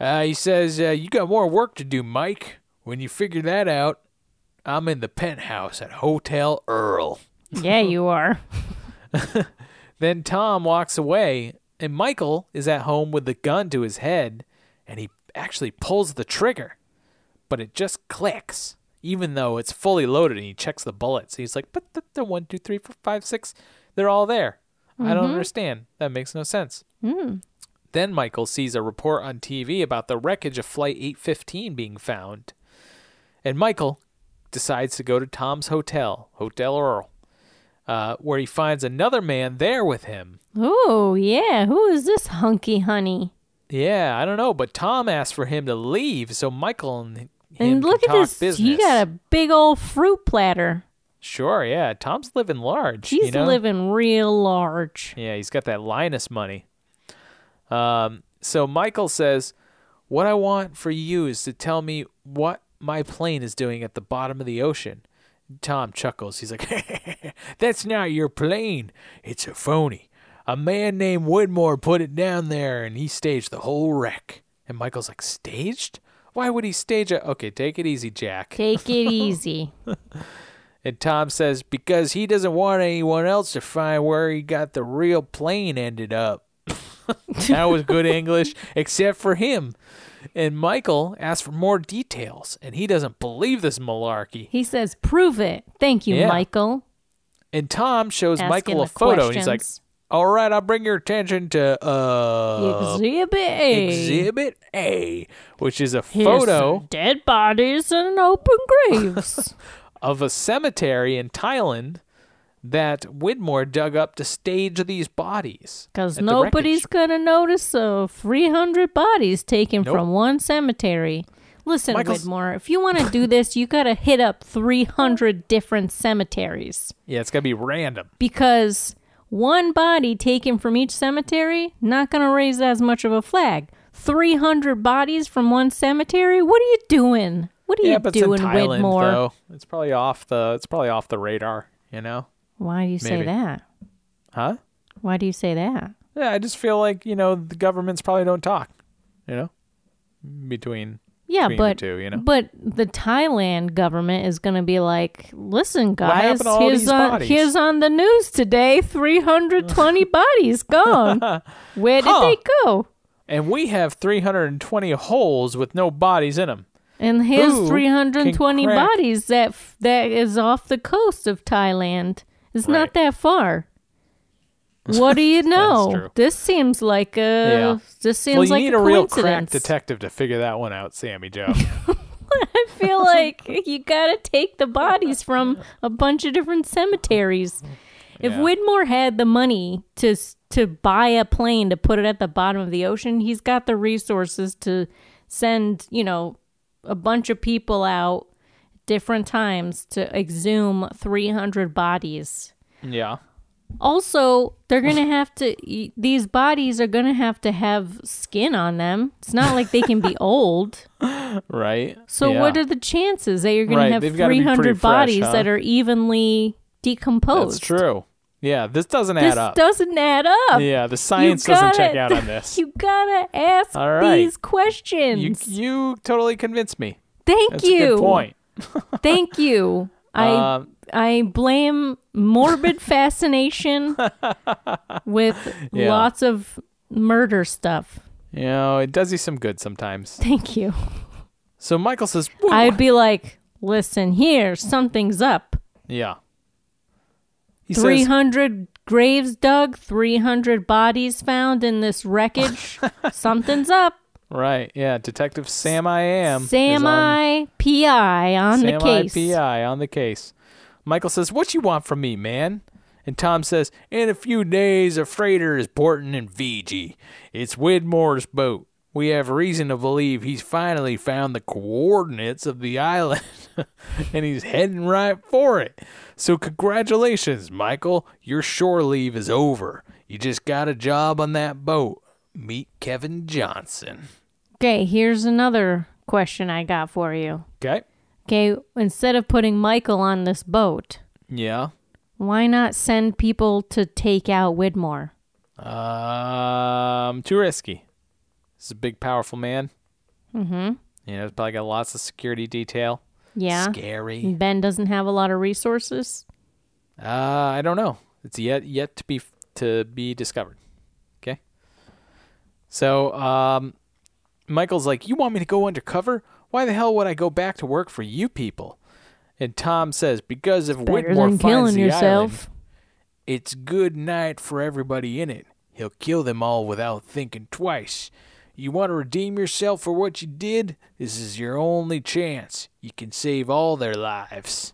Speaker 6: Uh, he says, uh, You got more work to do, Mike. When you figure that out, I'm in the penthouse at Hotel Earl.
Speaker 4: Yeah, you are.
Speaker 6: Then Tom walks away, and Michael is at home with the gun to his head, and he actually pulls the trigger, but it just clicks, even though it's fully loaded, and he checks the bullets. He's like, But the, the one, two, three, four, five, six, they're all there. I don't understand. That makes no sense. Then Michael sees a report on TV about the wreckage of Flight 815 being found. And Michael decides to go to Tom's hotel, Hotel Earl, uh, where he finds another man there with him.
Speaker 5: Oh, yeah. Who is this hunky honey?
Speaker 6: Yeah, I don't know, but Tom asked for him to leave, so Michael and him
Speaker 5: And
Speaker 6: can
Speaker 5: look at
Speaker 6: talk
Speaker 5: this.
Speaker 6: business.
Speaker 5: You got a big old fruit platter.
Speaker 6: Sure, yeah. Tom's living large.
Speaker 5: She's
Speaker 6: you know?
Speaker 5: living real large.
Speaker 6: Yeah, he's got that Linus money. Um, so Michael says, What I want for you is to tell me what my plane is doing at the bottom of the ocean. Tom chuckles. He's like, That's not your plane. It's a phony. A man named Woodmore put it down there and he staged the whole wreck. And Michael's like, Staged? Why would he stage a. Okay, take it easy, Jack.
Speaker 5: Take it easy.
Speaker 6: And Tom says, because he doesn't want anyone else to find where he got the real plane ended up. that was good English, except for him. And Michael asks for more details, and he doesn't believe this malarkey.
Speaker 5: He says, prove it. Thank you,
Speaker 6: Yeah.
Speaker 5: Michael.
Speaker 6: And Tom shows
Speaker 5: Asking
Speaker 6: Michael a
Speaker 5: the
Speaker 6: photo, and he's like,
Speaker 5: questions.
Speaker 6: all right, I'll bring your attention to uh,
Speaker 4: Exhibit A.
Speaker 6: Exhibit A, which is a
Speaker 4: Here's
Speaker 6: photo
Speaker 4: some Dead bodies and open graves.
Speaker 6: of a cemetery in Thailand that Widmore dug up to stage these bodies.
Speaker 4: Because
Speaker 6: at the wreckage.
Speaker 4: nobody's going to notice uh, 300 bodies taken
Speaker 6: Nope.
Speaker 4: from one cemetery.
Speaker 5: Listen,
Speaker 6: Michael's-
Speaker 5: Widmore, if you want to do this, you got to hit up 300 different cemeteries
Speaker 6: Yeah, it's got to be random.
Speaker 5: because one body taken from each cemetery not going to raise as much of a flag. 300 bodies from one cemetery? What are you doing? What are
Speaker 6: yeah,
Speaker 5: you
Speaker 6: but
Speaker 5: doing,
Speaker 6: it's in Thailand
Speaker 5: Widmore?
Speaker 6: though. It's probably off the it's probably off the radar, you know?
Speaker 5: Why do you say
Speaker 6: Maybe.
Speaker 5: that?
Speaker 6: Huh?
Speaker 5: Why do you say that?
Speaker 6: Yeah, I just feel like, you know, the governments probably don't talk, you know? Between
Speaker 5: Yeah,
Speaker 6: between the
Speaker 5: but
Speaker 6: two, you know?
Speaker 5: but the Thailand government is going to be like, listen, guys,
Speaker 6: happened to all
Speaker 5: here's
Speaker 6: these
Speaker 5: on,
Speaker 6: bodies?"
Speaker 5: here's on the news today: three hundred twenty bodies gone. Where did
Speaker 6: Huh.
Speaker 5: they go?
Speaker 6: And we have 320 holes with no bodies in them.
Speaker 5: And here's
Speaker 6: Who
Speaker 5: three hundred twenty
Speaker 6: can crack-
Speaker 5: bodies that f- that is off the coast of Thailand. It's not
Speaker 6: Right.
Speaker 5: that far. What do you know?
Speaker 6: true.
Speaker 5: this seems like a
Speaker 6: Yeah.
Speaker 5: this seems
Speaker 6: well, you
Speaker 5: like
Speaker 6: need
Speaker 5: a,
Speaker 6: a, real crack
Speaker 5: coincidence.
Speaker 6: detective to figure that one out, Sammy Joe.
Speaker 5: I feel like you gotta take the bodies from a bunch of different cemeteries. If
Speaker 6: Yeah.
Speaker 5: Widmore had the money to s- to buy a plane to put it at the bottom of the ocean, he's got the resources to send you know a bunch of people out different times to exhume 300 bodies.
Speaker 6: yeah.
Speaker 5: Also, they're gonna have to. y- These bodies are gonna have to have skin on them. It's not like they can be old.
Speaker 6: Right.
Speaker 5: So
Speaker 6: Yeah.
Speaker 5: what are the chances that you're going
Speaker 6: Right,
Speaker 5: to have
Speaker 6: they've gotta be pretty
Speaker 5: 300
Speaker 6: fresh,
Speaker 5: bodies
Speaker 6: huh?
Speaker 5: that are evenly decomposed?
Speaker 6: That's true. Yeah, this doesn't
Speaker 5: This
Speaker 6: add up.
Speaker 5: doesn't add up.
Speaker 6: yeah, the
Speaker 5: You
Speaker 6: science doesn't check
Speaker 5: gotta-
Speaker 6: out on this.
Speaker 5: You gotta ask
Speaker 6: All right.
Speaker 5: these
Speaker 6: you,
Speaker 5: questions.
Speaker 6: you totally convinced me.
Speaker 5: Thank
Speaker 6: That's
Speaker 5: you.
Speaker 6: a good point.
Speaker 5: Thank you. I
Speaker 6: Um,
Speaker 5: I blame morbid fascination with
Speaker 6: Yeah.
Speaker 5: lots of murder stuff.
Speaker 6: You know, it does you some good sometimes.
Speaker 5: Thank you.
Speaker 6: So Michael says, "Woo."
Speaker 5: I'd be like, listen here, something's up.
Speaker 6: yeah. He
Speaker 5: Three
Speaker 6: says,
Speaker 5: hundred graves dug, three hundred bodies found in this wreckage. Something's up.
Speaker 6: right, yeah, Detective Sam I Am. is
Speaker 5: Sam
Speaker 6: on-
Speaker 5: I PI on the
Speaker 6: Sam
Speaker 5: case.
Speaker 6: IPI on the case. Michael says, what you want from me, man? And Tom says, in a few days, a freighter is porting in Fiji. It's Widmore's boat. We have reason to believe he's finally found the coordinates of the island and he's heading right for it. So, congratulations, Michael. Your shore leave is over. You just got a job on that boat. Meet Kevin Johnson.
Speaker 5: Okay, here's another question I got for you.
Speaker 6: Okay.
Speaker 5: Okay, instead of putting Michael on this boat,
Speaker 6: Yeah.
Speaker 5: why not send people to take out Widmore?
Speaker 6: Um, too risky. This is a big, powerful man. Mm-hmm. You know, he's probably got lots of security detail.
Speaker 5: Yeah. Mm.
Speaker 6: Scary.
Speaker 5: Ben doesn't have a lot of resources.
Speaker 6: Uh, I don't know. It's yet yet to be to be discovered. Okay. So, um, Michael's like, "You want me to go undercover? Why the hell would I go back to work for you people?" And Tom says, "Because if
Speaker 5: Better
Speaker 6: Whitmore
Speaker 5: than
Speaker 6: finds
Speaker 5: killing
Speaker 6: the island,
Speaker 5: yourself.
Speaker 6: It's good night for everybody in it. He'll kill them all without thinking twice. You want to redeem yourself for what you did? This is your only chance. You can save all their lives.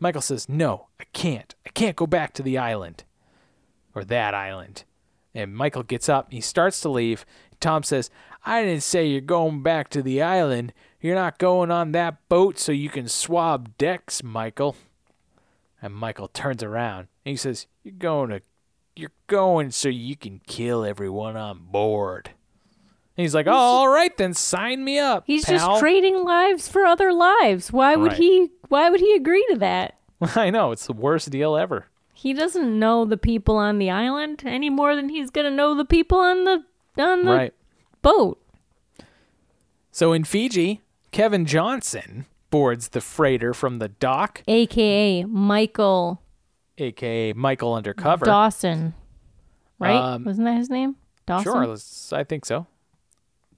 Speaker 6: Michael says, No, I can't. I can't go back to the island. Or that island. And Michael gets up. He starts to leave. Tom says, I didn't say you're going back to the island. You're not going on that boat so you can swab decks, Michael. And Michael turns around and he says, "You're going to, you're going so you can kill everyone on board." And he's like, "Oh, all right then, sign me up."
Speaker 5: He's
Speaker 6: pal."
Speaker 5: just trading lives for other lives. Why would
Speaker 6: Right.
Speaker 5: he why would he agree to that?
Speaker 6: I know it's the worst deal ever.
Speaker 5: He doesn't know the people on the island any more than he's going to know the people on the on the
Speaker 6: Right.
Speaker 5: boat.
Speaker 6: So in Fiji, Kevin Johnson boards the freighter from the dock,
Speaker 5: AKA Michael
Speaker 6: aka Michael Undercover.
Speaker 5: Dawson. Right?
Speaker 6: Um,
Speaker 5: Wasn't that his name? Dawson.
Speaker 6: Sure, let's, I think so.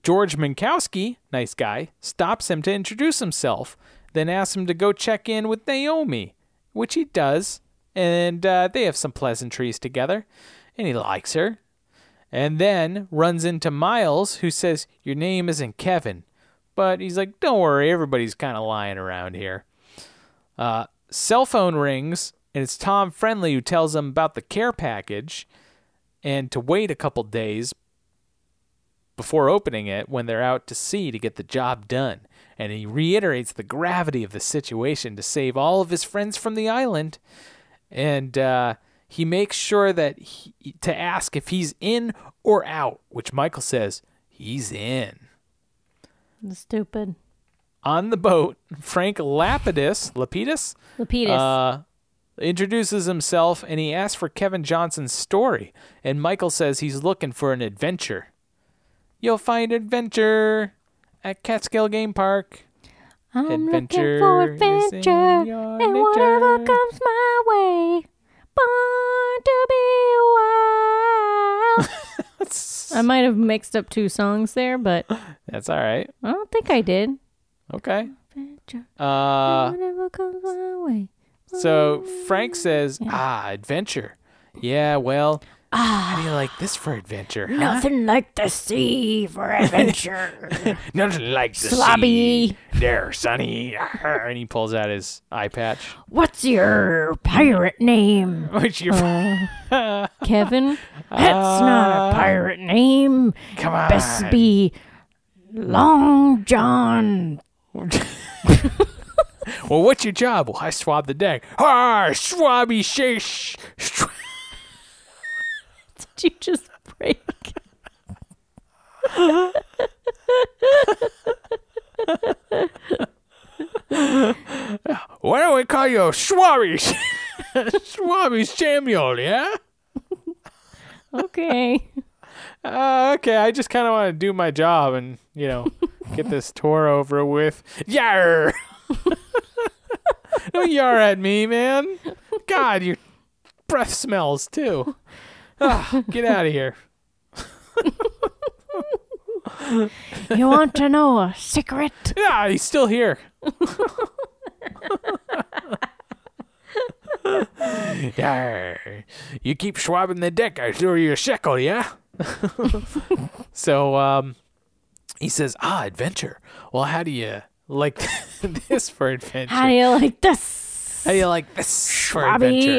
Speaker 6: George Minkowski, nice guy, stops him to introduce himself, then asks him to go check in with Naomi, which he does, and uh, they have some pleasantries together, and he likes her. And then runs into Miles, who says, Your name isn't Kevin. But he's like, Don't worry, everybody's kind of lying around here. Uh, cell phone rings, and it's Tom Friendly who tells him about the care package and to wait a couple days before opening it when they're out to sea to get the job done. And he reiterates the gravity of the situation to save all of his friends from the island. And uh, he makes sure that he, to ask if he's in or out, which Michael says he's in.
Speaker 5: Stupid.
Speaker 6: On the boat, Frank Lapidus, Lapidus,
Speaker 5: Lapidus.
Speaker 6: uh, introduces himself and he asks for Kevin Johnson's story. And Michael says he's looking for an adventure. You'll find adventure at Catskill Game Park.
Speaker 5: I'm
Speaker 6: Adventure
Speaker 5: looking for
Speaker 6: is in
Speaker 5: adventure
Speaker 6: your
Speaker 5: and whatever
Speaker 6: nature.
Speaker 5: comes my way. Born to be wild. I might have mixed up two songs there, but I
Speaker 6: That's all right.
Speaker 5: don't think I did.
Speaker 6: Okay.
Speaker 5: Adventure,
Speaker 6: Uh,
Speaker 5: whatever comes my way.
Speaker 6: so Frank says, "Ah, adventure. Yeah, well,
Speaker 5: Ah.
Speaker 6: how do you like this for adventure? huh?
Speaker 5: Nothing like the sea for adventure.
Speaker 6: Nothing like the
Speaker 5: Slobby.
Speaker 6: sea. There, Sonny. and he pulls out his eye patch.
Speaker 5: What's your pirate name?
Speaker 6: Which you
Speaker 5: Oh. Kevin? That's not a pirate name.
Speaker 6: Uh, come on.
Speaker 5: Best be Long John.
Speaker 6: Well, what's your job? Well, I swab the deck. Ah, swabby shish. Sh-
Speaker 5: Did you just break?
Speaker 6: Why don't we call you Swabby? Sh- swabby Samuel, yeah?
Speaker 5: Okay.
Speaker 6: Uh, okay, I just kind of want to do my job and, you know, get this tour over with. Yar! Don't yar at me, man. God, your breath smells too. Ah, get out of here.
Speaker 5: You want to know a secret?
Speaker 6: Yeah, he's still here. Yar. You keep swabbing the deck, I throw you a shekel, yeah? so um, he says, Ah, adventure. Well, how do you like this for adventure?
Speaker 5: How do you like this?
Speaker 6: How do you like this for
Speaker 5: Swabby.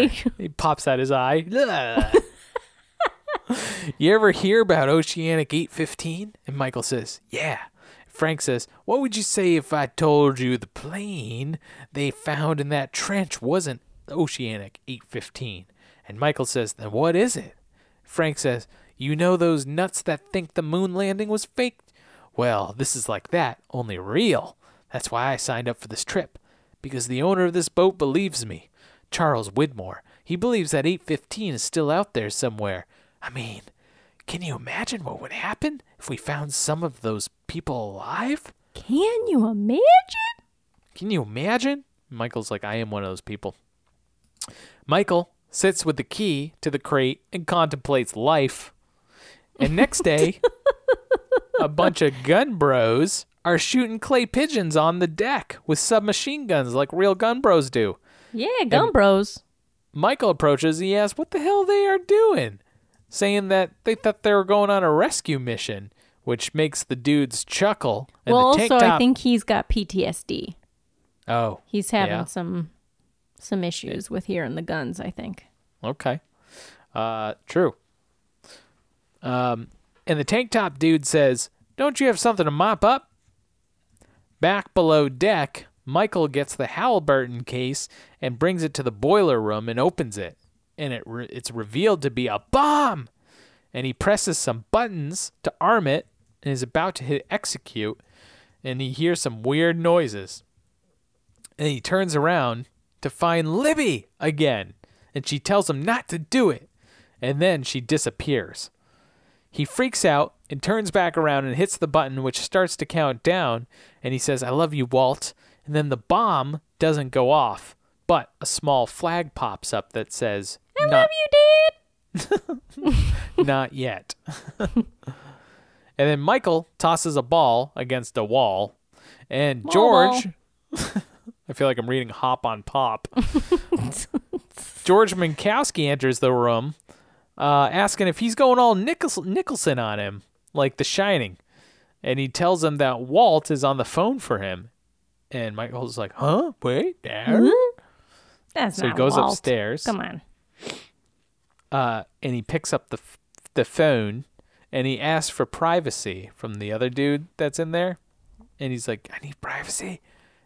Speaker 6: adventure? He pops out his eye. Ugh. you ever hear about Oceanic 815? And Michael says, Yeah. Frank says, What would you say if I told you the plane they found in that trench wasn't Oceanic 815? And Michael says, Then what is it? Frank says, You know those nuts that think the moon landing was faked? Well, this is like that, only real. That's why I signed up for this trip, because the owner of this boat believes me. Charles Widmore. He believes that 815 is still out there somewhere. I mean, can you imagine what would happen if we found some of those people alive?
Speaker 5: Can you imagine?
Speaker 6: Can you imagine? Michael's like, I am one of those people. Michael sits with the key to the crate and contemplates life. And next day, a bunch of gun bros are shooting clay pigeons on the deck with submachine guns like real gun bros do.
Speaker 5: Yeah, Gumbros.
Speaker 6: Michael approaches and he asks what the hell they are doing, saying that they thought they were going on a rescue mission, which makes the dudes chuckle. And
Speaker 5: Well,
Speaker 6: the tank
Speaker 5: also, I
Speaker 6: top-
Speaker 5: think he's got PTSD.
Speaker 6: Oh,
Speaker 5: He's having
Speaker 6: Yeah.
Speaker 5: some some issues with hearing the guns, I think.
Speaker 6: Okay. Uh, true. Um, and the tank top dude says, Don't you have something to mop up? Back below deck, Michael gets the Halliburton case and brings it to the boiler room and opens it. And it re- it's revealed to be a bomb. And he presses some buttons to arm it and is about to hit execute. And he hears some weird noises and he turns around to find Libby again, and she tells him not to do it, and then she disappears. He freaks out and turns back around and hits the button, which starts to count down, and he says, I love you, Walt. And then the bomb doesn't go off, but a small flag pops up that says, I love you, Dad. not yet. and then Michael tosses a ball against a wall, and
Speaker 5: ball.
Speaker 6: George. I feel like I'm reading Hop on Pop. George Minkowski enters the room, uh, asking if he's going all Nichol- Nicholson on him, like The Shining. And he tells him that Walt is on the phone for him. And Michael's like, huh? Wait, there?
Speaker 5: That's
Speaker 6: So he
Speaker 5: not
Speaker 6: goes
Speaker 5: Walt.
Speaker 6: upstairs
Speaker 5: Come on.
Speaker 6: uh, and he picks up the, f- the phone and he asks for privacy from the other dude that's in there. And he's like, I need privacy.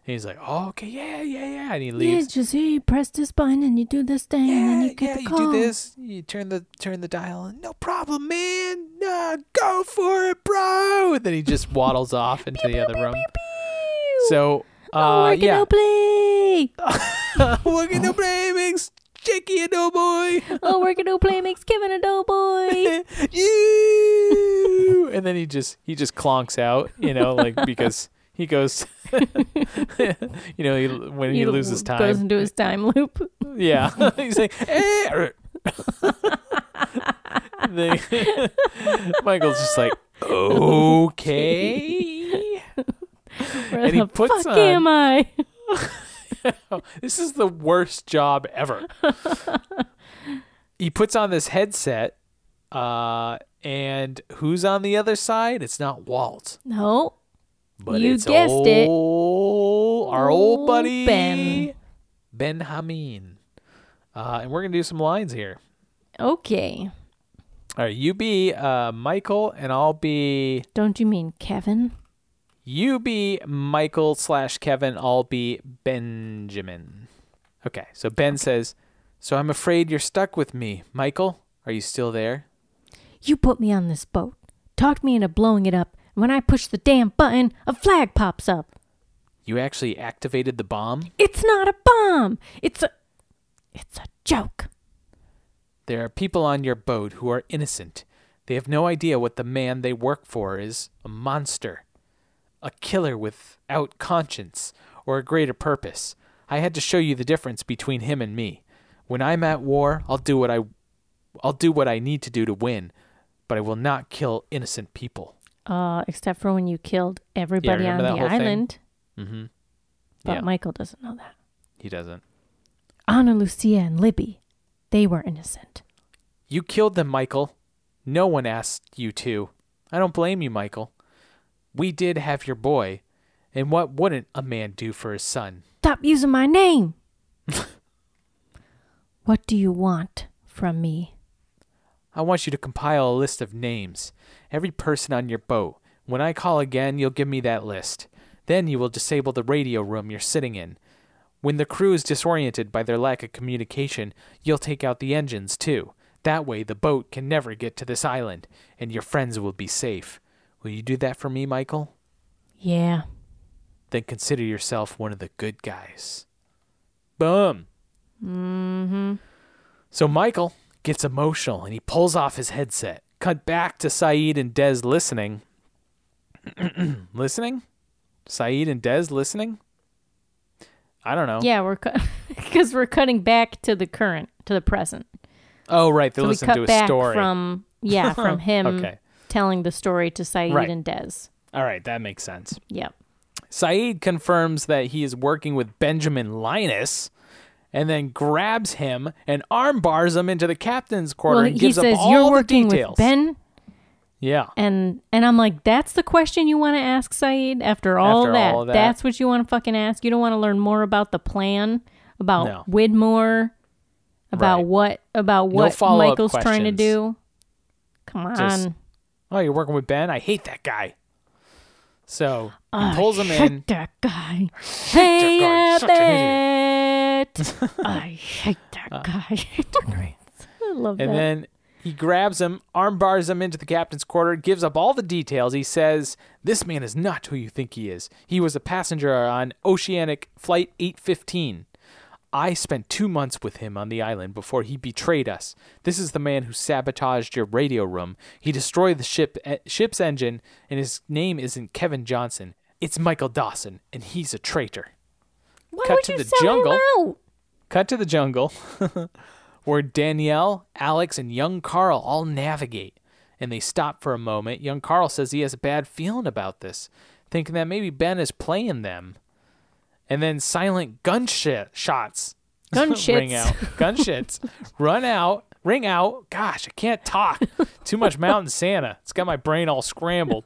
Speaker 6: And he's like, oh, okay, yeah, yeah, yeah. And he leaves.
Speaker 5: just you press this button and you do this thing and then you get the call.
Speaker 6: you do this. You turn the turn the dial. And, no problem, man. Nah, go for it, bro. And then he just waddles off into the other room. So, uh,
Speaker 5: Oh, We're
Speaker 6: yeah,
Speaker 5: gonna play.
Speaker 6: we're gonna play mix Jackie a doughboy.
Speaker 5: oh, we're gonna play makes Kevin a doughboy.
Speaker 6: you and then he just he just clonks out you know like because he goes you know he, when he, loses time
Speaker 5: Goes into his time loop.
Speaker 6: yeah he's like "Eh." They- michael's just like okay
Speaker 5: Where
Speaker 6: And
Speaker 5: the
Speaker 6: he puts
Speaker 5: fuck am I?
Speaker 6: this is the worst job ever he puts on this headset uh and who's on the other side it's not walt
Speaker 5: No.
Speaker 6: But
Speaker 5: You
Speaker 6: it's
Speaker 5: guessed it.
Speaker 6: ol- Our old
Speaker 5: Ol'
Speaker 6: buddy
Speaker 5: Ben.
Speaker 6: Ben Hameen. Uh, and we're gonna do some lines here.
Speaker 5: Okay.
Speaker 6: All right, you be uh, Michael, and I'll be
Speaker 5: Don't you mean Kevin?
Speaker 6: you be Michael slash Kevin. I'll be Benjamin. Okay, so Ben says, "So I'm afraid you're stuck with me, Michael. Are you still there?"
Speaker 5: You put me on this boat, talked me into blowing it up, and when I push the damn button, a flag pops up.
Speaker 6: You actually activated the bomb.
Speaker 5: It's not a bomb. It's a it's a joke.
Speaker 6: There are people on your boat who are innocent. They have no idea what the man they work for is a monster, a killer without conscience or a greater purpose. I had to show you the difference between him and me. When I'm at war, I'll do what I I'll do what I need to do to win, but I will not kill innocent people.
Speaker 5: Uh, except for when you killed everybody on
Speaker 6: remember
Speaker 5: the
Speaker 6: that whole thing?
Speaker 5: island. Mm-hmm. But
Speaker 6: Yeah.
Speaker 5: Michael doesn't know that.
Speaker 6: He doesn't.
Speaker 5: Anna Lucia and Libby, they were innocent.
Speaker 6: You killed them, Michael. No one asked you to. I don't blame you, Michael. We did have your boy, and what wouldn't a man do for his son?
Speaker 5: Stop using my name. what do you want from me?
Speaker 6: I want you to compile a list of names, every person on your boat. When I call again, you'll give me that list. Then you will disable the radio room you're sitting in. When the crew is disoriented by their lack of communication, you'll take out the engines too. That way, the boat can never get to this island, and your friends will be safe. Will you do that for me, Michael?
Speaker 5: Yeah.
Speaker 6: Then consider yourself one of the good guys. Boom. Mm-hmm.
Speaker 5: Mm-hmm.
Speaker 6: So Michael gets emotional and he pulls off his headset. Cut back to Saeed and Dez listening. listening? Saeed and Dez listening? I don't know.
Speaker 5: Yeah, we're because we're cutting back to the current, to the present.
Speaker 6: Oh, right. They
Speaker 5: So we
Speaker 6: listen
Speaker 5: cut
Speaker 6: to a
Speaker 5: back
Speaker 6: story.
Speaker 5: from yeah from him
Speaker 6: Okay.
Speaker 5: telling the story to Saeed
Speaker 6: Right.
Speaker 5: and Dez.
Speaker 6: All right. That makes sense.
Speaker 5: Yep.
Speaker 6: Saeed confirms that he is working with Benjamin Linus and then grabs him and armbars him into the captain's quarter
Speaker 5: well,
Speaker 6: and
Speaker 5: he
Speaker 6: gives
Speaker 5: says
Speaker 6: up all
Speaker 5: you're
Speaker 6: the
Speaker 5: working
Speaker 6: details.
Speaker 5: with Ben,
Speaker 6: Yeah.
Speaker 5: and and I'm like, that's the question you want to ask Saeed after all,
Speaker 6: After
Speaker 5: that,
Speaker 6: all that.
Speaker 5: That's what you want to fucking ask. You don't want to learn more about the plan, about
Speaker 6: No.
Speaker 5: Widmore, about
Speaker 6: Right.
Speaker 5: what about what
Speaker 6: follow-up
Speaker 5: Michael's trying to
Speaker 6: questions.
Speaker 5: do. Come on.
Speaker 6: Just- Oh, you're working with Ben? I hate that guy. So he
Speaker 5: Ah,
Speaker 6: pulls him in.
Speaker 5: hate that guy. Hey,
Speaker 6: guy.
Speaker 5: I
Speaker 6: Such
Speaker 5: bet. I hate that
Speaker 6: Uh.
Speaker 5: guy. I love
Speaker 6: And
Speaker 5: that.
Speaker 6: then he grabs him, arm bars him into the captain's quarter, gives up all the details. He says, This man is not who you think he is. He was a passenger on Oceanic Flight 815. I spent two months with him on the island before he betrayed us. This is the man who sabotaged your radio room. He destroyed the ship eh, ship's engine, and his name isn't Kevin Johnson. It's Michael Dawson, and he's a traitor.
Speaker 5: Why
Speaker 6: cut
Speaker 5: would
Speaker 6: to
Speaker 5: you
Speaker 6: the
Speaker 5: sell
Speaker 6: jungle.
Speaker 5: him out?
Speaker 6: Cut to the jungle, where Danielle, Alex, and young Carl all navigate. And they stop for a moment. Young Carl says he has a bad feeling about this, thinking that maybe Ben is playing them. And then silent gunshot shots ring
Speaker 5: Gunshits.
Speaker 6: out. Gunshots run out, ring out. Gosh, I can't talk. Too much Mountain Santa. It's got my brain all scrambled.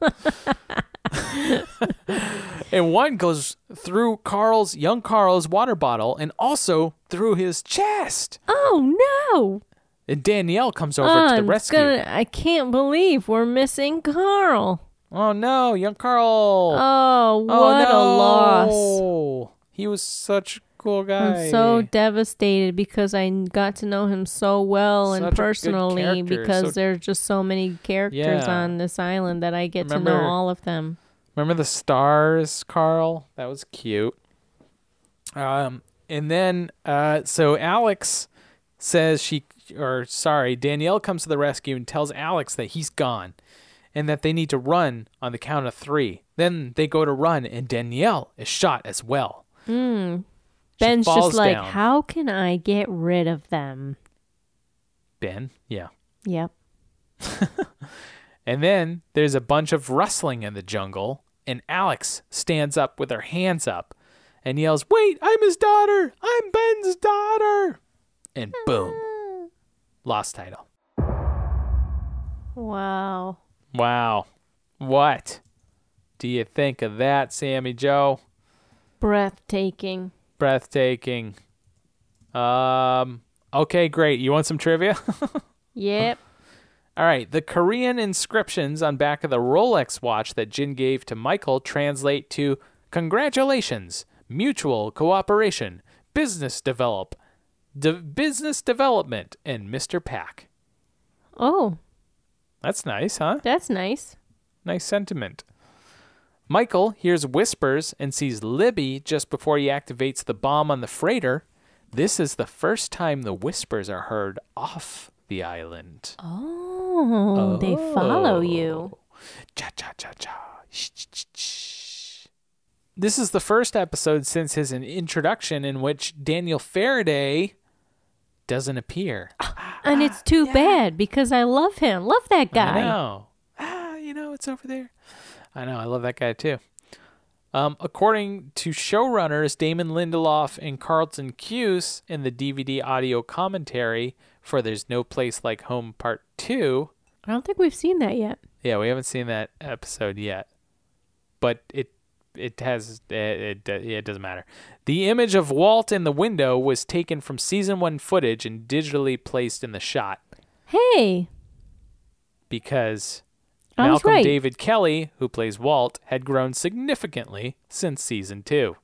Speaker 6: and one goes through Carl's young Carl's water bottle and also through his chest.
Speaker 5: Oh no!
Speaker 6: And Danielle comes over to the
Speaker 5: I'm
Speaker 6: rescue.
Speaker 5: gonna, I can't believe we're missing Carl.
Speaker 6: Oh no, young Carl.
Speaker 5: Oh,
Speaker 6: oh
Speaker 5: what
Speaker 6: no.
Speaker 5: a loss!
Speaker 6: He was such a cool guy.
Speaker 5: I'm so devastated because I got to know him so well
Speaker 6: Such a
Speaker 5: and
Speaker 6: good
Speaker 5: personally
Speaker 6: character,
Speaker 5: because
Speaker 6: so-
Speaker 5: there's just so many characters
Speaker 6: Yeah.
Speaker 5: on this island that I get to
Speaker 6: Remember-
Speaker 5: know all of them.
Speaker 6: Remember the stars, Carl? That was cute. Um, and then uh, so Alex says she, or sorry, Danielle comes to the rescue and tells Alex that he's gone and that they need to run on the count of three. Then they go to run, and Danielle is shot as well. She
Speaker 5: Hmm. Ben's just
Speaker 6: falls
Speaker 5: like,
Speaker 6: down.
Speaker 5: how can I get rid of them?
Speaker 6: Ben? Yeah.
Speaker 5: Yep.
Speaker 6: And then there's a bunch of rustling in the jungle, and Alex stands up with her hands up and yells, Wait, I'm his daughter! I'm Ben's daughter! And boom, lost title.
Speaker 5: Wow.
Speaker 6: Wow. What do you think of that, Sammy Joe?
Speaker 5: Breathtaking.
Speaker 6: Breathtaking. Um, okay, great. You want some trivia?
Speaker 5: Yep.
Speaker 6: All right, the Korean inscriptions on back of the Rolex watch that Jin gave to Michael translate to congratulations, mutual cooperation, business develop, de- business development, and Mr. Pack.
Speaker 5: oh,
Speaker 6: That's nice, huh?
Speaker 5: that's nice.
Speaker 6: Nice sentiment. Michael hears whispers and sees Libby just before he activates the bomb on the freighter. This is the first time the whispers are heard off the island. Oh.
Speaker 5: Oh, they follow you.
Speaker 6: Cha cha cha cha. Shh, shh, shh, shh. This is the first episode since his introduction in which Daniel Faraday doesn't appear.
Speaker 5: And it's too bad because I love him. Love that
Speaker 6: I
Speaker 5: guy.
Speaker 6: know. Ah, you know, it's over there. I know. I love that guy too. Um, according to showrunners Damon Lindelof and Carlton Cuse in the DVD audio commentary for There's No Place Like Home Part 2,
Speaker 5: I don't think we've seen that yet.
Speaker 6: Yeah, we haven't seen that episode yet, but it it has it it, it doesn't matter. The image of Walt in the window was taken from season one footage and digitally placed in the shot
Speaker 5: Hey,
Speaker 6: because
Speaker 5: I was
Speaker 6: Malcolm
Speaker 5: right.
Speaker 6: David Kelly, who plays Walt, had grown significantly since season two.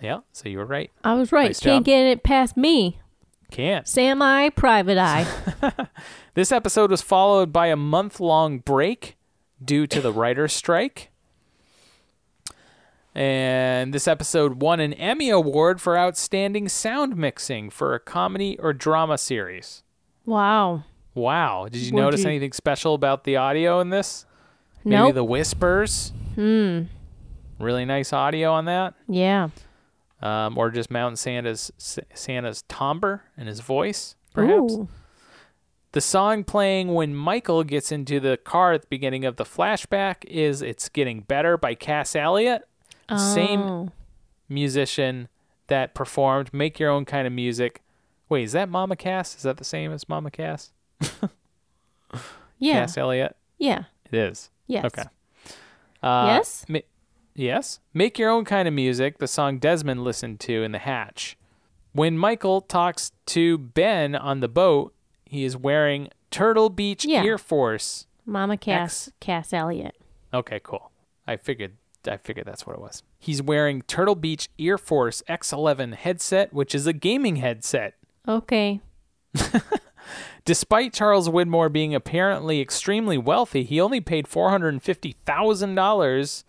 Speaker 6: Yeah, so you were right.
Speaker 5: I was right.
Speaker 6: Nice
Speaker 5: Can't
Speaker 6: job.
Speaker 5: get it past me.
Speaker 6: Can't.
Speaker 5: Sam Eye, Private Eye.
Speaker 6: This episode was followed by a month long break due to the writer's strike. And this episode won an Emmy Award for Outstanding Sound Mixing for a comedy or drama series.
Speaker 5: wow.
Speaker 6: Wow. Did you
Speaker 5: Would
Speaker 6: notice
Speaker 5: you-
Speaker 6: anything special about the audio in this?
Speaker 5: No.
Speaker 6: Maybe the whispers? Hmm. Really nice audio on that?
Speaker 5: yeah.
Speaker 6: Um, or just Mountain Santa's, Santa's timbre and his voice, perhaps?
Speaker 5: Ooh.
Speaker 6: The song playing when Michael gets into the car at the beginning of the flashback is It's Getting Better by Cass Elliot. the Same
Speaker 5: Oh.
Speaker 6: musician that performed Make Your Own Kind of Music. Wait, is that Mama Cass? Is that the same as Mama Cass?
Speaker 5: Yeah.
Speaker 6: Cass Elliot?
Speaker 5: Yeah.
Speaker 6: It is.
Speaker 5: Yes.
Speaker 6: Okay. Uh,
Speaker 5: Yes?
Speaker 6: ma- yes. Make your own kind of music, the song Desmond listened to in The Hatch. When Michael talks to Ben on the boat, he is wearing Turtle Beach
Speaker 5: Yeah.
Speaker 6: Air Force.
Speaker 5: Mama Cass, Cass Elliot.
Speaker 6: Okay, cool. I figured I figured that's what it was. He's wearing Turtle Beach Air Force X11 headset, which is a gaming headset.
Speaker 5: Okay.
Speaker 6: Despite Charles Widmore being apparently extremely wealthy, he only paid four hundred and fifty thousand dollars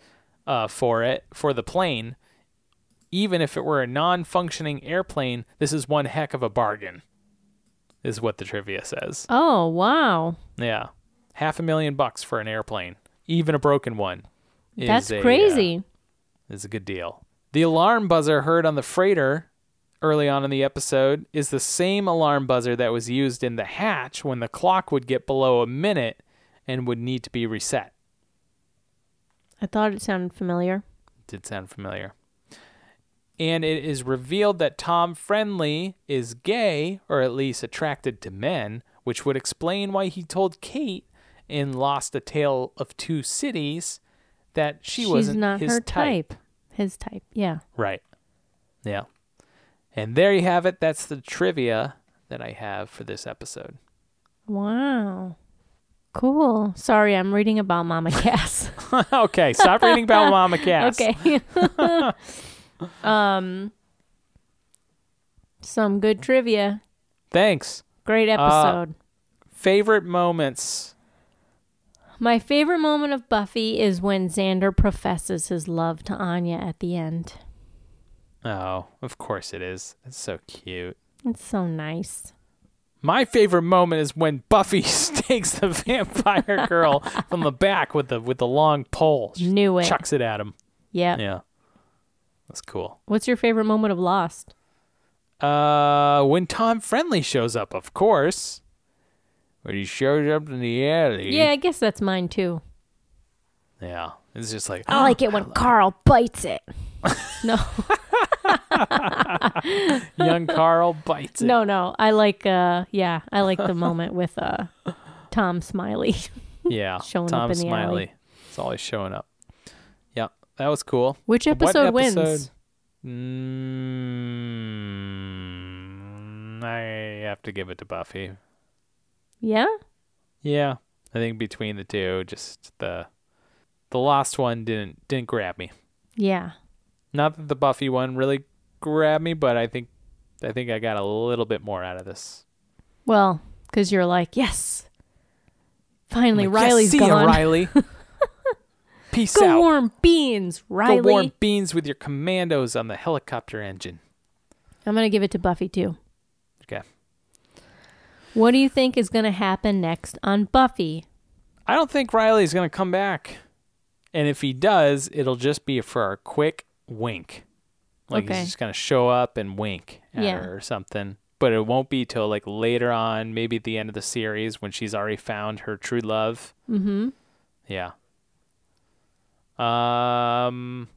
Speaker 6: uh, for it for the plane. Even if it were a non-functioning airplane, this is one heck of a bargain. Is what the trivia says.
Speaker 5: Oh, wow.
Speaker 6: Yeah, half a million bucks for an airplane, even a broken one. is
Speaker 5: That's
Speaker 6: a, uh,
Speaker 5: crazy.
Speaker 6: is a good deal. The alarm buzzer heard on the freighter early on in the episode is the same alarm buzzer that was used in the hatch when the clock would get below a minute and would need to be reset.
Speaker 5: I thought it sounded familiar.
Speaker 6: Did sound familiar. And it is revealed that Tom Friendly is gay, or at least attracted to men, which would explain why he told Kate in Lost a Tale of Two Cities that she
Speaker 5: She's
Speaker 6: wasn't
Speaker 5: not
Speaker 6: his
Speaker 5: her
Speaker 6: type.
Speaker 5: type. His type. Yeah.
Speaker 6: Right. Yeah. And there you have it. That's the trivia that I have for this episode.
Speaker 5: Wow. Cool. Sorry, I'm reading about Mama Cass.
Speaker 6: okay, stop reading about Mama Cass.
Speaker 5: okay. um some good trivia.
Speaker 6: Thanks.
Speaker 5: Great episode.
Speaker 6: Favorite moments.
Speaker 5: My favorite moment of Buffy is when Xander professes his love to Anya at the end.
Speaker 6: Oh, of course it is. It's so cute.
Speaker 5: It's so nice.
Speaker 6: My favorite moment is when Buffy stakes the vampire girl from the back with the with the long pole. She
Speaker 5: Knew it.
Speaker 6: Chucks it at him.
Speaker 5: Yep.
Speaker 6: Yeah. That's cool.
Speaker 5: What's your favorite moment of Lost?
Speaker 6: Uh when Tom Friendly shows up, of course. When he shows up in the alley.
Speaker 5: Yeah, I guess that's mine too.
Speaker 6: Yeah. It's just like
Speaker 5: I like it when Carl bites it. no,
Speaker 6: young Carl bites it.
Speaker 5: no, no. I like, uh, yeah, I like the moment with uh, Tom Smiley.
Speaker 6: Yeah.
Speaker 5: Showing up
Speaker 6: Tom
Speaker 5: in the alley.
Speaker 6: Smiley. It's always showing up. Yeah. That was cool.
Speaker 5: Which
Speaker 6: What
Speaker 5: episode, wins?
Speaker 6: episode? Mm, I have to give it to Buffy.
Speaker 5: Yeah,
Speaker 6: Yeah, I think between the two, just the the lost one didn't didn't grab me.
Speaker 5: yeah.
Speaker 6: Not that the Buffy one really grabbed me, but I think I think I got a little bit more out of this.
Speaker 5: Well, because you're like, yes, finally
Speaker 6: Like, yes,
Speaker 5: Riley's
Speaker 6: see ya,
Speaker 5: gone.
Speaker 6: Riley. Peace
Speaker 5: Go
Speaker 6: out.
Speaker 5: warm beans, Riley.
Speaker 6: Go warm beans with your commandos on the helicopter engine.
Speaker 5: I'm gonna give it to Buffy too.
Speaker 6: Okay.
Speaker 5: What do you think is gonna happen next on Buffy?
Speaker 6: I don't think Riley's gonna come back. And if he does, it'll just be for a quick wink. Like
Speaker 5: Okay.
Speaker 6: he's just gonna show up and wink at
Speaker 5: Yeah.
Speaker 6: her or something. But it won't be till like later on, maybe at the end of the series when she's already found her true love. Mm-hmm. Yeah. Um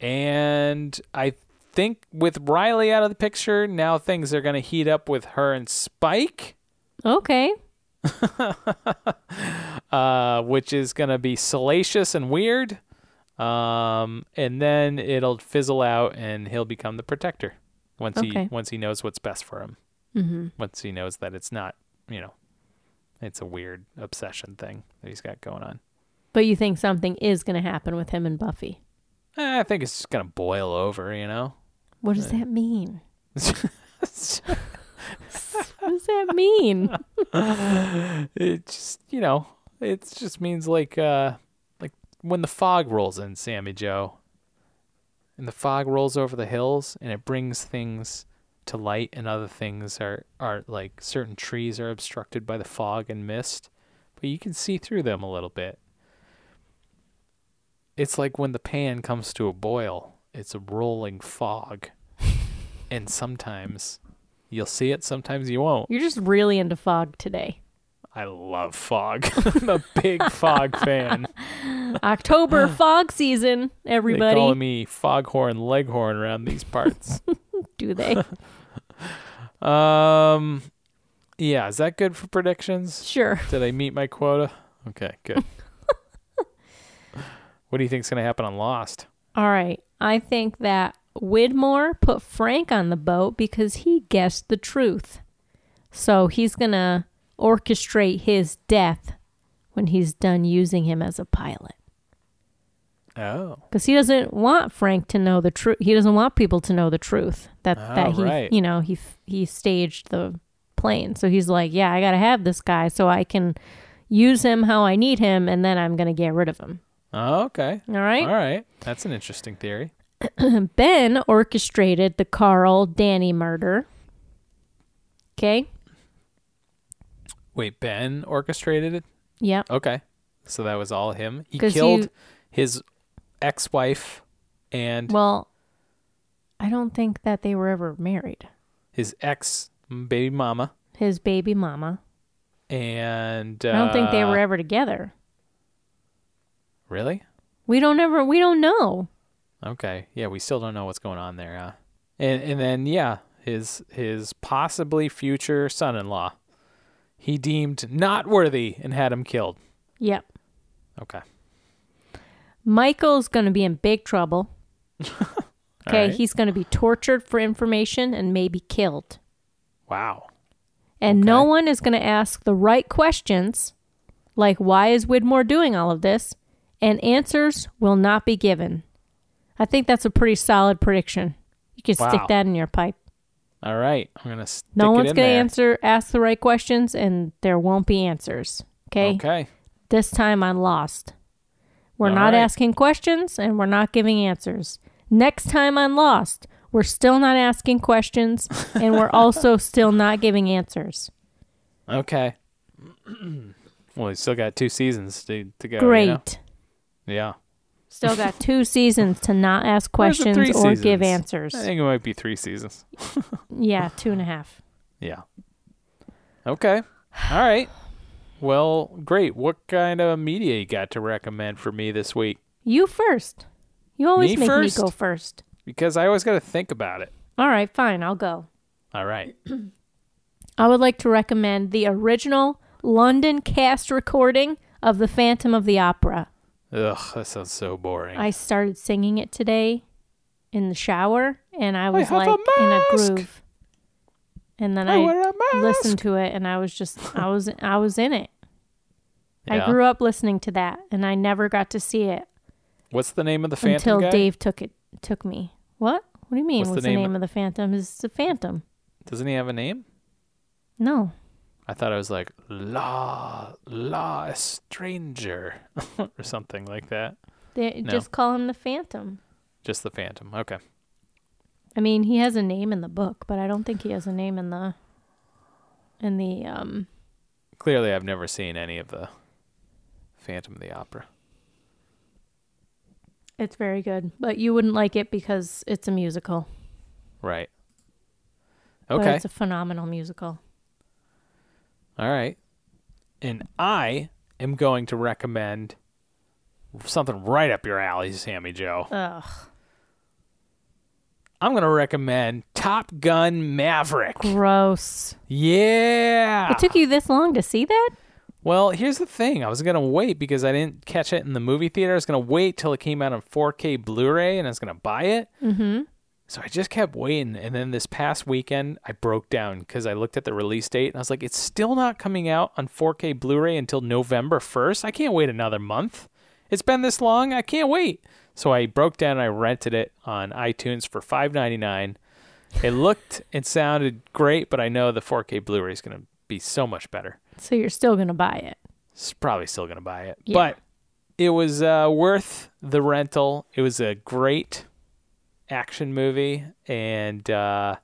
Speaker 6: and I think with Riley out of the picture, now things are gonna heat up with her and Spike.
Speaker 5: Okay.
Speaker 6: uh, which is going to be salacious and weird. Um, and then it'll fizzle out, and he'll become the protector once
Speaker 5: Okay.
Speaker 6: he once he knows what's best for him. Mm-hmm. Once he knows that it's not, you know, it's a weird obsession thing that he's got going on.
Speaker 5: But you think something is gonna happen with him and Buffy.
Speaker 6: Eh, I think it's just gonna boil over, you know.
Speaker 5: What does that mean? What does that mean?
Speaker 6: it just you know it just means like uh like when the fog rolls in sammy joe and the fog rolls over the hills and it brings things to light and other things are are like certain trees are obstructed by the fog and mist but you can see through them a little bit it's like when the pan comes to a boil it's a rolling fog and sometimes you'll see it sometimes you won't
Speaker 5: You're just really into fog today.
Speaker 6: I love fog. I'm a big fog fan.
Speaker 5: October fog season,
Speaker 6: They call
Speaker 5: everybody.
Speaker 6: me Foghorn Leghorn around these parts.
Speaker 5: Do they?
Speaker 6: um, yeah, is that good for predictions?
Speaker 5: Sure.
Speaker 6: Did I meet my quota? Okay, good. what do you think's gonna happen on Lost?
Speaker 5: All right. I think that Widmore put Frank on the boat because he guessed the truth. So he's going to orchestrate his death when he's done using him as a pilot.
Speaker 6: Oh,
Speaker 5: Because he doesn't want Frank to know the truth. He doesn't want people to know the truth that, that he,
Speaker 6: Oh, right.
Speaker 5: you know, he, f- he staged the plane. So he's like, yeah, I got to have this guy so I can use him how I need him and then I'm going to get rid of him.
Speaker 6: Oh, okay.
Speaker 5: All right.
Speaker 6: All right, that's an interesting theory.
Speaker 5: Ben orchestrated the Carl Danny murder. Okay.
Speaker 6: Wait, Ben orchestrated it.
Speaker 5: Yep.
Speaker 6: Okay, so that was all him. He
Speaker 5: 'Cause
Speaker 6: killed
Speaker 5: you-
Speaker 6: his ex-wife and
Speaker 5: Well, I don't think that they were ever married.
Speaker 6: his ex baby mama.
Speaker 5: His baby mama.
Speaker 6: and uh,
Speaker 5: I don't think they were ever together.
Speaker 6: really
Speaker 5: We don't ever. We don't know.
Speaker 6: okay. Yeah, we still don't know what's going on there. Huh? And and then yeah, his his possibly future son-in-law, he deemed not worthy and had him killed.
Speaker 5: Yep.
Speaker 6: Okay,
Speaker 5: Michael's going to be in big trouble. okay.
Speaker 6: right.
Speaker 5: He's going to be tortured for information and maybe killed.
Speaker 6: wow.
Speaker 5: And no one is going to ask the right questions, like why is Widmore doing all of this? And answers will not be given. I think that's a pretty solid prediction. You can stick
Speaker 6: Wow.
Speaker 5: that in your pipe.
Speaker 6: All right, I'm gonna stick
Speaker 5: No
Speaker 6: it
Speaker 5: one's
Speaker 6: in
Speaker 5: going to
Speaker 6: there.
Speaker 5: answer, ask the right questions, and there won't be answers. Okay.
Speaker 6: Okay,
Speaker 5: This time I'm lost. We're
Speaker 6: All
Speaker 5: not
Speaker 6: right.
Speaker 5: asking questions and we're not giving answers. Next time I'm lost, We're still not asking questions, and we're also still not giving answers.
Speaker 6: Okay. well, he's still got two seasons to, to go. you know?
Speaker 5: Great.
Speaker 6: Yeah.
Speaker 5: Still got two seasons to not ask
Speaker 6: Where's the
Speaker 5: questions or
Speaker 6: three
Speaker 5: give
Speaker 6: seasons?
Speaker 5: answers.
Speaker 6: I think it might be three seasons.
Speaker 5: Yeah, two and a half.
Speaker 6: Yeah. Okay. All right. Well, great. What kind of media you got to recommend for me this week?
Speaker 5: You first. You always
Speaker 6: Me
Speaker 5: make
Speaker 6: first?
Speaker 5: me go first.
Speaker 6: Because I always got to think about it.
Speaker 5: All right, fine, I'll go.
Speaker 6: All right.
Speaker 5: I would like to recommend the original London cast recording of The Phantom of the Opera.
Speaker 6: Ugh, that sounds so boring.
Speaker 5: I started singing it today in the shower, and I was
Speaker 6: have a
Speaker 5: like in a
Speaker 6: mask.
Speaker 5: groove. And then
Speaker 6: I
Speaker 5: I,
Speaker 6: wear a
Speaker 5: listened to it, and I was just I was I was in it.
Speaker 6: Yeah.
Speaker 5: I grew up listening to that, and I never got to see it
Speaker 6: What's the name of the Phantom
Speaker 5: until
Speaker 6: guy?
Speaker 5: Dave took it took me. What? What do you mean?
Speaker 6: What's
Speaker 5: What's,
Speaker 6: the
Speaker 5: the,
Speaker 6: name-
Speaker 5: name of the Phantom? Is the Phantom?
Speaker 6: Doesn't he have a name?
Speaker 5: No,
Speaker 6: I thought I was like La La Stranger or something like that.
Speaker 5: they
Speaker 6: No.
Speaker 5: just call him the Phantom.
Speaker 6: Just the Phantom. Okay.
Speaker 5: I mean, he has a name in the book, but I don't think he has a name in the in the um
Speaker 6: Clearly, I've never seen any of the Phantom of the Opera.
Speaker 5: It's very good, but you wouldn't like it because it's a musical.
Speaker 6: Right.
Speaker 5: But
Speaker 6: Okay.
Speaker 5: it's a phenomenal musical.
Speaker 6: All right. And I am going to recommend something right up your alley, Sammy Joe.
Speaker 5: Ugh.
Speaker 6: I'm going to recommend Top Gun Maverick.
Speaker 5: Gross.
Speaker 6: Yeah.
Speaker 5: It took you this long to see that?
Speaker 6: Well, here's the thing. I was going to wait because I didn't catch it in the movie theater. I was going to wait till it came out on 4K Blu ray and I was going to buy it. Mm-hmm. So I just kept waiting. And then this past weekend, I broke down because I looked at the release date and I was like, it's still not coming out on 4K Blu ray until November 1st. I can't wait another month. It's been this long. I can't wait. So I broke down and I rented it on iTunes for $5.99. It looked and sounded great, but I know the 4K Blu ray is going to be so much better
Speaker 5: So you're still going to buy it.
Speaker 6: s- probably still gonna buy it,
Speaker 5: Yeah.
Speaker 6: but it was uh, worth the rental. It was a great action movie, and uh,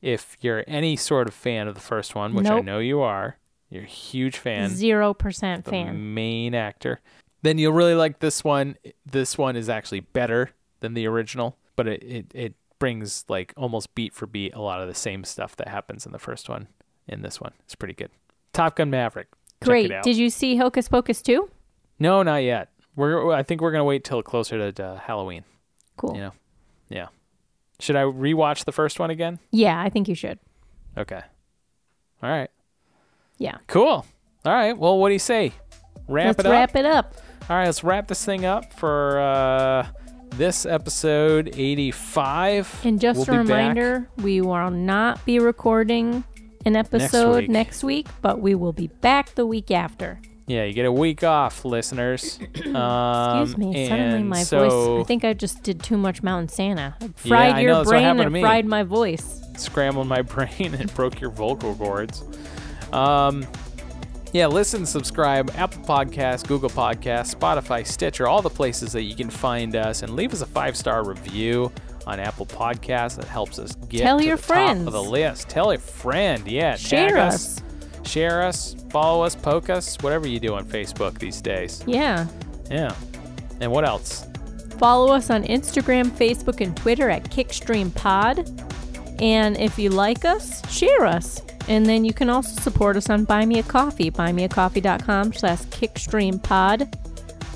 Speaker 6: if you're any sort of fan of the first one, which I
Speaker 5: Nope.
Speaker 6: know you are, you're a huge fan,
Speaker 5: 0%
Speaker 6: the
Speaker 5: fan.
Speaker 6: main actor, then you'll really like this one. This one is actually better than the original, but it it, it brings like almost beat for beat a lot of the same stuff that happens in the first one. In this one, it's pretty good. Top Gun Maverick. Check
Speaker 5: Great.
Speaker 6: It out.
Speaker 5: Did you see Hocus Pocus 2?
Speaker 6: No, not yet. We're I think we're gonna wait till closer to uh, Halloween.
Speaker 5: Cool.
Speaker 6: You
Speaker 5: Yeah.
Speaker 6: know, yeah. Should I rewatch the first one again?
Speaker 5: I think you should.
Speaker 6: Okay. All right.
Speaker 5: Yeah.
Speaker 6: Cool. All right. Well, what do you say? Wrap
Speaker 5: Let's
Speaker 6: it up.
Speaker 5: wrap it up.
Speaker 6: All right. Let's wrap this thing up for uh, this episode eighty-five.
Speaker 5: And just
Speaker 6: We'll
Speaker 5: a
Speaker 6: be back.
Speaker 5: reminder, we will not be recording an episode
Speaker 6: week.
Speaker 5: next week, but we will be back the week after.
Speaker 6: Yeah, you get a week off, listeners. Um,
Speaker 5: Excuse me. Suddenly,
Speaker 6: and
Speaker 5: my
Speaker 6: so
Speaker 5: voice. I think I just did too much Mountain Santa. I
Speaker 6: Yeah,
Speaker 5: fried
Speaker 6: I
Speaker 5: your
Speaker 6: know, that's what
Speaker 5: brain
Speaker 6: happened to
Speaker 5: and
Speaker 6: me.
Speaker 5: fried my voice.
Speaker 6: scrambled my brain and broke your vocal cords. Um, yeah, listen, subscribe, Apple Podcasts, Google Podcasts, Spotify, Stitcher, all the places that you can find us, and leave us a five star review on Apple Podcasts. That helps us get
Speaker 5: Tell
Speaker 6: to
Speaker 5: your
Speaker 6: the top
Speaker 5: friends.
Speaker 6: of the list. Tell a friend, yeah.
Speaker 5: Share
Speaker 6: tag
Speaker 5: us.
Speaker 6: share us, follow us, poke us, whatever you do on Facebook these days.
Speaker 5: Yeah.
Speaker 6: Yeah, and what else?
Speaker 5: Follow us on Instagram, Facebook, and Twitter at KickstreamPod. And if you like us, share us. And then you can also support us on Buy Me a Coffee, buymeacoffee.com slash kickstreampod.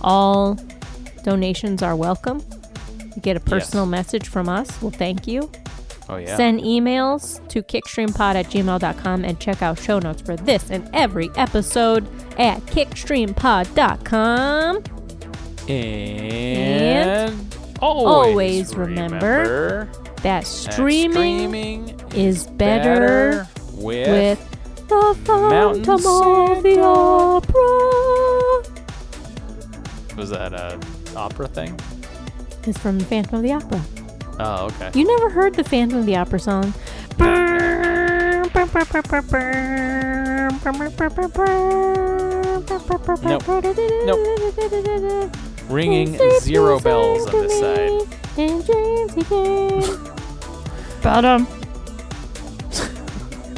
Speaker 5: All donations are welcome. You get a personal message from us. Well, thank you.
Speaker 6: Oh yeah,
Speaker 5: Send emails to kickstreampod at gmail.com and check out show notes for this and every episode at kickstreampod.com.
Speaker 6: and, always,
Speaker 5: always remember-
Speaker 6: remember
Speaker 5: That
Speaker 6: that
Speaker 5: streaming
Speaker 6: streaming
Speaker 5: is better
Speaker 6: with,
Speaker 5: with the
Speaker 6: Mountain
Speaker 5: Phantom of the
Speaker 6: Santa.
Speaker 5: Opera.
Speaker 6: was that a opera thing?
Speaker 5: It's from the Phantom of the Opera.
Speaker 6: Oh, okay.
Speaker 5: You never heard the Phantom of the Opera song? Nope.
Speaker 6: Ringing zero bells on this side.
Speaker 5: And dreams again.
Speaker 7: But um.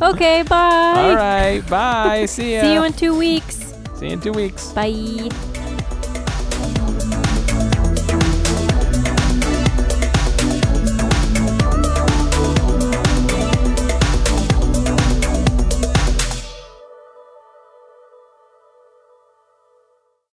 Speaker 6: Okay, bye.
Speaker 5: All right. Bye. See ya.
Speaker 6: See you in two weeks.
Speaker 5: See you in two weeks.
Speaker 6: Bye.